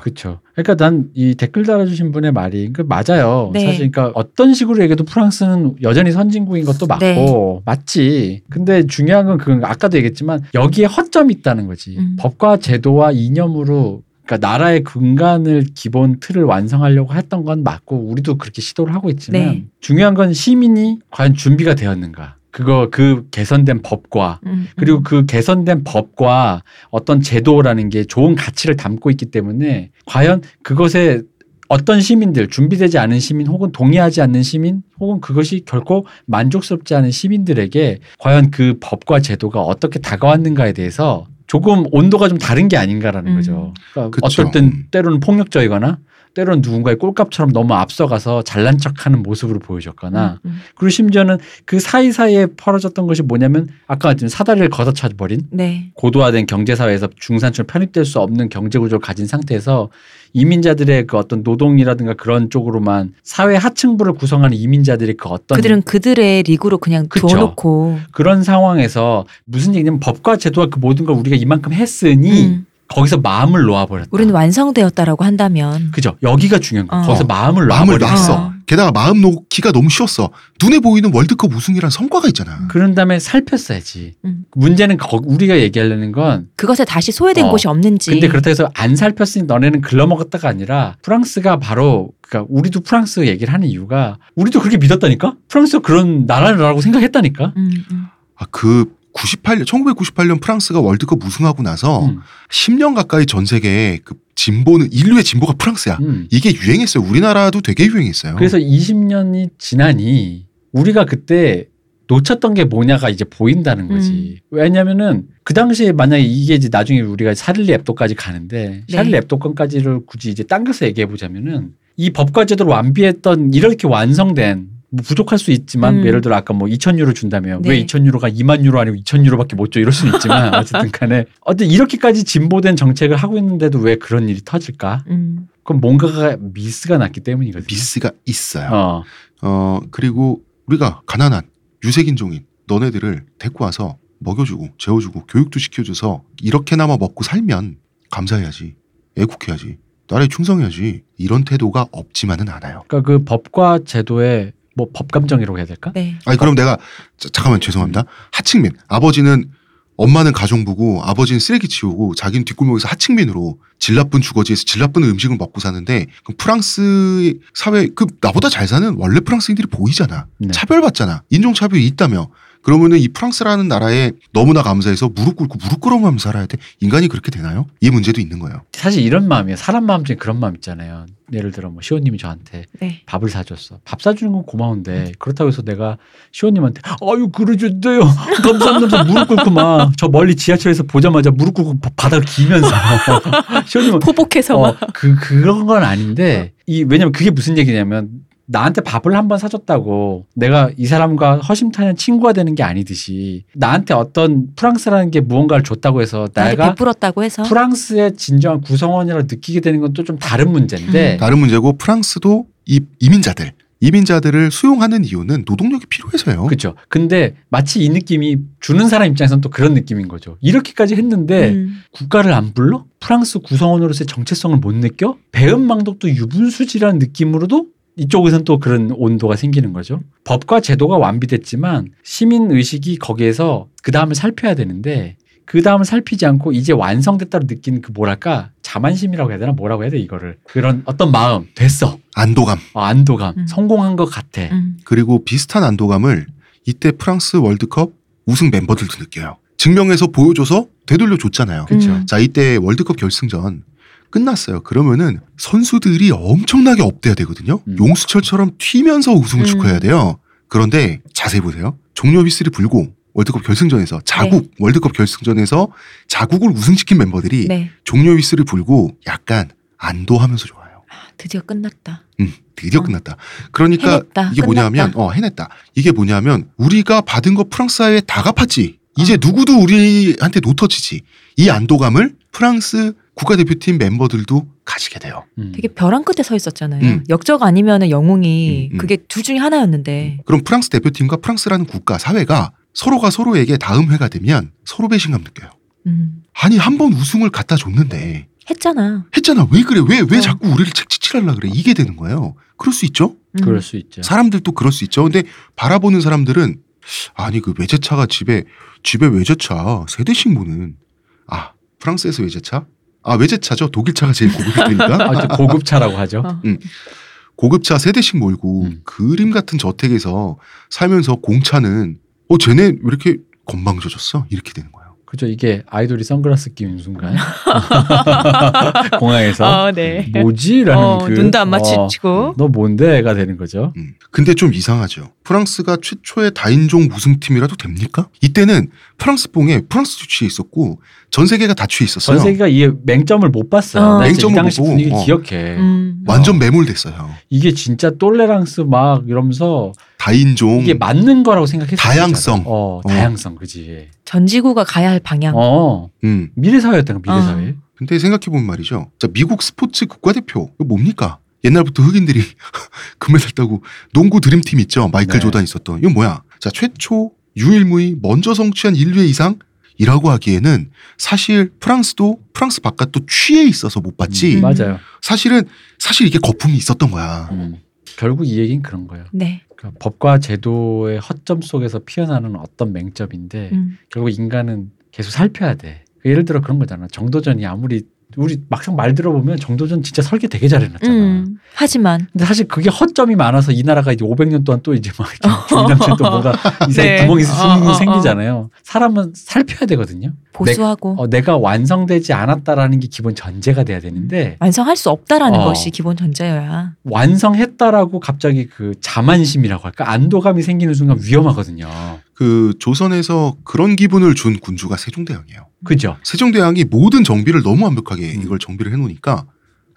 [SPEAKER 3] 그렇죠. 그러니까 난 이 댓글 달아주신 분의 말이 그 맞아요.
[SPEAKER 7] 네.
[SPEAKER 3] 사실 그러니까 어떤 식으로 얘기해도 프랑스는 여전히 선진국인 것도 맞고
[SPEAKER 7] 네.
[SPEAKER 3] 맞지. 근데 중요한 건 그건 아까도 얘기했지만 여기에 허점이 있다는 거지.
[SPEAKER 7] 음.
[SPEAKER 3] 법과 제도와 이념으로 그러니까 나라의 근간을 기본 틀을 완성하려고 했던 건 맞고 우리도 그렇게 시도를 하고 있지만
[SPEAKER 7] 네.
[SPEAKER 3] 중요한 건 시민이 과연 준비가 되었는가. 그거 그 개선된 법과
[SPEAKER 7] 음.
[SPEAKER 3] 그리고 그 개선된 법과 어떤 제도라는 게 좋은 가치를 담고 있기 때문에 과연 그것에 어떤 시민들 준비되지 않은 시민 혹은 동의하지 않는 시민 혹은 그것이 결코 만족스럽지 않은 시민들에게 과연 그 법과 제도가 어떻게 다가왔는가에 대해서 조금 온도가 좀 다른 게 아닌가라는
[SPEAKER 7] 음.
[SPEAKER 3] 거죠. 그러니까
[SPEAKER 1] 그쵸.
[SPEAKER 3] 어떨
[SPEAKER 1] 음.
[SPEAKER 3] 땐 때로는 폭력적이거나 때로는 누군가의 꼴값처럼 너무 앞서가서 잘난 척하는 모습으로 보여줬거나
[SPEAKER 7] 음, 음.
[SPEAKER 3] 그리고 심지어는 그 사이사이에 퍼져졌던 것이 뭐냐면 아까 말했지만 사다리를 걷어차버린
[SPEAKER 7] 네.
[SPEAKER 3] 고도화된 경제사회에서 중산층 편입될 수 없는 경제구조를 가진 상태에서 이민자들의 그 어떤 노동이라든가 그런 쪽으로만 사회 하층부를 구성하는 이민자들이 그 어떤
[SPEAKER 7] 그들은 그들의 리그로 그냥
[SPEAKER 3] 그쵸.
[SPEAKER 7] 두어놓고
[SPEAKER 3] 그런 상황에서 무슨 얘기냐면 법과 제도와 그 모든 걸 우리가 이만큼 했으니
[SPEAKER 7] 음.
[SPEAKER 3] 거기서 마음을 놓아버렸다.
[SPEAKER 7] 우리는 완성되었다라고 한다면
[SPEAKER 3] 그죠. 여기가 중요한 거예요.
[SPEAKER 7] 어.
[SPEAKER 3] 거기서 마음을
[SPEAKER 1] 마음을
[SPEAKER 3] 놓아버렸다.
[SPEAKER 1] 놨어. 게다가 마음 놓기가 너무 쉬웠어. 눈에 보이는 월드컵 우승이란 성과가 있잖아.
[SPEAKER 3] 그런 다음에 살폈어야지.
[SPEAKER 7] 음.
[SPEAKER 3] 문제는 거- 우리가 얘기하려는 건
[SPEAKER 7] 그것에 다시 소외된
[SPEAKER 3] 어.
[SPEAKER 7] 곳이 없는지
[SPEAKER 3] 근데 그렇다 해서 안 살폈으니 너네는 글러먹었다가 아니라 프랑스가 바로 그러니까 우리도 프랑스 얘기를 하는 이유가 우리도 그렇게 믿었다니까 프랑스가 그런 나라라고 생각했다니까
[SPEAKER 7] 음, 음.
[SPEAKER 1] 아, 그 98년 1998년 프랑스가 월드컵 우승하고 나서
[SPEAKER 3] 음,
[SPEAKER 1] 10년 가까이 전 세계에 그 진보는 인류의 진보가 프랑스야.
[SPEAKER 3] 음.
[SPEAKER 1] 이게 유행했어요. 우리나라도 되게 유행했어요.
[SPEAKER 3] 그래서 20년이 지나니 우리가 그때 놓쳤던 게 뭐냐가 이제 보인다는
[SPEAKER 7] 음.
[SPEAKER 3] 거지 왜냐면은 그 당시에 만약에 이게 이제 나중에 우리가 샤를리 앱도까지 가는데
[SPEAKER 7] 네.
[SPEAKER 3] 샤를리 앱도 건까지를 굳이 이제 당겨서 얘기해 보자면은 이 법과 제도를 완비했던 이렇게 완성된 뭐 부족할 수 있지만
[SPEAKER 7] 음.
[SPEAKER 3] 예를 들어 아까 뭐 2,000유로 준다면
[SPEAKER 7] 네.
[SPEAKER 3] 왜 2,000유로가 2만 유로 아니고 2,000유로밖에 못 줘 이럴 수는 있지만 어쨌든 간에 어쨌든 이렇게까지 진보된 정책을 하고 있는데도 왜 그런 일이 터질까?
[SPEAKER 7] 음.
[SPEAKER 3] 그건 뭔가가 미스가 났기 때문이거든요.
[SPEAKER 1] 미스가 있어요.
[SPEAKER 3] 어.
[SPEAKER 1] 어, 그리고 우리가 가난한 유색인종인 너네들을 데리고 와서 먹여주고 재워주고 교육도 시켜줘서 이렇게나마 먹고 살면 감사해야지 애국해야지 나라에 충성해야지 이런 태도가 없지만은 않아요.
[SPEAKER 3] 그러니까 그 법과 제도의 뭐 법감정이라고 해야 될까?
[SPEAKER 7] 네.
[SPEAKER 1] 아니 그럼 내가 자- 잠깐만 죄송합니다. 하층민 아버지는 엄마는 가정부고 아버지는 쓰레기 치우고 자기는 뒷골목에서 하층민으로 질 나쁜 주거지에서 질 나쁜 음식을 먹고 사는데 그럼 프랑스 사회 그 나보다 잘 사는 원래 프랑스인들이 보이잖아
[SPEAKER 3] 네.
[SPEAKER 1] 차별받잖아 인종차별이 있다며 그러면은 이 프랑스라는 나라에 너무나 감사해서 무릎 꿇고 무릎 꿇어가면서 살아야 돼 인간이 그렇게 되나요? 이 문제도 있는 거예요.
[SPEAKER 3] 사실 이런 마음이에요. 사람 마음 중에 그런 마음 있잖아요. 예를 들어 뭐 시호님이 저한테
[SPEAKER 7] 네.
[SPEAKER 3] 밥을 사줬어. 밥 사주는 건 고마운데 그렇다고 해서 내가 시호님한테 아유 그러셨대요. 감사합니다. 무릎 꿇고 막 저 멀리 지하철에서 보자마자 무릎 꿇고 바- 바닥을 기면서 시호님은
[SPEAKER 7] 포복해서
[SPEAKER 3] 어,
[SPEAKER 7] 막
[SPEAKER 3] 그 그런 건
[SPEAKER 7] 어.
[SPEAKER 3] 아닌데 이 왜냐면 그게 무슨 얘기냐면 나한테 밥을 한 번 사줬다고 내가 이 사람과 허심탄회한 친구가 되는 게 아니듯이 나한테 어떤 프랑스라는 게 무언가를 줬다고 해서
[SPEAKER 7] 나한테
[SPEAKER 3] 내가
[SPEAKER 7] 베풀었다고 해서
[SPEAKER 3] 프랑스의 진정한 구성원이라 느끼게 되는 건 또 좀 다른 문제인데
[SPEAKER 7] 음.
[SPEAKER 1] 다른 문제고 프랑스도 이 이민자들 이민자들을 수용하는 이유는 노동력이 필요해서요.
[SPEAKER 3] 그렇죠. 근데 마치 이 느낌이 주는 사람 입장에서는 또 그런 느낌인 거죠. 이렇게까지 했는데
[SPEAKER 7] 음.
[SPEAKER 3] 국가를 안 불러? 프랑스 구성원으로서의 정체성을 못 느껴? 배은망덕도 유분수지라는 느낌으로도 이쪽에선 또 그런 온도가 생기는 거죠. 법과 제도가 완비됐지만 시민 의식이 거기에서 그 다음을 살펴야 되는데 그 다음을 살피지 않고 이제 완성됐다고 느끼는 그 뭐랄까 자만심이라고 해야 되나 뭐라고 해야 돼 이거를 그런 어떤 마음 됐어
[SPEAKER 1] 안도감.
[SPEAKER 3] 어, 안도감
[SPEAKER 7] 음.
[SPEAKER 3] 성공한 것 같아
[SPEAKER 7] 음.
[SPEAKER 1] 그리고 비슷한 안도감을 이때 프랑스 월드컵 우승 멤버들도 느껴요. 증명해서 보여줘서 되돌려 줬잖아요.
[SPEAKER 3] 그쵸.
[SPEAKER 7] 음.
[SPEAKER 1] 자, 이때 월드컵 결승전 끝났어요. 그러면은 선수들이 엄청나게 업돼야 되거든요.
[SPEAKER 3] 음.
[SPEAKER 1] 용수철처럼 튀면서 우승을
[SPEAKER 7] 음.
[SPEAKER 1] 축하해야 돼요. 그런데 자세히 보세요. 종료 휘슬이 불고 월드컵 결승전에서 자국 월드컵 결승전에서 자국을 우승시킨 멤버들이
[SPEAKER 7] 네.
[SPEAKER 1] 종료 휘스를 불고 약간 안도하면서 좋아요.
[SPEAKER 7] 드디어 끝났다.
[SPEAKER 1] 음, 드디어
[SPEAKER 7] 어.
[SPEAKER 1] 끝났다. 그러니까
[SPEAKER 7] 해냈다.
[SPEAKER 1] 이게 뭐냐면
[SPEAKER 7] 끝났다.
[SPEAKER 1] 어 해냈다. 이게 뭐냐면 우리가 받은 거 프랑스에 다 갚았지.
[SPEAKER 7] 어.
[SPEAKER 1] 이제 누구도 우리한테 노터치지. 이 안도감을 프랑스 국가대표팀 멤버들도 가지게 돼요.
[SPEAKER 3] 음.
[SPEAKER 7] 되게 벼랑 끝에 서 있었잖아요.
[SPEAKER 1] 음.
[SPEAKER 7] 역적 아니면은 영웅이
[SPEAKER 1] 음, 음.
[SPEAKER 7] 그게 둘 중에 하나였는데
[SPEAKER 1] 그럼 프랑스 대표팀과 프랑스라는 국가 사회가 서로가 서로에게 다음 회가 되면 서로 배신감 느껴요.
[SPEAKER 7] 음,
[SPEAKER 1] 아니 한 번 우승을 갖다 줬는데
[SPEAKER 7] 했잖아.
[SPEAKER 1] 했잖아 왜 그래 왜 왜
[SPEAKER 7] 어.
[SPEAKER 1] 자꾸 우리를 책지칠하려 그래 이게 되는 거예요. 그럴 수 있죠.
[SPEAKER 7] 음.
[SPEAKER 3] 그럴 수 있죠.
[SPEAKER 1] 예. 사람들도 그럴 수 있죠. 근데 바라보는 사람들은 아니 그 외제차가 집에 집에 외제차 세 대씩 모는 아 프랑스에서 외제차 아 외제차죠 독일차가 제일 고급일
[SPEAKER 3] 아, 이제
[SPEAKER 1] 테니까
[SPEAKER 3] 고급차라고 하죠.
[SPEAKER 7] 어.
[SPEAKER 1] 고급차 세 대씩 몰고
[SPEAKER 3] 음.
[SPEAKER 1] 그림 같은 저택에서 살면서 공차는 어 쟤네 왜 이렇게 건방져졌어 이렇게 되는 거예요.
[SPEAKER 3] 그죠? 이게 아이돌이 선글라스 끼는 순간 공항에서
[SPEAKER 7] 네.
[SPEAKER 3] 뭐지라는
[SPEAKER 7] 어,
[SPEAKER 3] 그
[SPEAKER 7] 눈도 안
[SPEAKER 3] 어,
[SPEAKER 7] 마주치고
[SPEAKER 3] 너 뭔데가 되는 거죠.
[SPEAKER 1] 음. 근데 좀 이상하죠. 프랑스가 최초의 다인종 우승팀이라도 됩니까? 이때는 프랑스 봉에 프랑스도 취해 있었고 전 세계가 다 취해 있었어요.
[SPEAKER 3] 전 세계가 이 맹점을 못 봤어요.
[SPEAKER 7] 어.
[SPEAKER 3] 나 진짜
[SPEAKER 1] 맹점을
[SPEAKER 3] 이 당시
[SPEAKER 1] 못 보고,
[SPEAKER 3] 분위기
[SPEAKER 1] 어.
[SPEAKER 3] 기억해.
[SPEAKER 7] 음.
[SPEAKER 1] 완전 매몰됐어요.
[SPEAKER 3] 이게 진짜 똘레랑스 막 이러면서
[SPEAKER 1] 다인종
[SPEAKER 3] 이게 맞는 거라고
[SPEAKER 1] 음.
[SPEAKER 3] 생각했어.
[SPEAKER 1] 다양성.
[SPEAKER 3] 어, 다양성 그지.
[SPEAKER 7] 전 지구가 가야 할 방향.
[SPEAKER 3] 어
[SPEAKER 1] 음.
[SPEAKER 3] 미래 사회였다가 미래 사회.
[SPEAKER 1] 근데 생각해보면 말이죠. 자, 미국 스포츠 국가대표, 이거 뭡니까? 옛날부터 흑인들이 금메달 따고 농구 드림팀 있죠. 마이클
[SPEAKER 3] 네.
[SPEAKER 1] 조단 있었던. 이건 뭐야? 자, 최초 유일무이 먼저 성취한 인류의 이상이라고 하기에는 사실 프랑스도 프랑스 바깥도 취해 있어서 못 봤지.
[SPEAKER 3] 음, 맞아요.
[SPEAKER 1] 사실은 사실 이게 거품이 있었던 거야.
[SPEAKER 3] 음. 결국 이 얘기는 그런 거예요.
[SPEAKER 7] 네.
[SPEAKER 3] 그러니까 법과 제도의 허점 속에서 피어나는 어떤 맹점인데
[SPEAKER 7] 음.
[SPEAKER 3] 결국 인간은 계속 살펴야 돼. 그 예를 들어 그런 거잖아. 정도전이 아무리 우리 막상 말 들어보면 정도전 진짜 설계 되게 잘해놨잖아.
[SPEAKER 7] 음. 하지만
[SPEAKER 3] 근데 사실 그게 허점이 많아서 이 나라가 이제 500년 동안 또 이제 막 이렇게 중남체 또 뭐가 이상한
[SPEAKER 7] 네.
[SPEAKER 3] 구멍이 생-
[SPEAKER 7] 어, 어, 어.
[SPEAKER 3] 생기잖아요. 사람은 살펴야 되거든요.
[SPEAKER 7] 보수하고
[SPEAKER 3] 어, 내가 완성되지 않았다라는 게 기본 전제가 돼야 되는데
[SPEAKER 7] 완성할 수 없다라는
[SPEAKER 3] 어.
[SPEAKER 7] 것이 기본 전제여야.
[SPEAKER 3] 완성했다라고 갑자기 그 자만심이라고 할까 안도감이 생기는 순간 위험하거든요.
[SPEAKER 1] 그 조선에서 그런 기분을 준 군주가 세종대왕이에요.
[SPEAKER 3] 그죠?
[SPEAKER 1] 세종대왕이 모든 정비를 너무 완벽하게
[SPEAKER 3] 음.
[SPEAKER 1] 이걸 정비를 해놓으니까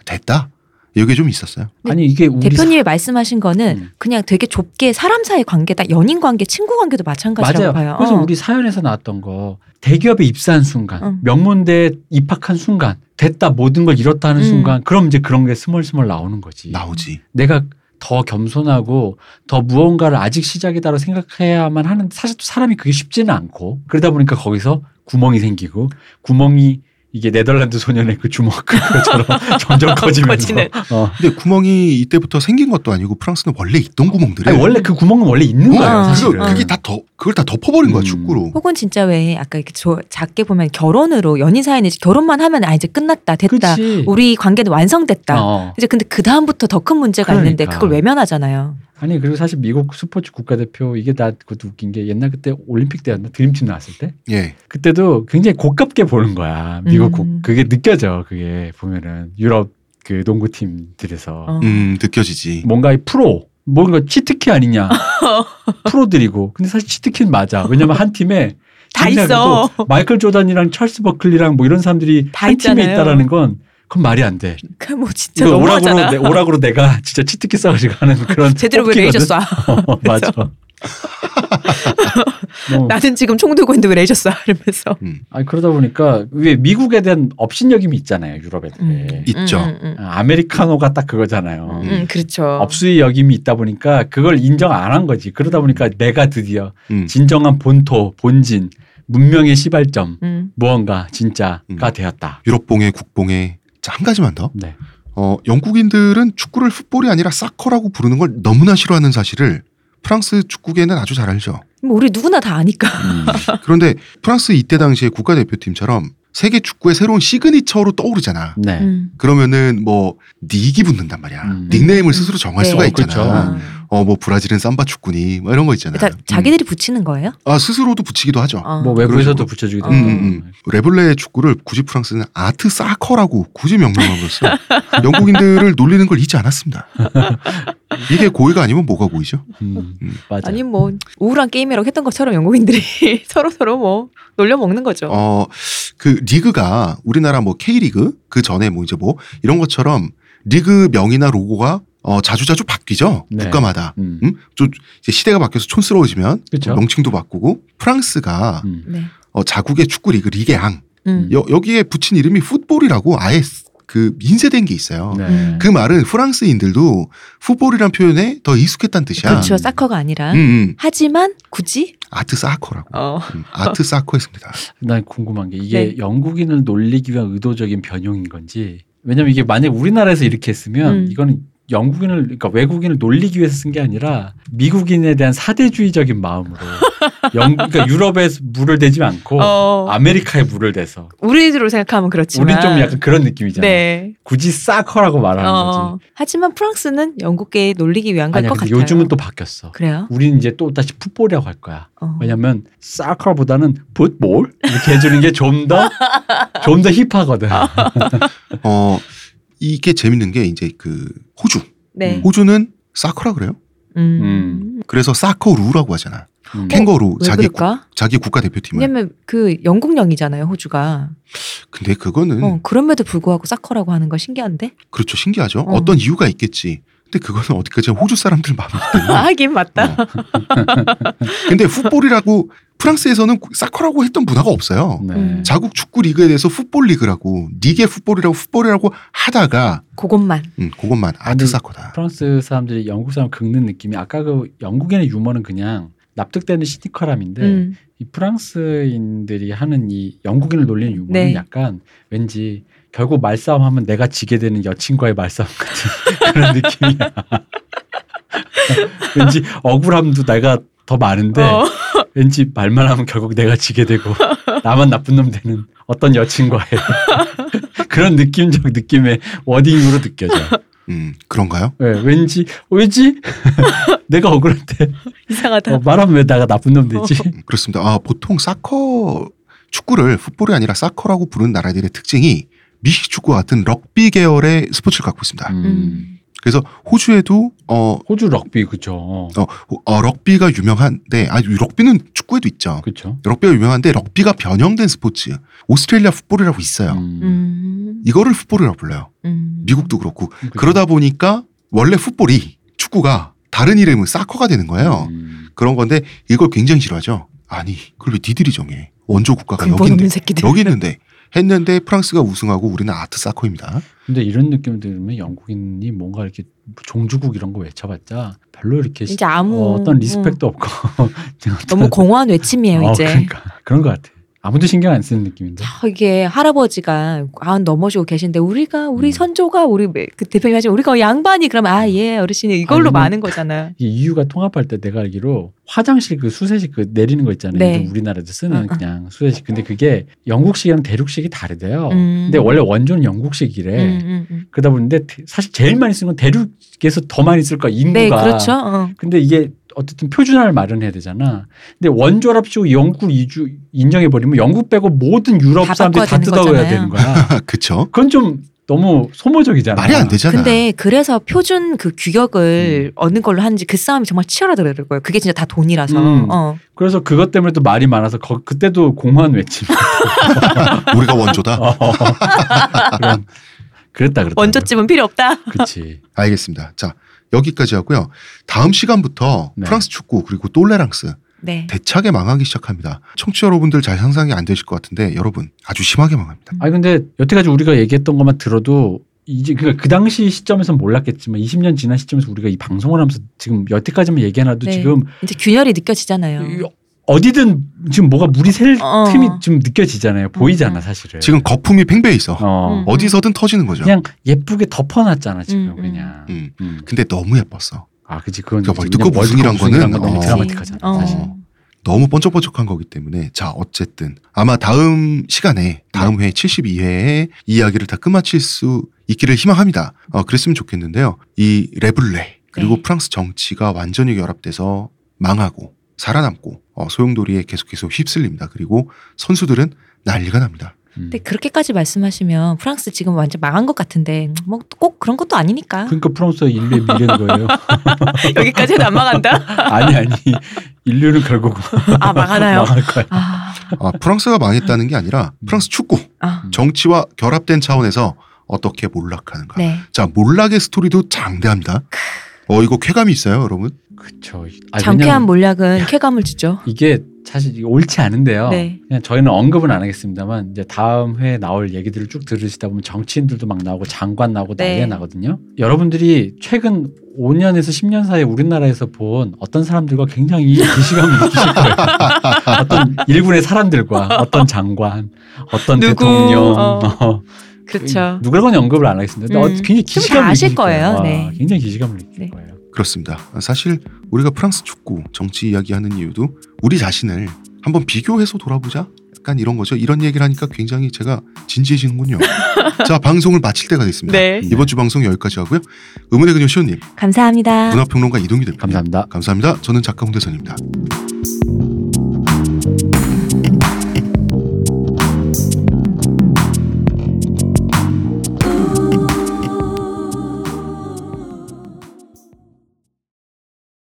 [SPEAKER 1] 됐다. 이게 좀 있었어요.
[SPEAKER 7] 근데
[SPEAKER 3] 아니 이게 우리
[SPEAKER 7] 네. 대표님이 말씀하신 거는
[SPEAKER 3] 음.
[SPEAKER 7] 그냥 되게 좁게 사람 사이 관계, 딱 연인 관계, 친구 관계도 마찬가지라고
[SPEAKER 3] 맞아요.
[SPEAKER 7] 봐요.
[SPEAKER 3] 그래서
[SPEAKER 7] 어.
[SPEAKER 3] 우리 사연에서 나왔던 거 대기업에 입사한 순간,
[SPEAKER 7] 응.
[SPEAKER 3] 명문대에 입학한 순간, 됐다 모든 걸 잃었다 하는
[SPEAKER 7] 음.
[SPEAKER 3] 순간, 그럼 이제 그런 게 스멀스멀 나오는 거지.
[SPEAKER 1] 나오지.
[SPEAKER 3] 내가 더 겸손하고 더 무언가를 아직 시작이다라고 생각해야만 하는 사실 또 사람이 그게 쉽지는 않고 그러다 보니까 거기서 구멍이 생기고 구멍이 이게 네덜란드 소년의 그 주먹 그거처럼 점점 커지면서
[SPEAKER 7] 커지는.
[SPEAKER 3] 어.
[SPEAKER 1] 근데 구멍이 이때부터 생긴 것도 아니고 프랑스는 원래 있던 구멍들을
[SPEAKER 3] 아니, 원래 그 구멍은 원래 있는 거예요
[SPEAKER 7] 어,
[SPEAKER 3] 사실은
[SPEAKER 1] 그게 다 더, 그걸 다 덮어버린 거야
[SPEAKER 3] 음.
[SPEAKER 1] 축구로.
[SPEAKER 7] 혹은 진짜 왜 아까 이렇게 조- 작게 보면 결혼으로 연인 사이는 이제 결혼만 하면 아 이제 끝났다 됐다
[SPEAKER 3] 그치.
[SPEAKER 7] 우리 관계는 완성됐다
[SPEAKER 3] 어.
[SPEAKER 7] 이제 근데 그 다음부터 더 큰 문제가 있는데
[SPEAKER 3] 그러니까.
[SPEAKER 7] 그걸 외면하잖아요.
[SPEAKER 3] 아니 그리고 사실 미국 스포츠 국가대표 이게 나 그것도 웃긴 게 옛날 그때 올림픽 때였나 드림팀 나왔을 때
[SPEAKER 1] 예.
[SPEAKER 3] 그때도 굉장히 고깝게 보는 거야 미국 국-
[SPEAKER 7] 음.
[SPEAKER 3] 그게 느껴져 그게 보면은 유럽 그 농구팀들에서
[SPEAKER 7] 어.
[SPEAKER 1] 음 느껴지지.
[SPEAKER 3] 뭔가 이 프로 뭔가 치트키 아니냐 프로들이고 근데 사실 치트키는 맞아 왜냐면 한 팀에
[SPEAKER 7] 다
[SPEAKER 3] 굉장히
[SPEAKER 7] 있어.
[SPEAKER 3] 또 마이클 조단이랑 찰스 버클리랑 뭐 이런 사람들이
[SPEAKER 7] 다
[SPEAKER 3] 한 팀에
[SPEAKER 7] 있잖아요.
[SPEAKER 3] 있다라는 건 그건 말이 안 돼.
[SPEAKER 7] 그 뭐 진짜
[SPEAKER 3] 이거
[SPEAKER 7] 너무하잖아.
[SPEAKER 3] 오락으로 내, 오락으로 내가 진짜 치트키 싸가지고 하는 그런
[SPEAKER 7] 제대로 왜 레이저
[SPEAKER 3] 뽑기거든.
[SPEAKER 7] 쏴?
[SPEAKER 3] 어, 맞아. 너무-
[SPEAKER 7] 나는 지금 총 들고 있는데 왜 레이저 쏴? 이러면서.
[SPEAKER 3] 뭐, 아니 그러다 보니까 왜 미국에 대한 업신여김이 예, 있잖아요 유럽에.
[SPEAKER 7] 음.
[SPEAKER 1] 있죠.
[SPEAKER 7] 음, 음, 음.
[SPEAKER 3] 아, 아메리카노가 딱 그거잖아요.
[SPEAKER 1] 음.
[SPEAKER 7] 음, 그렇죠.
[SPEAKER 3] 업수의 여김이 있다 보니까 그걸 인정 안 한 거지. 그러다 보니까 내가 드디어
[SPEAKER 1] 음.
[SPEAKER 3] 진정한 본토, 본진, 문명의 시발점,
[SPEAKER 7] 음.
[SPEAKER 3] 무언가 진짜가
[SPEAKER 1] 음.
[SPEAKER 3] 되었다.
[SPEAKER 1] 유럽봉의 국봉의 자, 한 가지만 더.
[SPEAKER 3] 네.
[SPEAKER 1] 어, 영국인들은 축구를 풋볼이 아니라 사커라고 부르는 걸 너무나 싫어하는 사실을 프랑스 축구계는 아주 잘 알죠.
[SPEAKER 7] 뭐 우리 누구나 다 아니까.
[SPEAKER 3] 음.
[SPEAKER 1] 그런데 프랑스 이때 당시에 국가대표팀처럼 세계 축구의 새로운 시그니처로 떠오르잖아.
[SPEAKER 3] 네.
[SPEAKER 7] 음.
[SPEAKER 1] 그러면은 뭐 닉이 붙는단 말이야.
[SPEAKER 3] 음.
[SPEAKER 1] 닉네임을
[SPEAKER 7] 음.
[SPEAKER 1] 스스로 정할
[SPEAKER 7] 네.
[SPEAKER 1] 수가
[SPEAKER 3] 어, 그렇죠.
[SPEAKER 1] 있잖아.
[SPEAKER 7] 아.
[SPEAKER 1] 어, 어 뭐 브라질은 삼바 축구니 뭐 이런 거 있잖아요.
[SPEAKER 3] 음.
[SPEAKER 7] 그러니까 자기들이 붙이는 거예요?
[SPEAKER 1] 아 스스로도 붙이기도 하죠.
[SPEAKER 7] 어.
[SPEAKER 3] 뭐
[SPEAKER 1] 그러시구나.
[SPEAKER 3] 외부에서도 붙여주기도
[SPEAKER 7] 음,
[SPEAKER 3] 하고.
[SPEAKER 1] 음, 레블레의 축구를 굳이 프랑스는 아트 사커라고 굳이 명명함으로써 영국인들을 놀리는 걸 잊지 않았습니다. 이게 고의가 아니면 뭐가 고의죠?
[SPEAKER 3] 음, 맞아.
[SPEAKER 7] 아니 뭐 우울한 게임이라고 했던 것처럼 영국인들이 서로 서로 뭐 놀려 먹는 거죠.
[SPEAKER 1] 어 그 리그가 우리나라 뭐 K 리그 그 전에 뭐 이제 뭐 이런 것처럼 리그 명이나 로고가 어 자주자주 바뀌죠
[SPEAKER 3] 네.
[SPEAKER 1] 국가마다.
[SPEAKER 3] 음.
[SPEAKER 1] 음? 좀 이제 시대가 바뀌어서 촌스러워지면
[SPEAKER 3] 그쵸.
[SPEAKER 1] 명칭도 바꾸고 프랑스가
[SPEAKER 3] 음.
[SPEAKER 7] 네.
[SPEAKER 1] 어, 자국의 축구 리그 리게앙
[SPEAKER 7] 음.
[SPEAKER 1] 여, 여기에 붙인 이름이 풋볼이라고 아예 쓰- 그 인쇄된 게 있어요.
[SPEAKER 3] 네.
[SPEAKER 1] 그 말은 프랑스인들도 풋볼이란 표현에 더 익숙했단 뜻이야.
[SPEAKER 7] 그렇죠. 사커가 아니라.
[SPEAKER 1] 음, 음.
[SPEAKER 7] 하지만 굳이
[SPEAKER 1] 아트 사커라고.
[SPEAKER 7] 어.
[SPEAKER 1] 음, 아트 사커였습니다.
[SPEAKER 3] 난 궁금한 게 이게
[SPEAKER 7] 네.
[SPEAKER 3] 영국인을 놀리기 위한 의도적인 변형인 건지. 왜냐면 이게 만약 우리나라에서 이렇게 했으면
[SPEAKER 7] 음.
[SPEAKER 3] 이거는 영국인을 그러니까 외국인을 놀리기 위해서 쓴 게 아니라 미국인에 대한 사대주의적인 마음으로 영 그러니까 유럽에 물을 대지 않고
[SPEAKER 7] 어.
[SPEAKER 3] 아메리카에 물을 대서
[SPEAKER 7] 우리로 생각하면 그렇지만
[SPEAKER 3] 우린 좀 약간 그런 느낌이잖아. 요
[SPEAKER 7] 네.
[SPEAKER 3] 굳이 싸커라고 말하는
[SPEAKER 7] 어.
[SPEAKER 3] 거지.
[SPEAKER 7] 하지만 프랑스는 영국에 놀리기 위한 걸
[SPEAKER 3] 아니야,
[SPEAKER 7] 것
[SPEAKER 3] 근데
[SPEAKER 7] 같아요.
[SPEAKER 3] 요즘은 또 음. 바뀌었어.
[SPEAKER 7] 그래요.
[SPEAKER 3] 우리는 이제 또 다시 풋볼이라고 할 거야.
[SPEAKER 7] 어.
[SPEAKER 3] 왜냐면 사커보다는 풋볼 이렇게 해주는 게 좀 더 좀 더 힙하거든.
[SPEAKER 1] 어, 이게 재밌는 게 이제 그 호주.
[SPEAKER 7] 네.
[SPEAKER 1] 호주는 사커라 그래요.
[SPEAKER 7] 음.
[SPEAKER 3] 음.
[SPEAKER 1] 그래서 사커루라고 하잖아.
[SPEAKER 3] 음.
[SPEAKER 1] 캥거루
[SPEAKER 7] 어? 왜
[SPEAKER 1] 자기 국,
[SPEAKER 3] 네.
[SPEAKER 7] 그럴까?
[SPEAKER 1] 자기 국가 대표팀을.
[SPEAKER 7] 왜냐면 그 영국령이잖아요, 호주가.
[SPEAKER 1] 근데
[SPEAKER 3] 음.
[SPEAKER 1] 그거는
[SPEAKER 7] 어, 그럼에도 불구하고 사커라고 하는 거 신기한데?
[SPEAKER 1] 그렇죠 신기하죠.
[SPEAKER 7] 어.
[SPEAKER 1] 어. 떤 이유가 있겠지. 근데 그거는 어디까지 호주 사람들 마음이기 때문에.
[SPEAKER 7] 하긴
[SPEAKER 3] 음.
[SPEAKER 7] 맞다.
[SPEAKER 1] 어. 근데 풋볼이라고 프랑스에서는 사커라고 했던 문화가 없어요.
[SPEAKER 3] 네.
[SPEAKER 7] 음.
[SPEAKER 1] 자국 축구 리그에 대해서 풋볼 리그라고 리게 풋볼이라고 풋볼이라고 하다가
[SPEAKER 7] 그것만.
[SPEAKER 1] 음, 그것만 아트
[SPEAKER 3] 아니,
[SPEAKER 1] 사커다.
[SPEAKER 3] 프랑스 사람들이 영국 사람 긁는 느낌이 아까 그 영국인의 유머는 그냥 납득되는 시니컬함인데
[SPEAKER 7] 음.
[SPEAKER 3] 이 프랑스인들이 하는 이 영국인을 놀리는 유머는
[SPEAKER 7] 네.
[SPEAKER 3] 약간 왠지 결국 말싸움하면 내가 지게 되는 여친과의 말싸움 같은 그런 느낌이야. 왠지 억울함도 내가 더 많은데
[SPEAKER 7] 어.
[SPEAKER 3] 왠지 말만 하면 결국 내가 지게 되고 나만 나쁜 놈 되는 어떤 여친과의 그런 느낌적 느낌의 워딩으로 느껴져.
[SPEAKER 1] 음, 그런가요?
[SPEAKER 3] 예, 왠지 왠지 내가 억울한데
[SPEAKER 7] 이상하다.
[SPEAKER 3] 어, 말하면 왜 내가 나쁜 놈 되지?
[SPEAKER 1] 음, 그렇습니다. 아, 보통 사커 축구를 풋볼이 아니라 사커라고 부르는 나라들의 특징이 미식 축구와 같은 럭비 계열의 스포츠를 갖고 있습니다.
[SPEAKER 3] 음.
[SPEAKER 7] 음.
[SPEAKER 1] 그래서 호주에도 어,
[SPEAKER 3] 호주 럭비 그죠?
[SPEAKER 1] 어, 어, 럭비가 유명한데 아 럭비는 축구에도 있죠.
[SPEAKER 3] 그렇죠.
[SPEAKER 1] 럭비가 유명한데 럭비가 변형된 스포츠 오스트레일리아 풋볼이라고 있어요.
[SPEAKER 7] 음.
[SPEAKER 1] 이거를 풋볼이라고 불러요.
[SPEAKER 7] 음.
[SPEAKER 1] 미국도 그렇고 그러다 보니까 원래 풋볼이 축구가 다른 이름은 사커가 되는
[SPEAKER 7] 음.
[SPEAKER 1] 거예요.
[SPEAKER 3] 음.
[SPEAKER 1] 그런 건데 이걸 굉장히 싫어하죠. 아니 그걸 왜 니들이 정해? 원조 국가가
[SPEAKER 7] 근본 없는
[SPEAKER 1] 여기인데
[SPEAKER 7] 새끼들.
[SPEAKER 1] 여기 있는데 했는데 프랑스가 우승하고 우리는 아트 사커입니다.
[SPEAKER 3] 근데 이런 느낌 들면 영국인이 뭔가 이렇게 종주국 이런 거 외쳐봤자 별로 이렇게
[SPEAKER 7] 이제 아무
[SPEAKER 3] 어, 떤 리스펙도 없고 그냥
[SPEAKER 7] 음. 너무 공허한 외침이에요
[SPEAKER 3] 어,
[SPEAKER 7] 이제.
[SPEAKER 3] 그러니까 그런 것 같아. 아무도 신경 안 쓰는 느낌인데.
[SPEAKER 7] 아, 이게 할아버지가 아흔 넘어지고 계신데 우리가 우리
[SPEAKER 3] 음.
[SPEAKER 7] 선조가 우리 매- 그 대표님 하시면 우리가 양반이 그럼 아 예 어르신이 이걸로
[SPEAKER 3] 아니면-
[SPEAKER 7] 많은 거잖아.
[SPEAKER 3] 이 이유가 통합할 때 내가 알기로 화장실 그 수세식 그 내리는 거 있잖아요.
[SPEAKER 7] 네.
[SPEAKER 3] 요즘 우리나라에서
[SPEAKER 7] 어,
[SPEAKER 3] 쓰는
[SPEAKER 7] 어.
[SPEAKER 3] 그냥 수세식. 근데 그게 영국식이랑 대륙식이 다르대요.
[SPEAKER 7] 음.
[SPEAKER 3] 근데 원래 원조는 영국식이래.
[SPEAKER 7] 음, 음, 음.
[SPEAKER 3] 그러다 보는데 대- 사실 제일 많이 쓰는 건 대륙에서 더 많이 쓸 거야 인구가.
[SPEAKER 7] 네 그렇죠. 어.
[SPEAKER 3] 근데 이게 어쨌든 표준화를 마련해야 되잖아. 근데 원조랍시고 영국 이주 인정해 버리면 영국 빼고 모든 유럽
[SPEAKER 7] 다
[SPEAKER 3] 사람들이
[SPEAKER 7] 바꿔야
[SPEAKER 3] 다
[SPEAKER 7] 되는
[SPEAKER 3] 뜯어야
[SPEAKER 7] 거잖아요.
[SPEAKER 3] 되는 거야.
[SPEAKER 1] 아, 그쵸?
[SPEAKER 3] 그건 좀 너무 소모적이잖아.
[SPEAKER 1] 말이 안 되잖아.
[SPEAKER 7] 근데 그래서 표준 그
[SPEAKER 3] 음.
[SPEAKER 7] 규격을 어느 걸로 하는지 그 싸움이 정말 치열하더라고요. 그게 진짜 다 돈이라서.
[SPEAKER 3] 음.
[SPEAKER 7] 어.
[SPEAKER 3] 그래서 그것 때문에 또 말이 많아서 거- 그때도 공허한 외침.
[SPEAKER 1] 우리가 원조다.
[SPEAKER 3] 어. 그런- 그랬다 그랬다.
[SPEAKER 7] 원조집은 필요 없다.
[SPEAKER 3] 그렇지.
[SPEAKER 1] 알겠습니다. 자 여기까지 하고요. 다음 시간부터
[SPEAKER 3] 네.
[SPEAKER 1] 프랑스 축구 그리고 똘레랑스
[SPEAKER 7] 네.
[SPEAKER 1] 대차게 망하기 시작합니다. 청취자 여러분들 잘 상상이 안 되실 것 같은데 여러분 아주 심하게 망합니다.
[SPEAKER 7] 네.
[SPEAKER 3] 아니 근데 여태까지 우리가 얘기했던 것만 들어도 이제 그러니까 그 당시 시점에선 몰랐겠지만 20년 지난 시점에서 우리가 이 방송을 하면서 지금 여태까지만 얘기해놔도
[SPEAKER 7] 네.
[SPEAKER 3] 지금
[SPEAKER 7] 이제 균열이 느껴지잖아요.
[SPEAKER 3] 이- 어, 어디든 지금 뭐가 물이 셀
[SPEAKER 7] 어.
[SPEAKER 3] 틈이 지금 느껴지잖아요. 보이잖아
[SPEAKER 7] 음.
[SPEAKER 3] 사실은.
[SPEAKER 1] 지금 거품이 팽배해 있어.
[SPEAKER 3] 어.
[SPEAKER 7] 음.
[SPEAKER 1] 어디서든 터지는 거죠.
[SPEAKER 3] 그냥 예쁘게 덮어놨잖아 지금
[SPEAKER 7] 음, 음.
[SPEAKER 3] 그냥.
[SPEAKER 1] 음.
[SPEAKER 3] 음.
[SPEAKER 1] 근데 너무 예뻤어.
[SPEAKER 3] 아 그지 그건
[SPEAKER 1] 그러니까
[SPEAKER 3] 그치.
[SPEAKER 1] 월드컵
[SPEAKER 3] 그냥
[SPEAKER 1] 우승이란
[SPEAKER 3] 월드컵 우승이란
[SPEAKER 1] 거는
[SPEAKER 3] 건 너무
[SPEAKER 1] 어.
[SPEAKER 3] 드라마틱하잖아
[SPEAKER 7] 어.
[SPEAKER 3] 사실. 음.
[SPEAKER 1] 너무 번쩍번쩍한 거기 때문에 자 어쨌든 아마 다음 시간에 다음 회 72회에 이야기를 다 끝마칠 수 있기를 희망합니다. 어, 그랬으면 좋겠는데요. 이 레블레 그리고
[SPEAKER 7] 네.
[SPEAKER 1] 프랑스 정치가 완전히 결합돼서 망하고 살아남고 어, 소용돌이에 계속 계속 휩쓸립니다. 그리고 선수들은 난리가 납니다.
[SPEAKER 3] 음.
[SPEAKER 7] 근데 그렇게까지 말씀하시면 프랑스 지금 완전 망한 것 같은데 뭐 꼭 그런 것도 아니니까
[SPEAKER 3] 그러니까 프랑스가 인류에 밀리는 거예요. 그러니까.
[SPEAKER 2] 여기까지 해도 안 망한다?
[SPEAKER 3] 아니 아니 인류는 결국
[SPEAKER 2] 아, 망하나요?
[SPEAKER 3] 망할 거야.
[SPEAKER 7] 아,
[SPEAKER 1] 아, 프랑스가 망했다는 게 아니라 프랑스 축구
[SPEAKER 7] 아,
[SPEAKER 1] 정치와 결합된 차원에서 어떻게 몰락하는가.
[SPEAKER 7] 네.
[SPEAKER 1] 자 몰락의 스토리도 장대합니다. 어 이거 쾌감이 있어요, 여러분.
[SPEAKER 3] 그쵸. 아,
[SPEAKER 7] 장쾌한
[SPEAKER 3] 왜냐면
[SPEAKER 7] 몰락은 쾌감을 주죠.
[SPEAKER 3] 이게 사실 이게 옳지 않은데요.
[SPEAKER 7] 네.
[SPEAKER 3] 그냥 저희는 언급은 안 하겠습니다만 이제 다음 회에 나올 얘기들을 쭉 들으시다 보면 정치인들도 막 나오고 장관 나오고
[SPEAKER 7] 네.
[SPEAKER 3] 난리가 나거든요. 여러분들이 최근 5년에서 10년 사이에 우리나라에서 본 어떤 사람들과 굉장히 기시감을 느끼실 거예요. 어떤 일군의 사람들과 어떤 장관, 어떤
[SPEAKER 7] 누구,
[SPEAKER 3] 대통령,
[SPEAKER 7] 어.
[SPEAKER 3] 어,
[SPEAKER 7] 그렇죠.
[SPEAKER 3] 누구를 건 언급을 안 하겠습니다. 근데
[SPEAKER 7] 음.
[SPEAKER 3] 어, 굉장히
[SPEAKER 7] 좀다
[SPEAKER 3] 기시감을
[SPEAKER 7] 아실
[SPEAKER 3] 느낄 거예요.
[SPEAKER 7] 거예요.
[SPEAKER 3] 와,
[SPEAKER 7] 네.
[SPEAKER 3] 굉장히 기시감을 느낄
[SPEAKER 7] 네.
[SPEAKER 3] 거예요.
[SPEAKER 1] 그렇습니다. 사실 우리가 프랑스 축구 정치 이야기하는 이유도 우리 자신을 한번 비교해서 돌아보자. 약간 이런 거죠. 이런 얘기를 하니까 굉장히 제가 진지해지는군요. 자 방송을 마칠 때가 됐습니다.
[SPEAKER 2] 네.
[SPEAKER 1] 이번 주 방송 여기까지 하고요. 의문의 그녀 시온님,
[SPEAKER 7] 감사합니다.
[SPEAKER 1] 문화평론가 이동기 대표,
[SPEAKER 3] 감사합니다.
[SPEAKER 1] 감사합니다. 저는 작가 홍대선입니다.